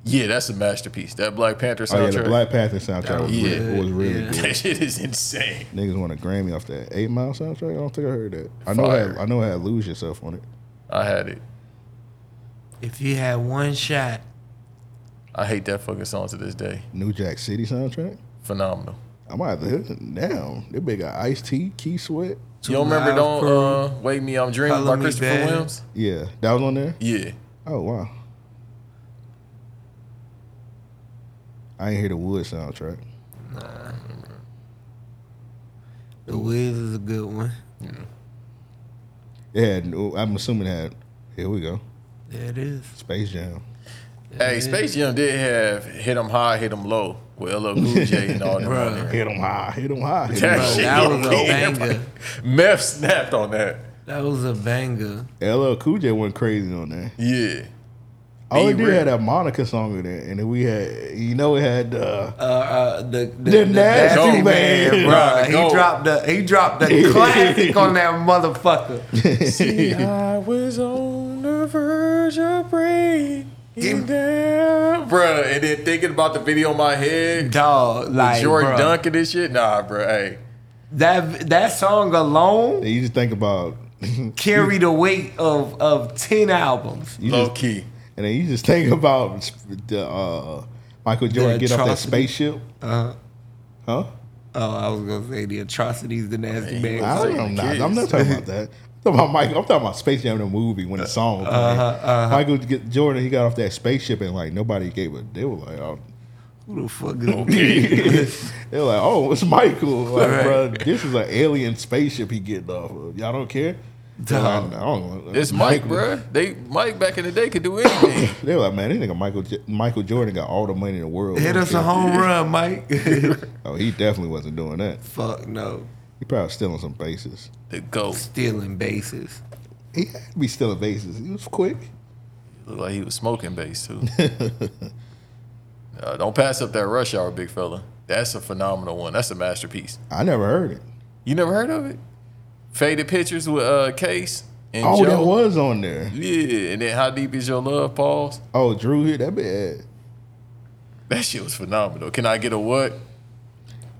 G: yeah, that's a masterpiece. That Black Panther
D: Oh
G: soundtrack.
D: yeah, the Black Panther soundtrack was,
G: yeah,
D: really, was really
G: yeah.
D: good.
G: <laughs> That shit is insane.
D: Niggas won a Grammy off that Eight Mile soundtrack. I don't think I heard that. I know it had, I know it had Lose Yourself on it.
G: I had it.
F: If you had one shot,
G: I hate that fucking song to this day.
D: New Jack City soundtrack.
G: Phenomenal.
D: I might have to hit it now. They big got Ice T, Key Sweat.
G: you don't remember "Don't uh, Wake Me, I'm Dreaming"
F: Color
G: by
F: Me
G: Christopher
F: Bad.
G: Williams?
D: Yeah, that was on there.
G: Yeah,
D: Oh wow. I ain't hear the Wood soundtrack.
F: the Wiz is a good one.
D: It had. I'm assuming it had. Here we go.
F: There it is.
D: Space Jam.
G: Hey, Space Jam did have "Hit 'Em High, Hit 'em Low" with LL Cool J and all them on there.
D: Hit 'em high. Hit 'em high. Hit 'em
G: That,
D: high.
G: shit,
F: that was a
G: yeah,
F: banger.
G: Meth snapped on that.
F: That was a banger.
D: LL Cool J went crazy on there.
G: Yeah.
D: All
F: Be
D: it did
F: real.
D: had that Monica song in there, and then we had, you know, it had. Uh,
F: Uh, uh, the, the,
D: The Nasty Man, bro,
F: bruh.
D: the
F: He
D: GOAT.
F: dropped the he dropped <laughs> the classic on that motherfucker.
G: See, <laughs> I was on the verge of breaking down. Bruh, and then thinking about the video in my
F: <laughs>
G: head.
F: Dog,
G: with
F: like
G: Jordan
F: bruh,
G: Dunk and this shit. Nah, bruh, hey.
F: That that song alone
D: you just think about.
F: carried the weight of of ten albums.
D: You
G: Low
D: just-
G: key.
D: And then you just think <laughs> about sp- the uh, Michael Jordan get off that
F: atrocity.
D: spaceship,
F: Uh,
D: huh?
F: oh, I was gonna say the atrocities, the nasty
D: I
F: man.
D: don't know. Nah, I'm not talking about that. I'm talking about Michael. I'm talking about Space Jam the movie when the song. was playing.
F: uh-huh, uh-huh.
D: Michael get, Jordan, he got off that spaceship and like nobody gave a. They were like, oh.
F: Who the fuck is
D: <laughs> they were like, oh, it's Michael. Like,
F: Right.
D: bro, this is an alien spaceship he getting off of. Y'all don't care. They're like,
F: Dog.
D: "I don't know."
G: It's Mike,
D: Michael.
G: bruh. They Mike back in the day could do anything.
D: <laughs> They were like, man, this nigga Michael J- Michael Jordan got all the money in the world.
F: <laughs> Hit us a home run, Mike.
D: Oh, he definitely wasn't doing that.
F: <laughs> fuck no,
D: He probably stealing some bases.
G: the GOAT.
F: stealing bases.
D: He had to be stealing bases. He was quick.
G: Looked like he was smoking
D: <laughs>
G: bass too. Uh, don't pass up that rush hour, big fella. That's a phenomenal one. That's a masterpiece.
D: I never heard it.
G: You never heard of it? Faded pictures with uh Case and
D: oh,
G: Joe.
D: that was on there.
G: Yeah, and then how deep is your love? Pause.
D: Oh, Drew hit that bad.
G: That shit was phenomenal. Can I get a what?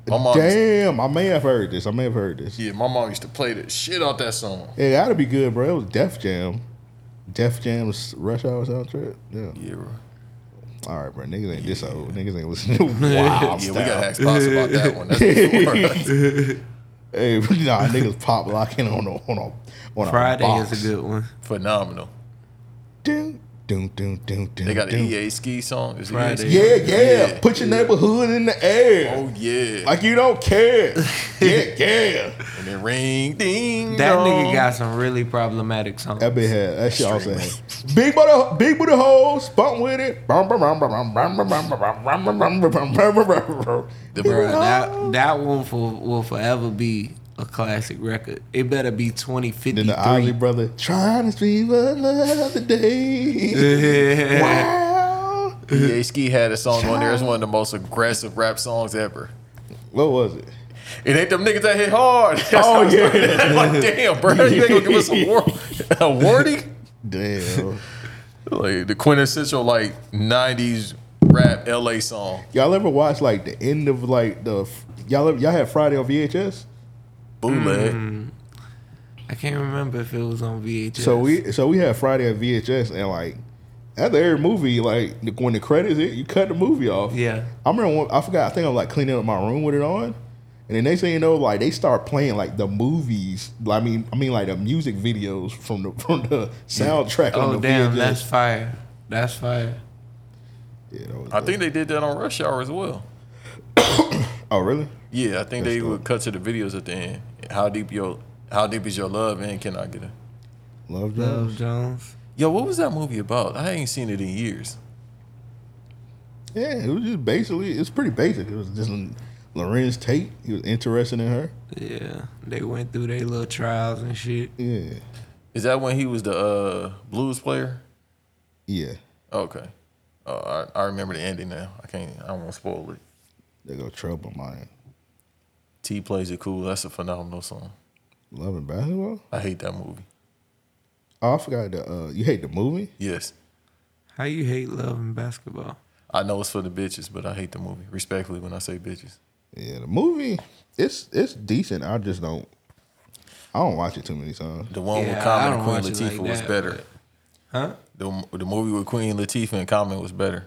G: My mom. Used,
D: Damn, I may have heard this. I may have heard this.
G: yeah, my mom used to play the shit out that song.
D: Hey, that'd be good, bro. It was Def Jam. Def Jam's Rush Hour soundtrack. Yeah.
G: Yeah, bro.
D: All right, bro. Niggas ain't this old. Niggas ain't listening
G: <laughs>
D: to wild
G: Yeah, we
D: style.
G: gotta ask Pops about that one. That's what
D: <laughs> hey, <laughs> nah, niggas pop locking on a on a on
G: Friday
D: a
G: is
D: box.
G: a good
F: one.
G: Phenomenal.
D: Doom, doom, doom, doom,
G: They got E an
D: doom.
G: EA ski song. Is it
D: Friday.
G: EA
D: Yeah,
G: ski?
D: yeah, Put your neighborhood in the air.
G: Oh yeah.
D: Like you don't
G: <laughs>
D: care. yeah, yeah.
G: And then ring ding.
F: That nigga
G: dong.
F: got some really problematic songs.
D: That bitch had that shit also had. Big booty, big booty hoes, bump with it. Bum, bum, bum, bum, bum, bum, bum, bum, bum, bum, bum, bum, bum, bum, bum, bum, bum, bum.
F: Bruh, that that one for, will forever be a classic record. It better be twenty fifty
D: The Ozzy
F: three.
D: brother trying to speak another day. Wow.
G: EA Ski had a song on there. It's one of the most aggressive rap songs ever.
D: What was it?
G: It ain't them niggas that hit hard. <laughs>
D: Oh,
G: That's what I'm
D: yeah. <laughs>
G: like damn, bro, you ain't gonna give us a war- a warning?
D: Damn.
G: Like the quintessential like '90s rap LA song.
D: <laughs> Y'all ever watch like the end of like the y'all ever, y'all had Friday on VHS?
G: Bootleg.
D: Mm.
F: I can't remember if it was on VHS.
D: So we so we had Friday on VHS and like after every movie like when the credits hit you cut the movie off.
F: Yeah.
D: I remember one, I forgot I think I'm like cleaning up my room with it on. And then next thing you know, like they start playing like the movies. I mean, I mean like the music videos from the from the soundtrack
F: Oh
D: on the
F: damn,
D: VHS.
F: that's fire. That's fire.
G: I think they did that on Rush Hour as well.
D: oh really?
G: Yeah, I think
D: That's
G: they would cut to the videos at the end. How deep your How deep is your love? And can I get it?
D: Love
F: Love
D: Jones.
F: Jones.
G: Yo, what was that movie about? I ain't seen it in years.
D: Yeah, it was just basically it's pretty basic. It was just Lorenz Tate. He was interested in her.
F: Yeah, they went through their little trials and shit.
D: Yeah.
G: Is that when he was the uh, blues player?
D: Yeah.
G: Okay. Uh, I, I remember the ending now. I can't. I don't want to spoil it.
D: They go trouble mine.
G: T plays it cool. That's a phenomenal song.
D: Love and basketball.
G: I hate that movie.
D: Oh, I forgot the uh, you hate the movie.
G: Yes,
F: How you hate love and basketball?
G: I know it's for the bitches, but I hate the movie. Respectfully, when I say bitches,
D: Yeah, the movie it's it's decent. I just don't. I don't watch it too many times.
G: the one with
F: Yeah, I
G: Common and
F: don't
G: Queen
F: watch it like
G: Latifah was
F: that,
G: better.
F: Huh?
G: The the movie with Queen Latifah and Common was better.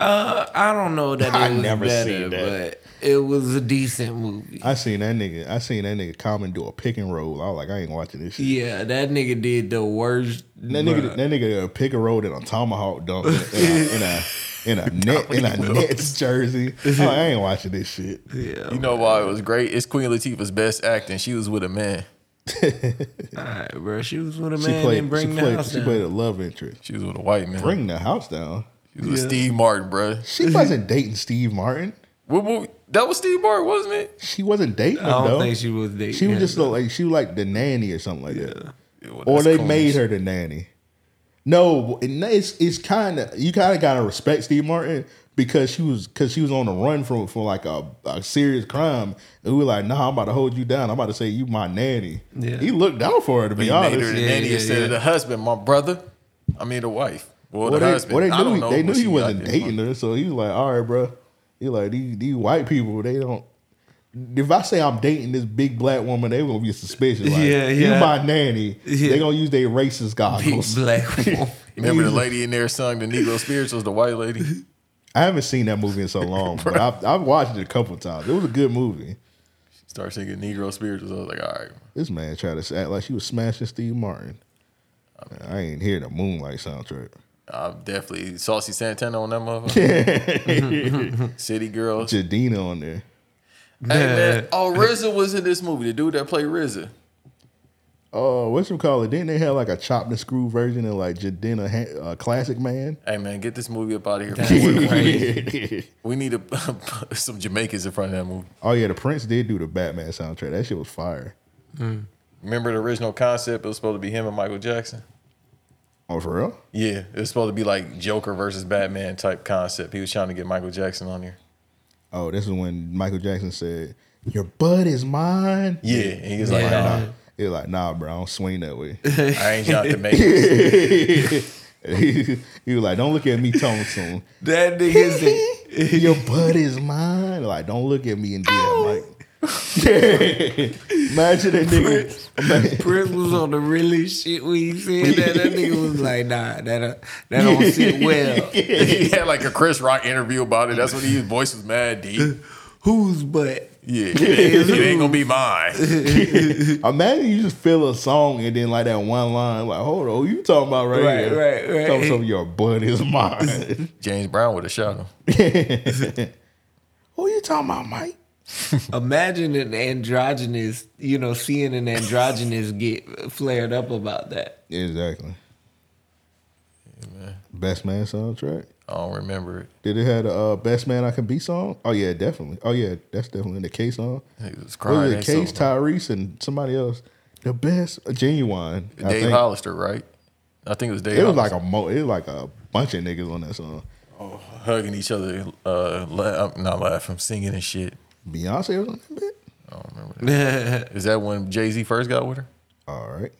F: Uh, I don't know that
D: <laughs>
F: it
D: I
F: was
D: never
F: better,
D: seen that.
F: but it was a decent movie.
D: I seen that nigga. I seen that nigga Common do a pick and roll. I was like, I ain't watching this shit.
F: Yeah, that nigga did the worst.
D: That nigga, that nigga did a pick and roll and a tomahawk dunk in a in a, in a, in a net in a Nets jersey. I, was like, I ain't watching this shit.
F: Yeah,
G: You know why it was great? It's Queen Latifah's best acting. She was with a man.
F: all right, bro. She was with a
D: She
F: man
D: played-
F: and
D: she
F: bring the
D: played-
F: house
D: she
F: down.
D: played a love interest.
G: She was with a white man.
D: Bring the house down.
G: She was with
D: Yeah.
G: Steve Martin, bruh.
D: She wasn't dating Steve Martin.
G: What movie? That was Steve Martin, wasn't it?
D: She wasn't dating him.
F: I don't
D: though.
F: think she was dating
D: She was
F: him,
D: just like she was like the nanny or something like that.
G: well,
D: or
G: that's
D: they
G: cool.
D: made her the nanny. No, and it's it's kind of you kind of gotta respect Steve Martin because she was because she was on the run from for like a, a serious crime. And we were like, nah, I'm about to hold you down. I'm about to say you my nanny.
G: Yeah.
D: He looked out for her to
G: But
D: be
G: he
D: honest.
G: made her the nanny instead of the husband, my brother. I mean, the wife.
D: Well,
G: Well, the
D: they,
G: husband.
D: well, they
G: I don't
D: knew
G: know
D: they
G: what
D: knew
G: she
D: he
G: got
D: wasn't
G: there.
D: dating her, so he was like, "All right, bro." He like these these white people. They don't. If I say I'm dating this big black woman, they gonna be suspicious. Like,
G: Yeah,
D: You
G: yeah.
D: my nanny. They gonna use their racist goggles. <laughs>
F: black woman.
G: Remember the lady in there sung the Negro Spirituals, the white lady? <laughs>
D: I haven't seen that movie in so long, but I've, I've watched it a couple times. It was a good movie.
G: Start singing Negro Spirituals. I was like, all right.
D: This man tried to act like she was smashing Steve Martin. I ain't hear the Moonlight soundtrack.
G: I'm definitely Saucy Santana on that
D: <laughs>
G: motherfucker. <laughs> City Girls. Hey,
D: Jadina on there.
G: man. Oh, RZA was in this movie. The dude that played RZA.
D: Oh, what's it called? Didn't they have like a chopped and screw version of like Jadina Han- uh, Classic Man?
G: Hey, man, get this movie up out of
D: <laughs>
G: here.
D: That's
G: before it
D: crazy.
G: rains. we need <laughs> a, some Jamaicans in front of that movie.
D: Oh yeah, the Prince did do the Batman soundtrack. That shit was fire.
G: Remember the original concept? It was supposed to be him and Michael Jackson.
D: Oh, for real?
G: Yeah, it was supposed to be like Joker versus Batman type concept. He was trying to get Michael Jackson on here.
D: Oh, this is when Michael Jackson said, "Your butt is mine."
G: Yeah, and he was like, nah.
D: He was like, "Nah, bro, I don't swing that way." <laughs>
G: I ain't Jonathan Majors.
D: he, he was like, "Don't look at me, Tone Soon."
F: That nigga
D: <laughs>
F: said,
D: "Your butt is mine." Like, don't look at me and do that, Mike. <laughs> Imagine that nigga.
F: Prince was on the really shit we said that. That nigga was like, nah, that uh, that don't
D: <laughs>
F: sit well.
G: <laughs> he had like a Chris Rock interview about it. That's when his voice was mad deep.
F: Whose butt?
G: Yeah, it ain't gonna
D: <laughs>
G: be mine.
D: Imagine you just feel a song and then like that one line, like, hold on, who you talking about right,
G: Right,
D: here?
G: right, right.
D: Talking some your butt is mine.
G: James Brown would have shot him.
F: <laughs> Who you talking about, Mike? Imagine an androgynous, you know, seeing an androgynous get flared up about that. <laughs>
D: exactly.
G: man.
D: Best man soundtrack.
G: I don't remember it.
D: Did it have the uh, best man I can be song? Oh yeah, definitely. Oh yeah, that's definitely in the case song.
G: It was
D: What
G: crying.
D: it Case Tyrese and somebody else. The best uh, genuine. I
G: Dave
D: think.
G: Hollister, right? I think it was Dave.
D: It was like a
G: Hollister.
D: mo. It was like a bunch of niggas on that song.
G: Oh, hugging each other. Uh, laugh, not laugh. I'm singing and shit.
D: Beyonce was on that bit.
G: I don't remember. That. Is that when Jay Z first got with her?
D: All right.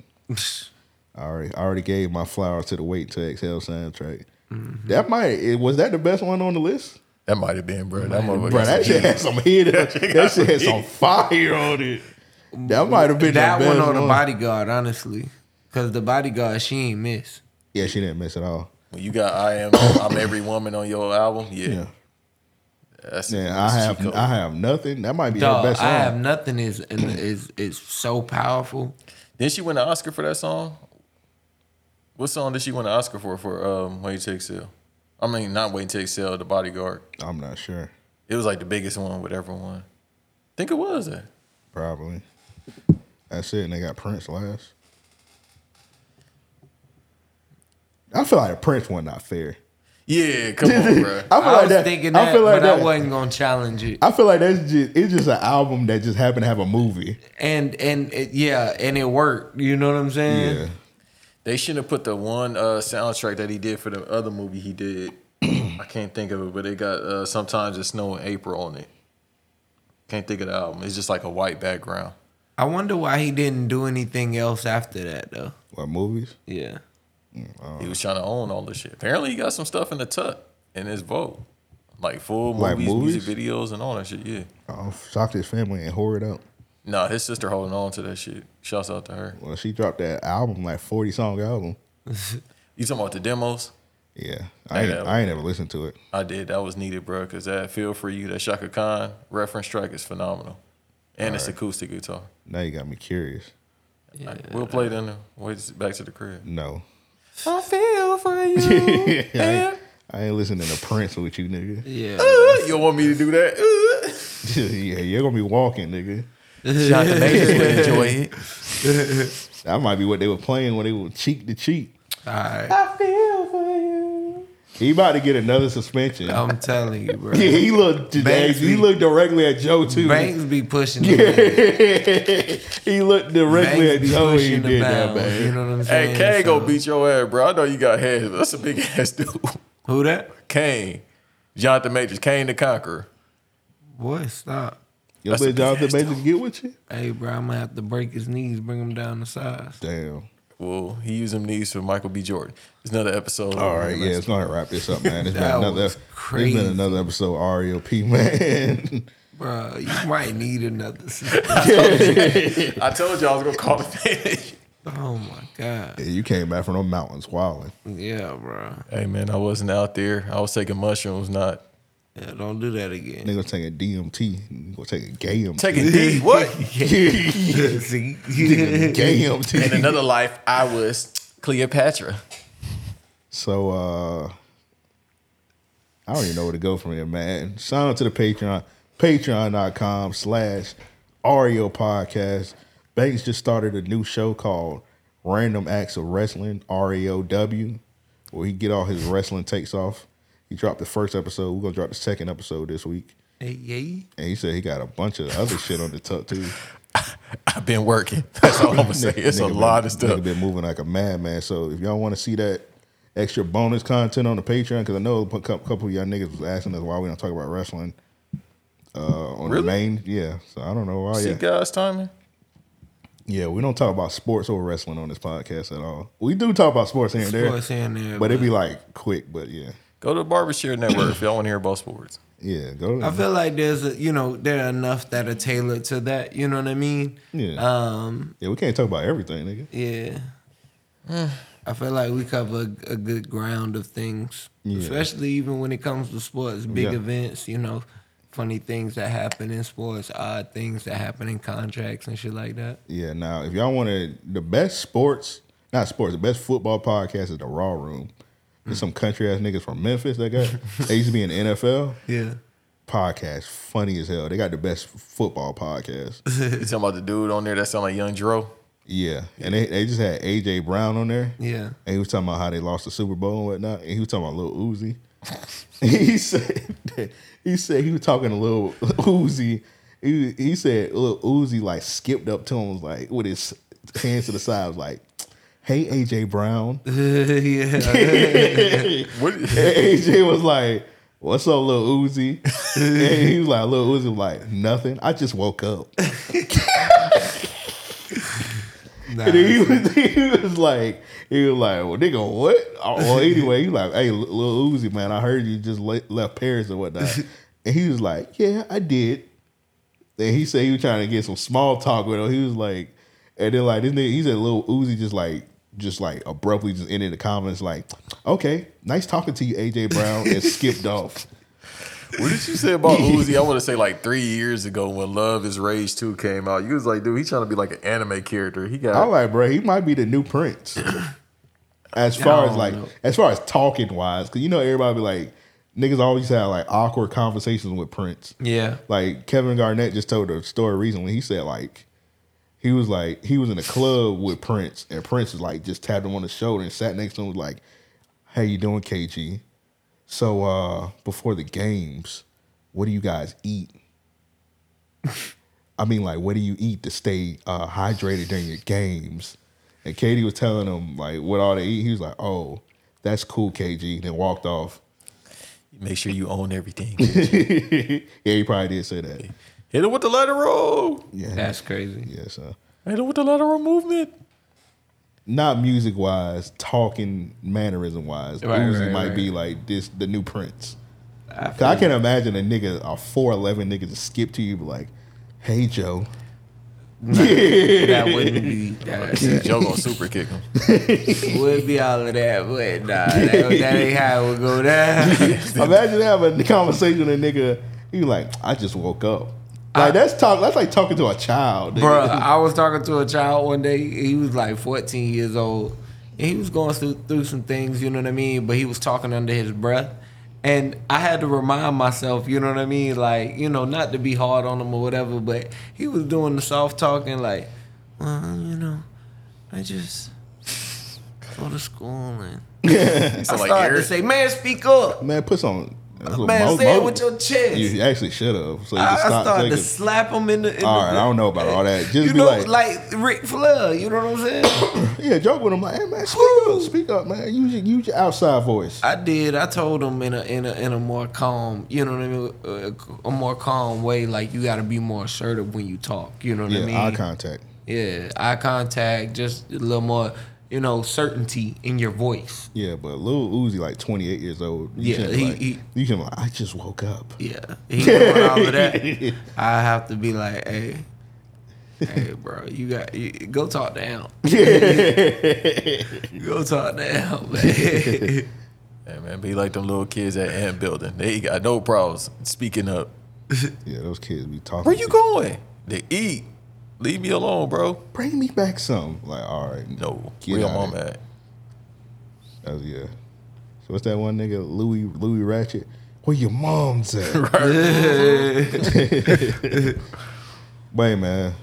D: All right. I already gave my flowers to the Wait to Exhale soundtrack.
G: Mm-hmm.
D: That might it- was that the best one on the list.
G: That might have been, bro. That
D: Bro,
G: motherfucker.
D: that shit had some
G: <laughs>
D: hit. <laughs> That shit had some fire on it. That might have been the
F: that one
D: best
F: on the
D: one.
F: bodyguard, honestly, because the bodyguard she ain't miss.
D: Yeah, she didn't miss at all.
G: When you got I
D: <coughs>
G: am I'm every woman on your album, yeah. That's,
D: Yeah, I
G: that's
D: have
G: cheat code.
D: I have nothing. That might be
F: Dog,
D: her best song.
F: I have nothing is is is so powerful.
G: Didn't she win an Oscar for that song? What song did she win an Oscar for for um Wait to Excel? I mean not Wait to Excel, the bodyguard.
D: I'm not sure.
G: It was like the biggest one with everyone. think it was that.
D: Probably. That's it. And they got Prince last. I feel like the Prince one not fair.
G: Yeah, come on, bro.
D: <laughs> I feel
F: I
D: like
F: was
D: that-
F: thinking
D: I
F: that,
D: feel like
F: but
D: that-
F: I wasn't gonna challenge it.
D: I feel like that's just it's just an album that just happened to have a movie.
F: And and it, yeah, and it worked. You know what I'm saying?
D: Yeah.
G: They shouldn't have put the one uh, soundtrack that he did for the other movie
D: <coughs>
G: he did. I can't think of it, but it got uh, sometimes it's snow in April on it. Can't think of the album. It's just like a white background.
F: I wonder why he didn't do anything else after that though.
D: What movies?
F: Yeah.
G: He was trying to own all this shit. Apparently, he got some stuff in the tuck in his vote, like full movies,
D: Like
G: music videos, and all that shit. Yeah.
D: I'm shocked his Oh, family and whore it out.
G: Nah, his sister holding on to that shit. Shouts out to her.
D: Well, she dropped that album like 40 song album.
G: You talking about the demos?
D: Yeah, I ain't, I ain't ever listened to it.
G: I did. That was needed, bro. Cause that "Feel Free You," that Shaka Khan reference track is phenomenal, and it's
D: Alright.
G: acoustic guitar.
D: Now you got me curious.
G: Like, we'll play it in the way to- back to the crib.
D: No,
G: I feel for
D: I,
G: you.
D: ain't, I ain't listening to Prince with you, nigga.
F: <laughs>
D: <laughs>
F: Yeah.
G: Uh, <laughs> you don't want me to do that? <laughs> Uh.
D: yeah, you're gonna be walking, nigga.
G: Shout out to Mason, would enjoy
D: it. That might be what they were playing when they were cheek to cheek.
F: All right.
G: I feel for you.
D: He about to get another suspension.
F: I'm telling you, bro.
D: yeah, <laughs> he looked.
F: Banks
D: he
F: be-
D: looked directly at Joe too. <laughs>
F: Banks be pushing. the
D: Yeah. he looked directly
F: Banks
D: at
F: be
D: Joe. when He
F: pushing the
D: did that,
F: bounds,
D: man.
F: you know what I'm
G: Hey,
F: saying?
G: Kane
F: So-
G: gonna beat your ass, bro. I know you got head. but That's a big <laughs> ass dude.
F: Who that?
G: Kane. Jonathan Majors. Kane the Conqueror.
F: Boy, stop.
D: Your
G: That's a
D: little Jonathan
G: big-ass
D: Majors get with you?
F: Hey, bro, I'm gonna have to break his knees, bring him down to size.
D: Damn.
G: Well, he used them knees for Michael B. Jordan. It's another episode.
D: All right, yeah, it's gonna wrap this up,
F: <laughs>
D: man. It's been
F: That
D: another.
F: was
D: It's been another episode of R.E.O.P. <laughs> Man.
F: Bro, you might need another. <laughs>
G: I told you I was gonna call the finish.
F: oh my god.
D: Yeah, you came back from the mountains, wilding.
F: Yeah, bro.
G: <laughs> Hey man, I wasn't out there. I was taking mushrooms, not
F: Yeah, don't do that again.
D: Nigga taking DMT. Go taking GMT.
G: taking <laughs> D. What?
F: See?
D: <laughs> Taking GMT.
G: In another life, I was Cleopatra.
D: So uh I don't even know where to go from here, man. Sign up to the Patreon, patreon.com slash REO podcast. Banks just started a new show called Random Acts of Wrestling, REOW, where he get all his wrestling takes off. He dropped the first episode. We're gonna drop the second episode this week.
F: Hey, yay.
D: And he said he got a bunch of other shit on the tuck too.
G: I've been working. <laughs> That's all I'm gonna say. It's a
D: Nigga
G: lot
D: been,
G: of stuff.
D: nigga been moving like a madman. So if y'all want to see that extra bonus content on the Patreon, because I know a cou- couple of y'all niggas was asking us why we don't talk about wrestling uh, on
G: Really?
D: the main. Yeah. So I don't know why.
G: See
D: Yeah.
G: guys timing?
D: yeah, we don't talk about sports or wrestling on this podcast at all. We do talk about sports here and there.
F: Sports here and there,
D: But it'd be
F: but-
D: like quick, but yeah.
G: Go to the Barbershare Network if y'all want to hear about sports.
D: Yeah, go.
F: I feel like there's, a, you know, there are enough that are tailored to that. You know what I mean?
D: Yeah.
F: Um.
D: Yeah, we can't talk about everything, nigga.
F: Yeah. I feel like we cover a, a good ground of things,
D: Yeah.
F: especially even when it comes to sports,
D: We
F: big
D: got-
F: events. You know, funny things that happen in sports, odd things that happen in contracts and shit like that.
D: Yeah, now if y'all want to, the best sports, not sports, the best football podcast is the Raw Room. There's some country ass niggas from Memphis that got. they used to be in the NFL.
F: Yeah.
D: Podcast, funny as hell. They got the best football podcast.
G: you talking about the dude on there that sound like Young Dro?
D: Yeah, and they, they just had AJ Brown on there.
G: Yeah.
D: and he was talking about how they lost the Super Bowl and whatnot, and he was talking about Lil Uzi. <laughs> he said that- he said he was talking to Lil Uzi. He, he said Lil Uzi like skipped up to him was like with his hands to the side was like, "Hey AJ Brown."
F: yeah.
D: And <laughs> AJ was like, "What's up, Lil Uzi?" and he was like, "Lil Uzi was like nothing. I just woke up." <laughs> and then he was, <laughs> he was like, he was like, well, nigga, what? Oh, well, anyway, he like, hey, little Uzi, man, I heard you just le- left Paris or whatnot. and he was like, yeah, I did. And he said he was trying to get some small talk with him. He was like, and then like this nigga, he said, little Uzi just like, just like abruptly just ended the comments like, okay, nice talking to you, AJ Brown, and skipped
G: <laughs>
D: off.
G: What did you say <laughs> about Uzi? I want to say like three years ago when Love Is Rage 2 came out. You was like, dude, he's trying to be like an anime character. He got
D: I'm like, bro, he might be the new Prince. As far
G: I
D: as
G: don't
D: like,
G: know.
D: as far as talking wise, because you know everybody be like, niggas always have like awkward conversations with Prince.
F: Yeah.
D: Like Kevin Garnett just told a story recently. He said like, he was like, he was in a club with Prince, and Prince was like, just tapped him on the shoulder and sat next to him was like, "How you doing, KG? So uh before the games, what do you guys eat?" I mean, like, what do you eat to stay uh, hydrated during your games? And Katie was telling him like what all they eat. He was like, "Oh, that's cool, KG." Then walked off. <laughs>
G: Make sure you
F: <laughs>
G: own everything.
D: yeah, he probably did say that.
G: Hit him with the lateral.
D: Yeah,
F: That's crazy.
D: Yeah, so
G: Hit him with the lateral movement.
D: not music wise, talking mannerism wise,
F: Right,
D: Uzi
F: right,
D: might
F: right.
D: be like this the new Prince.
F: I,
D: Cause I can't imagine a nigga a four eleven nigga to skip to you be like, "Hey
F: <laughs>
D: Joe." <laughs>
F: that wouldn't be that.
G: Joe gonna super kick him.
F: would be all of that, but nah, that, that ain't how it would go down.
D: Imagine having a conversation with a nigga. You like, I just woke up. Like that's talk. That's like talking to a child, nigga.
F: Bruh, I was talking to a child one day. He was like 14 years old. And he was going through, through some things, you know what I mean? But he was talking under his breath. And I had to remind myself, you know what I mean? Like, you know, not to be hard on him or whatever, but he was doing the soft talking, like, well, you know, I just go to school and. <laughs> I
D: So, like,
F: started to
D: Eric?
F: say, man, speak
D: <laughs>
F: up.
D: Man, put some.
F: Man, say it with your chest.
D: You actually should have. So you
F: I,
D: can
F: I
D: stop
F: started to
D: thinking.
F: slap him in the. In
D: all
F: the
D: right, I don't know about all
F: <laughs>
D: that. Just be
F: you know,
D: like,
F: like, Rick Flair. You know what I'm
D: <coughs>
F: saying?
D: yeah, joke with him. Like, hey man, speak up, speak up, man. Use your, use your outside voice.
F: I did. I told him in a in a in a more calm, you know what I mean, Uh, a, a more calm way. Like you got to be more assertive when you talk. You know what
D: yeah,
F: I mean?
D: eye contact.
F: Yeah, eye contact. Just a little more, you know, certainty in your voice.
D: Yeah, but Lil Uzi, like twenty eight years old. You
F: Yeah,
D: can't be
F: he-
D: like,
F: he-
D: you can be like, I just woke
F: <laughs>
D: up. <laughs>
F: Yeah, he doing all of that. I have to be like, hey, hey, bro, you got you, go talk to him. go talk to him, man. <laughs>
G: Hey, man, be like them little kids at Ant Building. They got no problems speaking up.
D: Yeah, those kids be talking.
G: Where you going? They eat. Leave me alone, bro.
D: Bring me back some. Like, all right,
G: no,
D: get
G: Where your
D: out of
G: mom
D: here.
G: at?
D: That was- yeah. So what's that one nigga, Louis Louis Ratchet? Where your mom's
F: <laughs>
D: at? <laughs> Wait, man.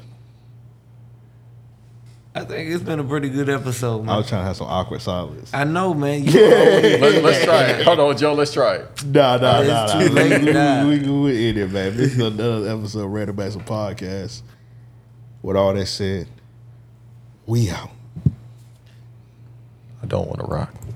F: I think it's been a pretty good episode, man.
D: I was trying to have some awkward silence.
F: I know, man. You always-
G: let's, let's try
F: <laughs>
G: it. Hold on, Joe. Let's try it.
D: Nah, nah,
G: Oh, It's
D: nah, nah.
G: too
D: We,
G: late
D: we,
G: now.
D: we, we, we in it, man. This is another episode of Random Acts of Podcast. With all that said, we out.
G: I don't want to rock.